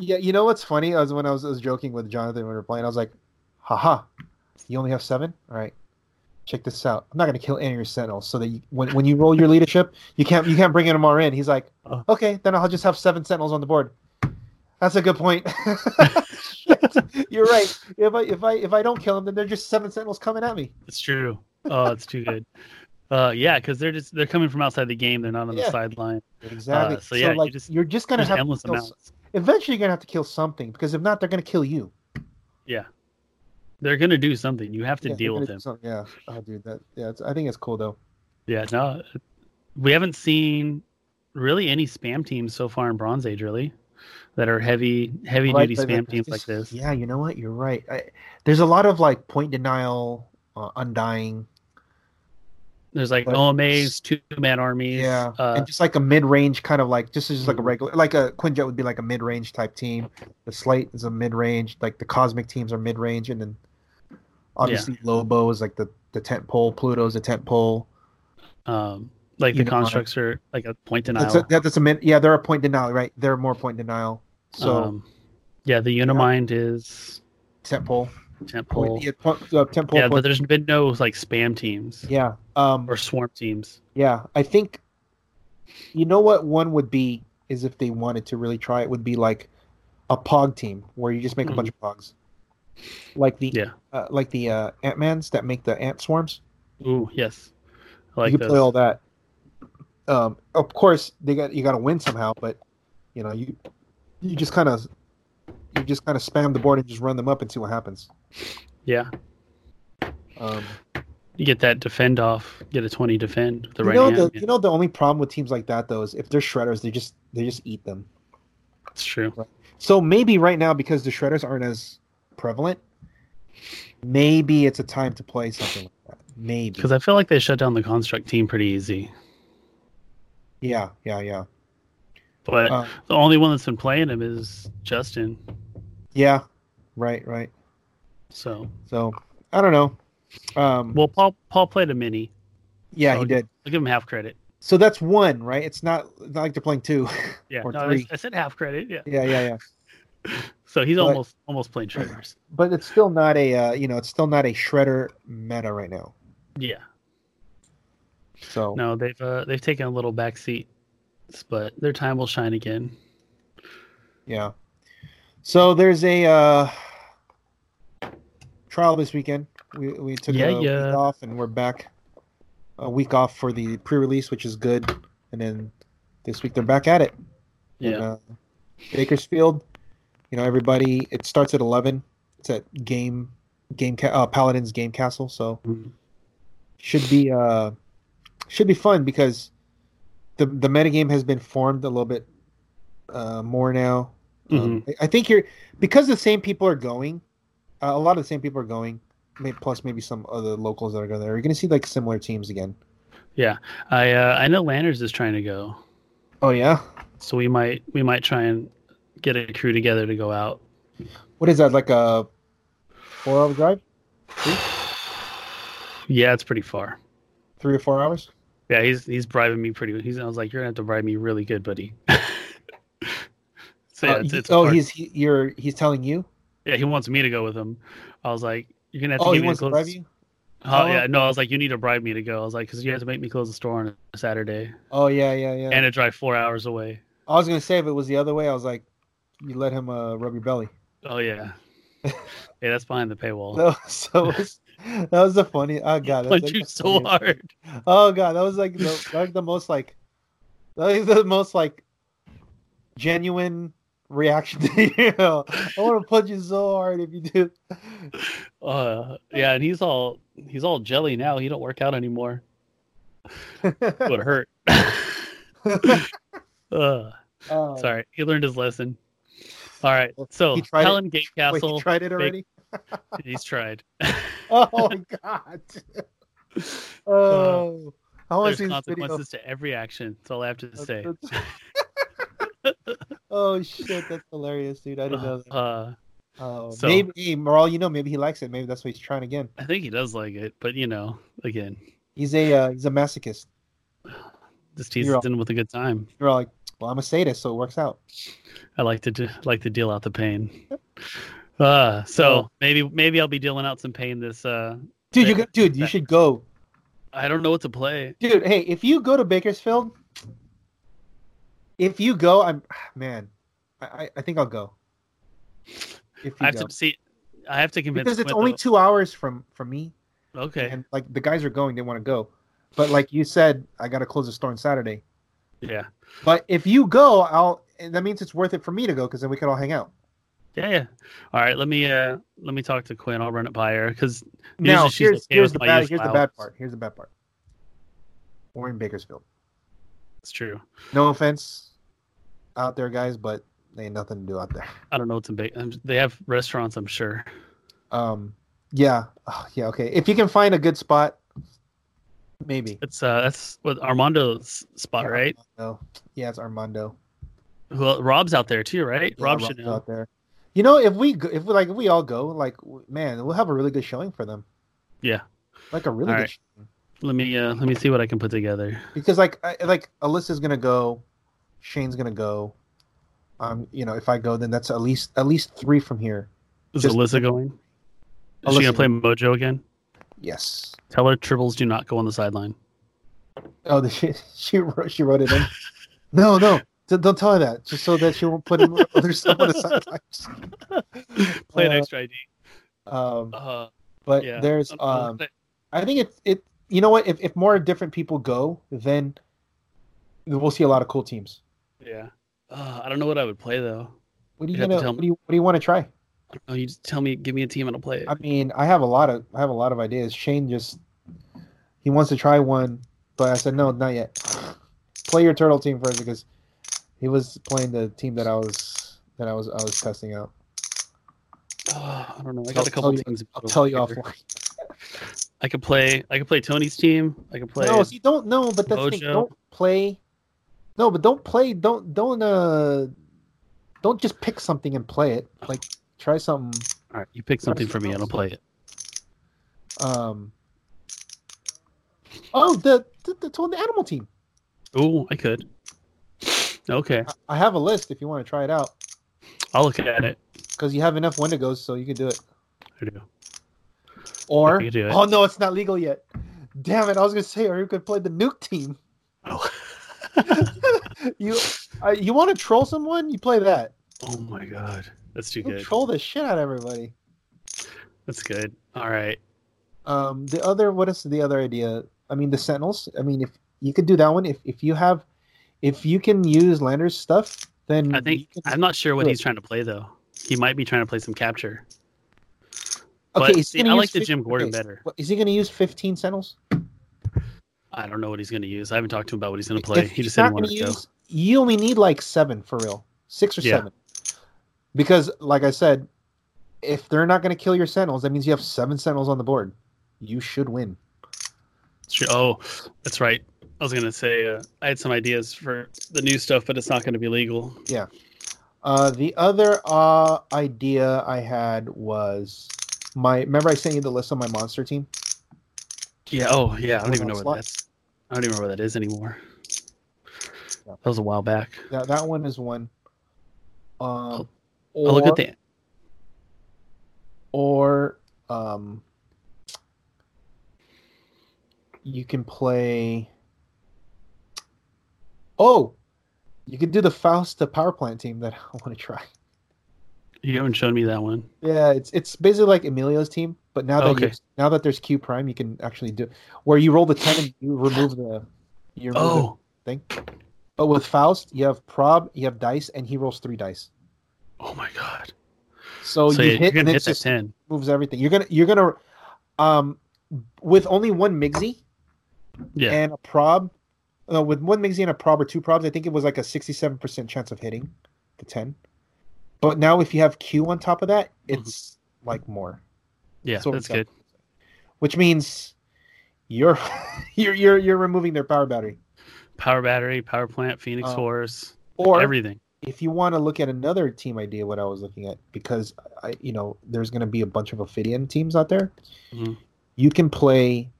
B: Yeah, you know what's funny? I was when I was, I was joking with Jonathan when we were playing. I was like, "Haha, you only have seven. All right, check this out. I'm not gonna kill any of your sentinels, so that you, when when you roll your leadership, you can't you can't bring them all in." He's like,
A: Oh.
B: "Okay, then I'll just have seven sentinels on the board." That's a good point. Shit. You're right. If I if I if I don't kill them, then they're just seven sentinels coming at me.
A: It's true. Oh, it's too good. Uh, yeah, because they're just they're coming from outside the game. They're not on
B: Yeah.
A: the sideline.
B: Exactly.
A: Uh, so yeah, you
B: like
A: just-
B: you're just gonna
A: There's
B: have to
A: endless
B: kill,
A: amounts.
B: eventually you're gonna have to kill something because if not, they're gonna kill you.
A: They're gonna do something. You have to
B: Yeah, they're
A: deal
B: gonna
A: with
B: do
A: them.
B: something. Yeah. Oh, dude, that yeah. It's, I think it's cool though.
A: Yeah. No, we haven't seen really any spam teams so far in Bronze Age, really, that are heavy heavy
B: Right,
A: duty
B: but,
A: spam
B: like,
A: teams
B: this-
A: like this.
B: Yeah, you know what? You're right. I, there's a lot of like point denial, uh, undying,
A: There's like
B: But-
A: OMAs, two man armies.
B: Yeah,
A: Uh, Hmm.
B: and just like a mid-range kind of like just just like a regular like a Quinjet would be like a mid-range type team. The Slate is a mid-range, like the Cosmic teams are mid-range, and then obviously Lobo is like the the tent pole, Pluto's a tent pole.
A: um, like
B: you
A: the
B: know,
A: constructs are like a point
B: That's
A: denial.
B: a, that's a min, yeah, they're a point denial, right? They're more point denial. So
A: um, yeah, the Unimind is
B: tent pole,
A: temple.
B: point,
A: Yeah,
B: yeah, point, uh, tent pole,
A: but
B: point-
A: there's been no like spam teams
B: yeah. Um,
A: or swarm teams.
B: Yeah, I think you know what one would be is if they wanted to really try it would be like a pog team where you just make a bunch of pogs. Like the
A: Mm-hmm. Yeah.
B: uh, like the uh, ant mans that make the ant swarms.
A: Ooh, yes. I like
B: you
A: those.
B: could play all that. Um, of course they got you got to win somehow, but you know you you just kind of you just kind of spam the board and just run them up and see what happens.
A: yeah.
B: Um,
A: You get that defend off, get a 20 defend. with The
B: you
A: right
B: know
A: hand.
B: the
A: yeah,
B: you know the only problem with teams like that though is if they're shredders they just they just eat them.
A: that's true.
B: So maybe right now, because the shredders aren't as prevalent, maybe it's a time to play something like that. Maybe.
A: Because I feel like they shut down the construct team pretty easy.
B: Yeah, yeah, yeah.
A: But
B: Uh,
A: the only one that's been playing him is Justin.
B: yeah, right, right.
A: So,
B: So I don't know. Um,
A: well, Paul Paul played a mini.
B: yeah, he
A: so-
B: did.
A: I'll give him half credit.
B: So that's one, right? It's not, not like they're playing two.
A: Yeah,
B: Or
A: no, I-
B: three.
A: I said half credit. Yeah,
B: yeah, yeah, yeah.
A: so he's
B: But-
A: almost almost playing triggers.
B: But it's still not a, uh, you know, it's still not a shredder meta right now.
A: Yeah,
B: So
A: no, they've uh, they've taken a little back seat, but their time will shine again.
B: yeah. So there's a uh, trial this weekend. We we took
A: Yeah,
B: a
A: yeah.
B: week off and we're back a week off for the pre-release, which is good. And then this week they're back at it.
A: Yeah,
B: In, uh, Bakersfield. You know, everybody. It starts at eleven. It's at game game ca- uh, Paladins Game Castle. So
A: Mhm.
B: should be uh should be fun because the the metagame has been formed a little bit uh, more now. Um, I- I think you're because the same people are going. Uh, a lot of the same people are going. May plus maybe some other locals that are going there. You're going to see like similar teams again.
A: yeah. I uh, I know Landers is trying to go,
B: Oh yeah.
A: so we might we might try and get a crew together to go out.
B: What is that like a four hour drive?
A: Yeah, it's pretty far.
B: Three or four hours?
A: Yeah, he's he's bribing me pretty. He's I was like, you're gonna have to bribe me really good, buddy. so yeah,
B: Uh,
A: it's,
B: y-
A: it's
B: oh,
A: hard.
B: he's he, you're he's telling you.
A: yeah. He wants me to go with him. I was like, you're gonna have to
B: Oh,
A: give
B: he
A: me
B: wants
A: the
B: to
A: closest.
B: bribe you.
A: Oh,
B: Oh.
A: yeah, no, I was like, you need to bribe me to go. I was like, because you have to make me close the store on a Saturday
B: Oh yeah, yeah, yeah.
A: and to drive four hours away.
B: I was going to say if it was the other way, I was like, you let him uh, rub your belly.
A: Oh yeah, yeah, that's behind the paywall.
B: That was so. that was the funny. Oh god, that's
A: Punch
B: like
A: you
B: the
A: so
B: funniest-
A: hard.
B: Oh god, that was like the, that was the most like that was the most like genuine reaction to you. I want to punch you so hard if you do.
A: Uh, yeah, and he's all he's all jelly now. He don't work out anymore. It would hurt. uh,
B: Uh,
A: sorry, he learned his lesson. All right, so
B: He tried it-
A: Helen Gate
B: Wait, you
A: Castle,
B: tried it already?
A: he's tried.
B: Oh god. Oh, I want
A: Uh, There's
B: to see this video.
A: consequences to every action. That's all I have to say.
B: oh shit, that's hilarious, dude! I didn't know that.
A: Uh,
B: Oh,
A: so-
B: maybe hey, Moral, you know, maybe he likes it. Maybe that's why he's trying again.
A: I think he does like it, but you know, again,
B: He's a uh, he's a masochist.
A: just teases
B: You're
A: in with a good time.
B: You're all like, well, I'm a sadist, so it works out.
A: I like to do, like to deal out the pain. Uh, so
B: Oh.
A: maybe maybe I'll be dealing out some pain this. Uh,
B: Dude, you
A: Right.
B: go, dude, you
A: Right.
B: should go.
A: I don't know what to play.
B: Dude, hey, if you go to Bakersfield, if you go, I'm man, I I, I think I'll go. If
A: I
B: you
A: have
B: go.
A: to see. I have to convince
B: Because it's
A: Quinto-
B: only two hours from from me,
A: okay.
B: and like the guys are going, they want to go, but like you said, I gotta close the store on Saturday.
A: Yeah,
B: But if you go, I'll. And that means it's worth it for me to go because then we could all hang out.
A: yeah, yeah. All right, let me uh let me talk to Quinn. I'll run it by her because
B: Now
A: Usually she's
B: here's
A: okay
B: here's
A: with
B: the
A: my
B: bad
A: use
B: here's the
A: allowance.
B: bad part. Here's the bad part. We're in Bakersfield.
A: it's true.
B: No offense, out there guys, but they ain't nothing to do out there.
A: I don't know what's in big. um, They have restaurants, I'm sure.
B: oh, Um, yeah, Ugh, yeah, okay. If you can find a good spot, Maybe.
A: It's uh, that's what Armando's spot, right?
B: No. Yeah, it's Armando.
A: Well, Rob's out there too, right?
B: Yeah,
A: Rob
B: Rob's
A: should know.
B: out there. You know, if we go, if we, like if we all go, like w- man, we'll have a really good showing for them.
A: Yeah.
B: Like a really
A: All
B: good
A: right.
B: showing.
A: Let me uh, let me see what I can put together.
B: because like I, like Alyssa's gonna go, Shane's gonna go. Um, you know, if I go, then that's at least at least three from here.
A: Is
B: Just-
A: Alyssa going? Is
B: Alyssa-
A: she gonna play Mojo again?
B: Yes.
A: Tell her triples do not go on the sideline.
B: Oh, the, she she wrote, she wrote it in. no, no, d- don't tell her that. Just so that she won't put in other stuff on the sidelines.
A: Play an
B: Uh,
A: extra ID.
B: Um,
A: Uh,
B: but
A: yeah.
B: there's
A: I'm- I'm
B: um,
A: th-
B: I think it's it. You know what? If if more different people go, then we'll see a lot of cool teams.
A: yeah. Uh, I don't know what I would play though.
B: What are you
A: You'd have to
B: gonna?
A: tell
B: What do you, what do you want to try?
A: Oh, you just tell me, give me a team and I'll play it.
B: I mean, I have a lot of I have a lot of ideas. Shane just he wants to try one, but I said no, not yet. Play your turtle team first because he was playing the team that I was that I was I was testing out.
A: Oh, I don't know. I
B: I'll
A: got a couple
B: tell you-
A: teams.
B: I'll tell you
A: here.
B: offline.
A: I could play. I could play Tony's team. I could play.
B: No, see, don't no, but that's the thing.
A: Mojo.
B: Don't play. No, but don't play. Don't don't uh don't just pick something and play it. Like try something.
A: All right, you pick something for me and I'll play it.
B: Um. Oh, the the, the, the animal team.
A: Oh, I could. Okay,
B: I- I have a list if you want to try it out.
A: I'll look at it.
B: because you have enough Wendigos, so you can do it.
A: I do.
B: Or
A: You do it.
B: oh no, it's not legal yet. Damn it! I was gonna say, or you could play the nuke team.
A: Oh.
B: you uh, you want to troll someone? You play that.
A: Oh my god, that's too
B: You
A: good.
B: troll the shit out of everybody.
A: That's good. All right.
B: Um, the other what is the other idea? I mean, the Sentinels. I mean, if you could do that one, if if you have, if you can use Lander's stuff, then
A: I think
B: you can-
A: I'm not sure what
B: do it.
A: he's trying to play though. He might be trying to play some capture.
B: okay.
A: but
B: is he
A: see,
B: gonna
A: I
B: use
A: like the
B: fif-
A: Jim Gordon
B: okay,
A: better.
B: what- Is he going to use fifteen Sentinels?
A: I don't know what he's going to use. I haven't talked to him about what he's going to play.
B: If
A: He just
B: you're
A: said he
B: not
A: wanted to
B: gonna
A: go.
B: use- You only need like seven for real, six or
A: Yeah.
B: seven, because like I said, if they're not going to kill your sentinels, that means you have seven sentinels on the board. You should win.
A: Sure. Oh, that's right. I was going to say uh, I had some ideas for the new stuff, but it's not going to be legal.
B: Uh, the other uh, idea I had was my. Remember, I sent you the list of my monster team.
A: Yeah. Oh, yeah. I
B: Hold
A: don't even
B: on,
A: know where
B: slot.
A: that's. I don't even know where that is anymore.
B: Yeah.
A: That was a while back.
B: That that one is one. Um, or,
A: Oh, look at the
B: or um, you can play. Oh, you could do the Faust the power plant team that I want to try.
A: You haven't shown me that one.
B: Yeah, it's it's basically like Emilio's team, but now that
A: Okay.
B: you, now that there's Q prime, you can actually do where you roll the ten and you remove the you remove
A: Oh,
B: the thing. But with Faust, you have prob, you have dice, and he rolls three dice.
A: oh my God.
B: So,
A: so
B: you
A: yeah,
B: hit
A: you're
B: and
A: gonna hit
B: it's
A: that
B: just
A: ten.
B: moves everything. You're gonna you're gonna um with only one Migsy
A: Yeah.
B: and a prob uh, with one Migsy and a prob or two probs, I think it was like a sixty seven percent chance of hitting the ten. But now if you have Q on top of that, it's like more.
A: yeah.
B: so
A: That's
B: it's
A: good.
B: up. Which means you're you're you're you're removing their power battery.
A: Power battery, power plant, Phoenix
B: Uh,
A: Force,
B: Or
A: everything.
B: if you want to look at another team idea, what I was looking at, because I, you know, there's going to be a bunch of Ophidian teams out there.
A: Mhm.
B: You can play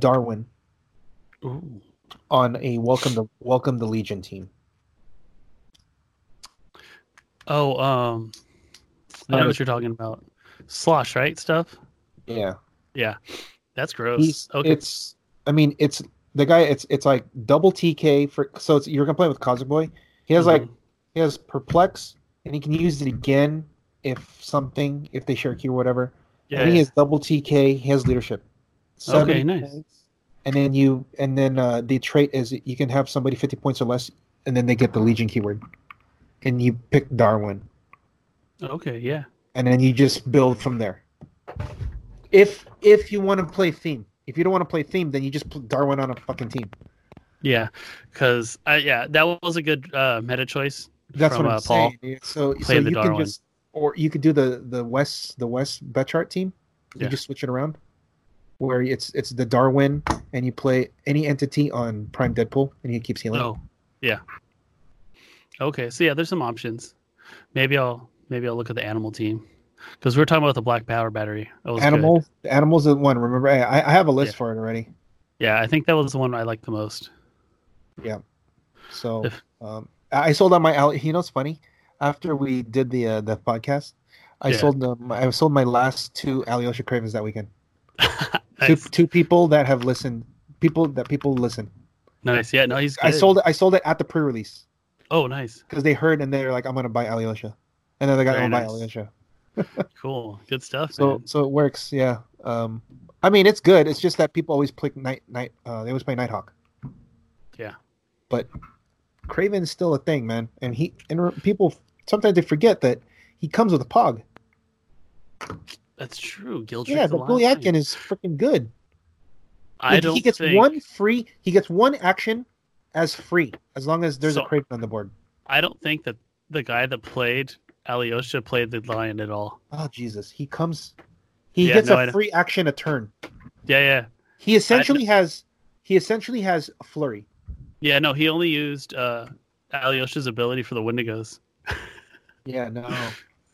B: Darwin
A: Ooh.
B: on a welcome the welcome the Legion team.
A: Oh, um, I know what you're talking about. Slosh, right? Stuff.
B: Yeah,
A: Yeah, that's gross.
B: he's
A: okay.
B: it's. I mean, it's the guy. It's it's like double TK for. So it's you're gonna play with Cosmic Boy. He has like
A: Mhm.
B: he has perplex, and he can use it again if something if they share key or whatever.
A: yeah,
B: And he
A: yeah.
B: has double TK. He has leadership.
A: Okay,
B: 70
A: nice.
B: points. And then you, and then uh, the trait is you can have somebody fifty points or less, and then they get the Legion keyword, and you pick Darwin,
A: okay, yeah.
B: and then you just build from there. If if you want to play theme, if you don't want to play theme, then you just put Darwin on a fucking team.
A: Yeah, because I yeah, that was a good uh, meta choice.
B: That's
A: from,
B: what I'm
A: uh, Paul.
B: saying. dude. So so
A: Play the
B: you can
A: Darwin.
B: just, or you could do the the West the West Betchart team. You
A: Yeah.
B: just switch it around. where it's it's the Darwin and you play any entity on Prime Deadpool and he keeps healing.
A: Oh, yeah. Okay, so yeah, there's some options. Maybe I'll maybe I'll look at the animal team because we were talking about the black power battery. That was good.
B: Animal, the animals the one. Remember, I, I have a list
A: Yeah.
B: for it already.
A: Yeah, I think that was the one I liked the most.
B: So
A: If-
B: um, I I sold out my alley. You know, it's funny. After we did the uh, the podcast, I
A: Yeah.
B: sold them. I sold my last two Alyosha Cravens that weekend.
A: nice.
B: Two two people that have listened. People that people listen.
A: nice. Yeah, no, he's. Good.
B: I sold it. I sold it at the pre-release
A: Oh, nice.
B: because they heard and they're like, "I'm gonna buy Alyosha," and then they got,
A: Very
B: "I'm gonna buy
A: nice.
B: Alyosha."
A: Cool. Good stuff.
B: So
A: man.
B: so it works. Yeah. Um, I mean, it's good. It's just that people always play night night. Uh, they always play Nighthawk.
A: Yeah.
B: But Craven's still a thing, man. And he and re- people sometimes they forget that he comes with a pog.
A: that's true. Gildrick's
B: yeah,
A: a
B: but
A: lot
B: Billy
A: of
B: Atkin
A: things.
B: is freaking good.
A: I
B: Like,
A: don't
B: he gets
A: think,
B: one free. He gets one action as free as long as there's a
A: So-
B: Craven on the board.
A: I don't think that the guy that played Alyosha played the lion at all.
B: Oh Jesus, he comes. He
A: Yeah,
B: gets
A: no, I
B: a
A: know.
B: free action a turn.
A: Yeah, yeah,
B: He essentially has. He essentially has a flurry.
A: yeah. No, he only used uh, Alyosha's ability for the Wendigos.
B: Yeah, no.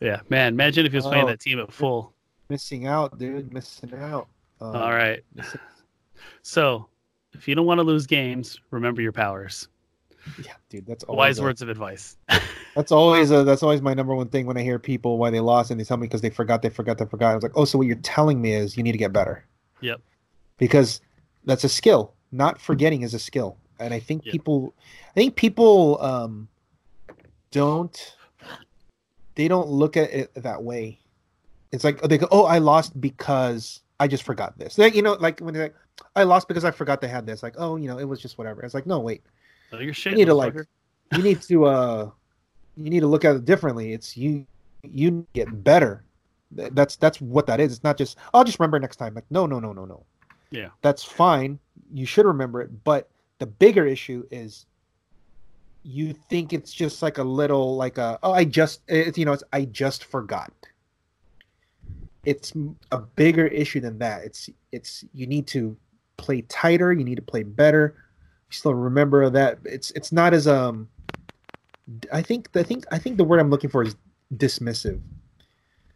A: Yeah, man. Imagine if he was playing
B: Oh.
A: that team at full.
B: Missing out, dude. Missing out. Uh,
A: all right.
B: missing-
A: So, if you don't want to lose games, remember your powers.
B: Yeah, dude. That's always
A: Wise
B: a-
A: words of advice.
B: That's always a, that's always my number one thing when I hear people why they lost and they tell me because they forgot, they forgot, they forgot. I was like, oh, so what you're telling me is you need to get better.
A: Yep.
B: Because that's a skill. Not forgetting is a skill, and I think
A: Yep.
B: people, I think people um, don't they don't look at it that way. It's like they go, oh, I lost because I just forgot this. Like, you know, like when they're like, I lost because I forgot they had this. Like, oh, you know, it was just whatever. It's like, no, wait
A: Oh, your shit.
B: you need to like
A: motherfucker.
B: you need to uh you need to look at it differently it's you you get better Th- that's that's what that is it's not just "Oh, i'll just remember next time like no no no no no
A: Yeah.
B: that's fine you should remember it but the bigger issue is you think it's just like a little like a oh i just it's you know it's i just forgot it's m- a bigger issue than that it's it's you need to play tighter you need to play better you still remember that it's it's not as um d- i think i think i think the word i'm looking for is dismissive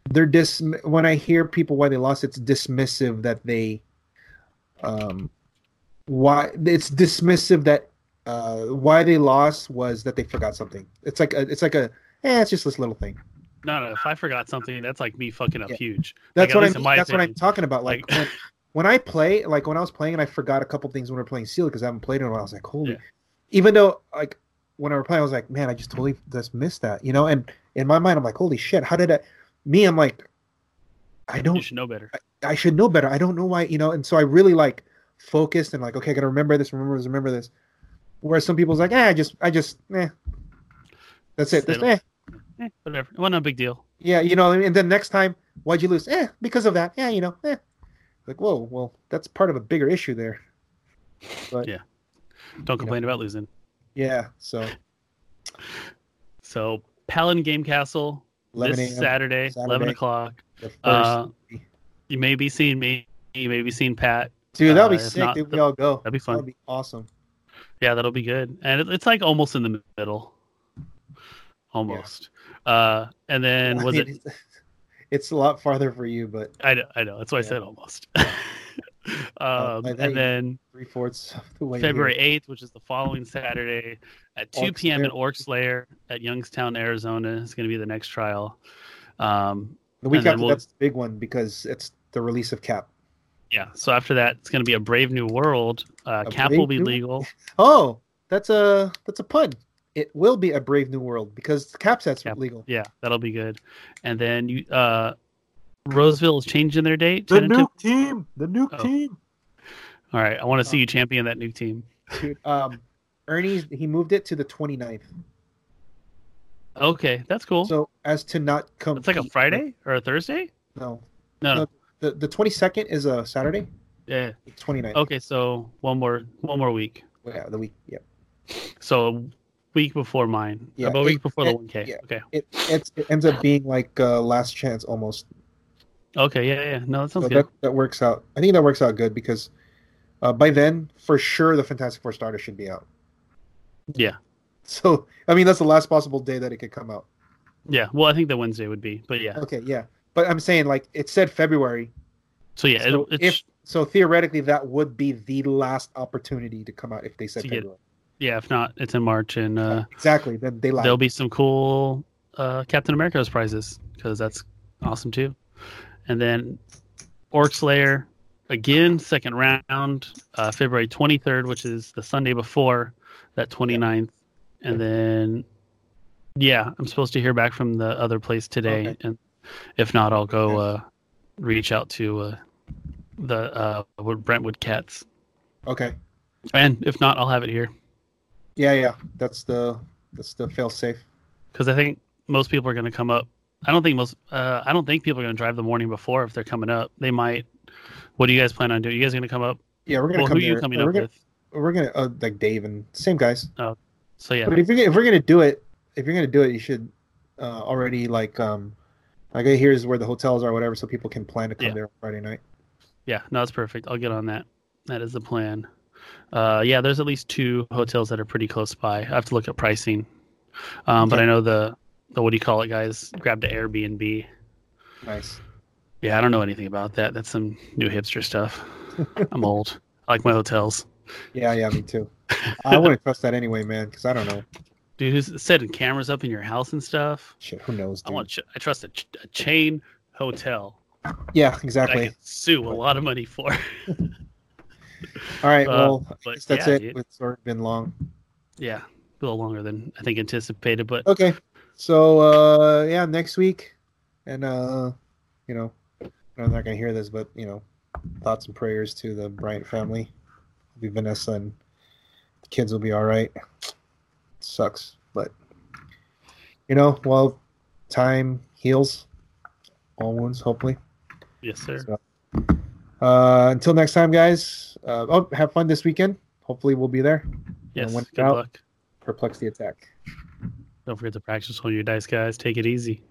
B: they're dis when i hear people why they lost it's dismissive that they um why it's dismissive that uh why they lost was that they forgot something it's like a, it's like a eh, it's just this little thing
A: No, no. If I forgot something, that's like me fucking up
B: Yeah.
A: huge. Like,
B: that's
A: at
B: what
A: least
B: I'm.
A: in my
B: That's what I'm
A: opinion.
B: talking about. Like,
A: Like-
B: when, when I play, like when I was playing, and I forgot a couple things when we were playing Seal because I haven't played in a while. I was like, holy.
A: Yeah.
B: Even though, like, when I were playing, I was like, man, I just totally just missed that, you know. And in my mind, I'm like, holy shit, how did I? Me, I'm like, I
A: You
B: don't.
A: should know better.
B: I should know better. I don't know why, you know. And so I really like focused and like, okay, I gotta remember this, remember this, remember this. Whereas some people's like, eh, I just, I just, eh. That's it. That's,
A: They
B: eh.
A: Eh, whatever. Well, no big deal.
B: Yeah, you know, and then next time, why'd you lose? Eh, because of that. Yeah, you know, eh. Like, whoa, well, that's part of a bigger issue there.
A: Don't complain about losing.
B: Yeah, so
A: So, Paladin Game Castle
B: 11
A: this
B: a.m.
A: Saturday, eleven
B: Saturday.
A: o'clock.
B: the first.
A: Uh, you may be seeing me. You may be seeing Pat.
B: Dude, that'll be
A: uh, if
B: sick
A: not,
B: if we all go.
A: That'd be fun.
B: That'd be awesome.
A: Yeah, that'll be good. And it, it's like almost in the middle, almost. Uh, and then
B: I
A: was
B: mean,
A: it?
B: it's- It's a lot farther for you, but
A: I know, I know. That's why I
B: Yeah.
A: said almost.
B: Uh,
A: um,
B: I think-
A: and then
B: three fourths of the way. here.
A: February eighth, which is the following Saturday, at two
B: Orcs
A: p.m.
B: Lair.
A: in Orcs Lair at Youngstown, Arizona, is going to be the next trial. Um,
B: The week
A: and then
B: after
A: we'll-
B: that's the big one because it's the release of Cap.
A: yeah. So after that, it's going to be a Brave New World. Uh,
B: A
A: Cap
B: Brave
A: will be
B: New-
A: legal.
B: Oh, that's a that's a pun. It will be a Brave New World because the Cap set's
A: Cap.
B: legal.
A: Yeah, that'll be good. And then you, uh, Roseville is changing their date.
B: The
A: tentative-
B: nuke team, the nuke
A: Oh.
B: team. Oh.
A: All right, I want to see you champion that new team.
B: Dude, um, Ernie's he moved it to the 29th.
A: Okay, that's cool.
B: So as to not come.
A: it's like a Friday or a Thursday?
B: No,
A: No.
B: No. the the 22nd is a Saturday.
A: Yeah.
B: The 29th.
A: Okay, so one more one more week.
B: Yeah, the week. Yeah.
A: So a week before mine.
B: Yeah,
A: About a
B: it-
A: week before the
B: it-
A: 1K.
B: yeah.
A: Okay.
B: It it's, it ends up being like uh, last chance almost.
A: Okay, yeah, yeah. No, that sounds
B: So
A: good.
B: that, that works out. I think that works out good because uh, by then, for sure, the Fantastic Four starter should be out.
A: Yeah.
B: So, I mean, that's the last possible day that it could come out.
A: Yeah. Well, I think the Wednesday would be, but yeah.
B: Okay, yeah. But I'm saying, like, it said February.
A: So yeah,
B: so,
A: it'll it's
B: if, so theoretically, that would be the last opportunity to come out if they said
A: To get-
B: February.
A: yeah. If not, it's in March, and uh,
B: exactly. Then they lied.
A: there'll be some cool uh, Captain America's prizes because that's awesome too. And then Orc Slayer again, second round, uh, February 23rd, which is the Sunday before that 29th. And then, yeah, I'm supposed to hear back from the other place today.
B: Okay.
A: And if not, I'll go uh, reach out to uh, the uh, Brentwood Cats.
B: Okay.
A: And if not, I'll have it here.
B: Yeah, yeah. That's the that's the fail safe.
A: because I think most people are going to come up. I don't think most. Uh, I don't think people are going to drive the morning before if they're coming up. They might. What do you guys plan on doing? You guys going to come up?
B: Yeah, we're gonna
A: Well, who
B: come
A: are you
B: there.
A: coming
B: we're
A: up
B: gonna,
A: with?
B: We're gonna uh, like Dave and same guys.
A: So yeah,
B: But if you're gonna- if we're gonna do it, if you're gonna do it, you should uh, already like um like here's where the hotels are, whatever, so people can plan to come
A: Yeah.
B: there on Friday night.
A: yeah, no, that's perfect. I'll get on that. That is the plan. Uh, yeah, there's at least two hotels that are pretty close by. I have to look at pricing, um, but
B: Okay.
A: I know the the what do you call it, guys? Grabbed an Airbnb.
B: Nice.
A: Yeah, I don't know anything about that. That's some new hipster stuff. I'm old. I like my hotels.
B: Yeah, yeah, me too. I wouldn't trust that anyway, man, because I don't know.
A: Dude, who's setting cameras up in your house and stuff?
B: Shit, who knows?
A: I
B: dude.
A: want. Ch- I trust a, ch- a chain hotel
B: Yeah,
A: that I
B: exactly.
A: can sue a lot of money for.
B: All right,
A: uh,
B: well, I
A: but
B: guess that's
A: yeah,
B: it.
A: dude.
B: It's already been long.
A: yeah, a little longer than I think anticipated, but
B: Okay, so uh, yeah, next week, and uh, you know, I'm not gonna hear this, but you know, thoughts and prayers to the Bryant family. It'll be Vanessa and the kids will be all right. Sucks, but you know, well, time heals all wounds, hopefully.
A: yes, sir.
B: So- Uh, until next time, guys. Uh, oh, have fun this weekend. Hopefully, we'll be there.
A: Yes,
B: when
A: good
B: it's out-
A: luck.
B: Perplex the attack.
A: Don't forget to practice all your dice, guys. Take it easy.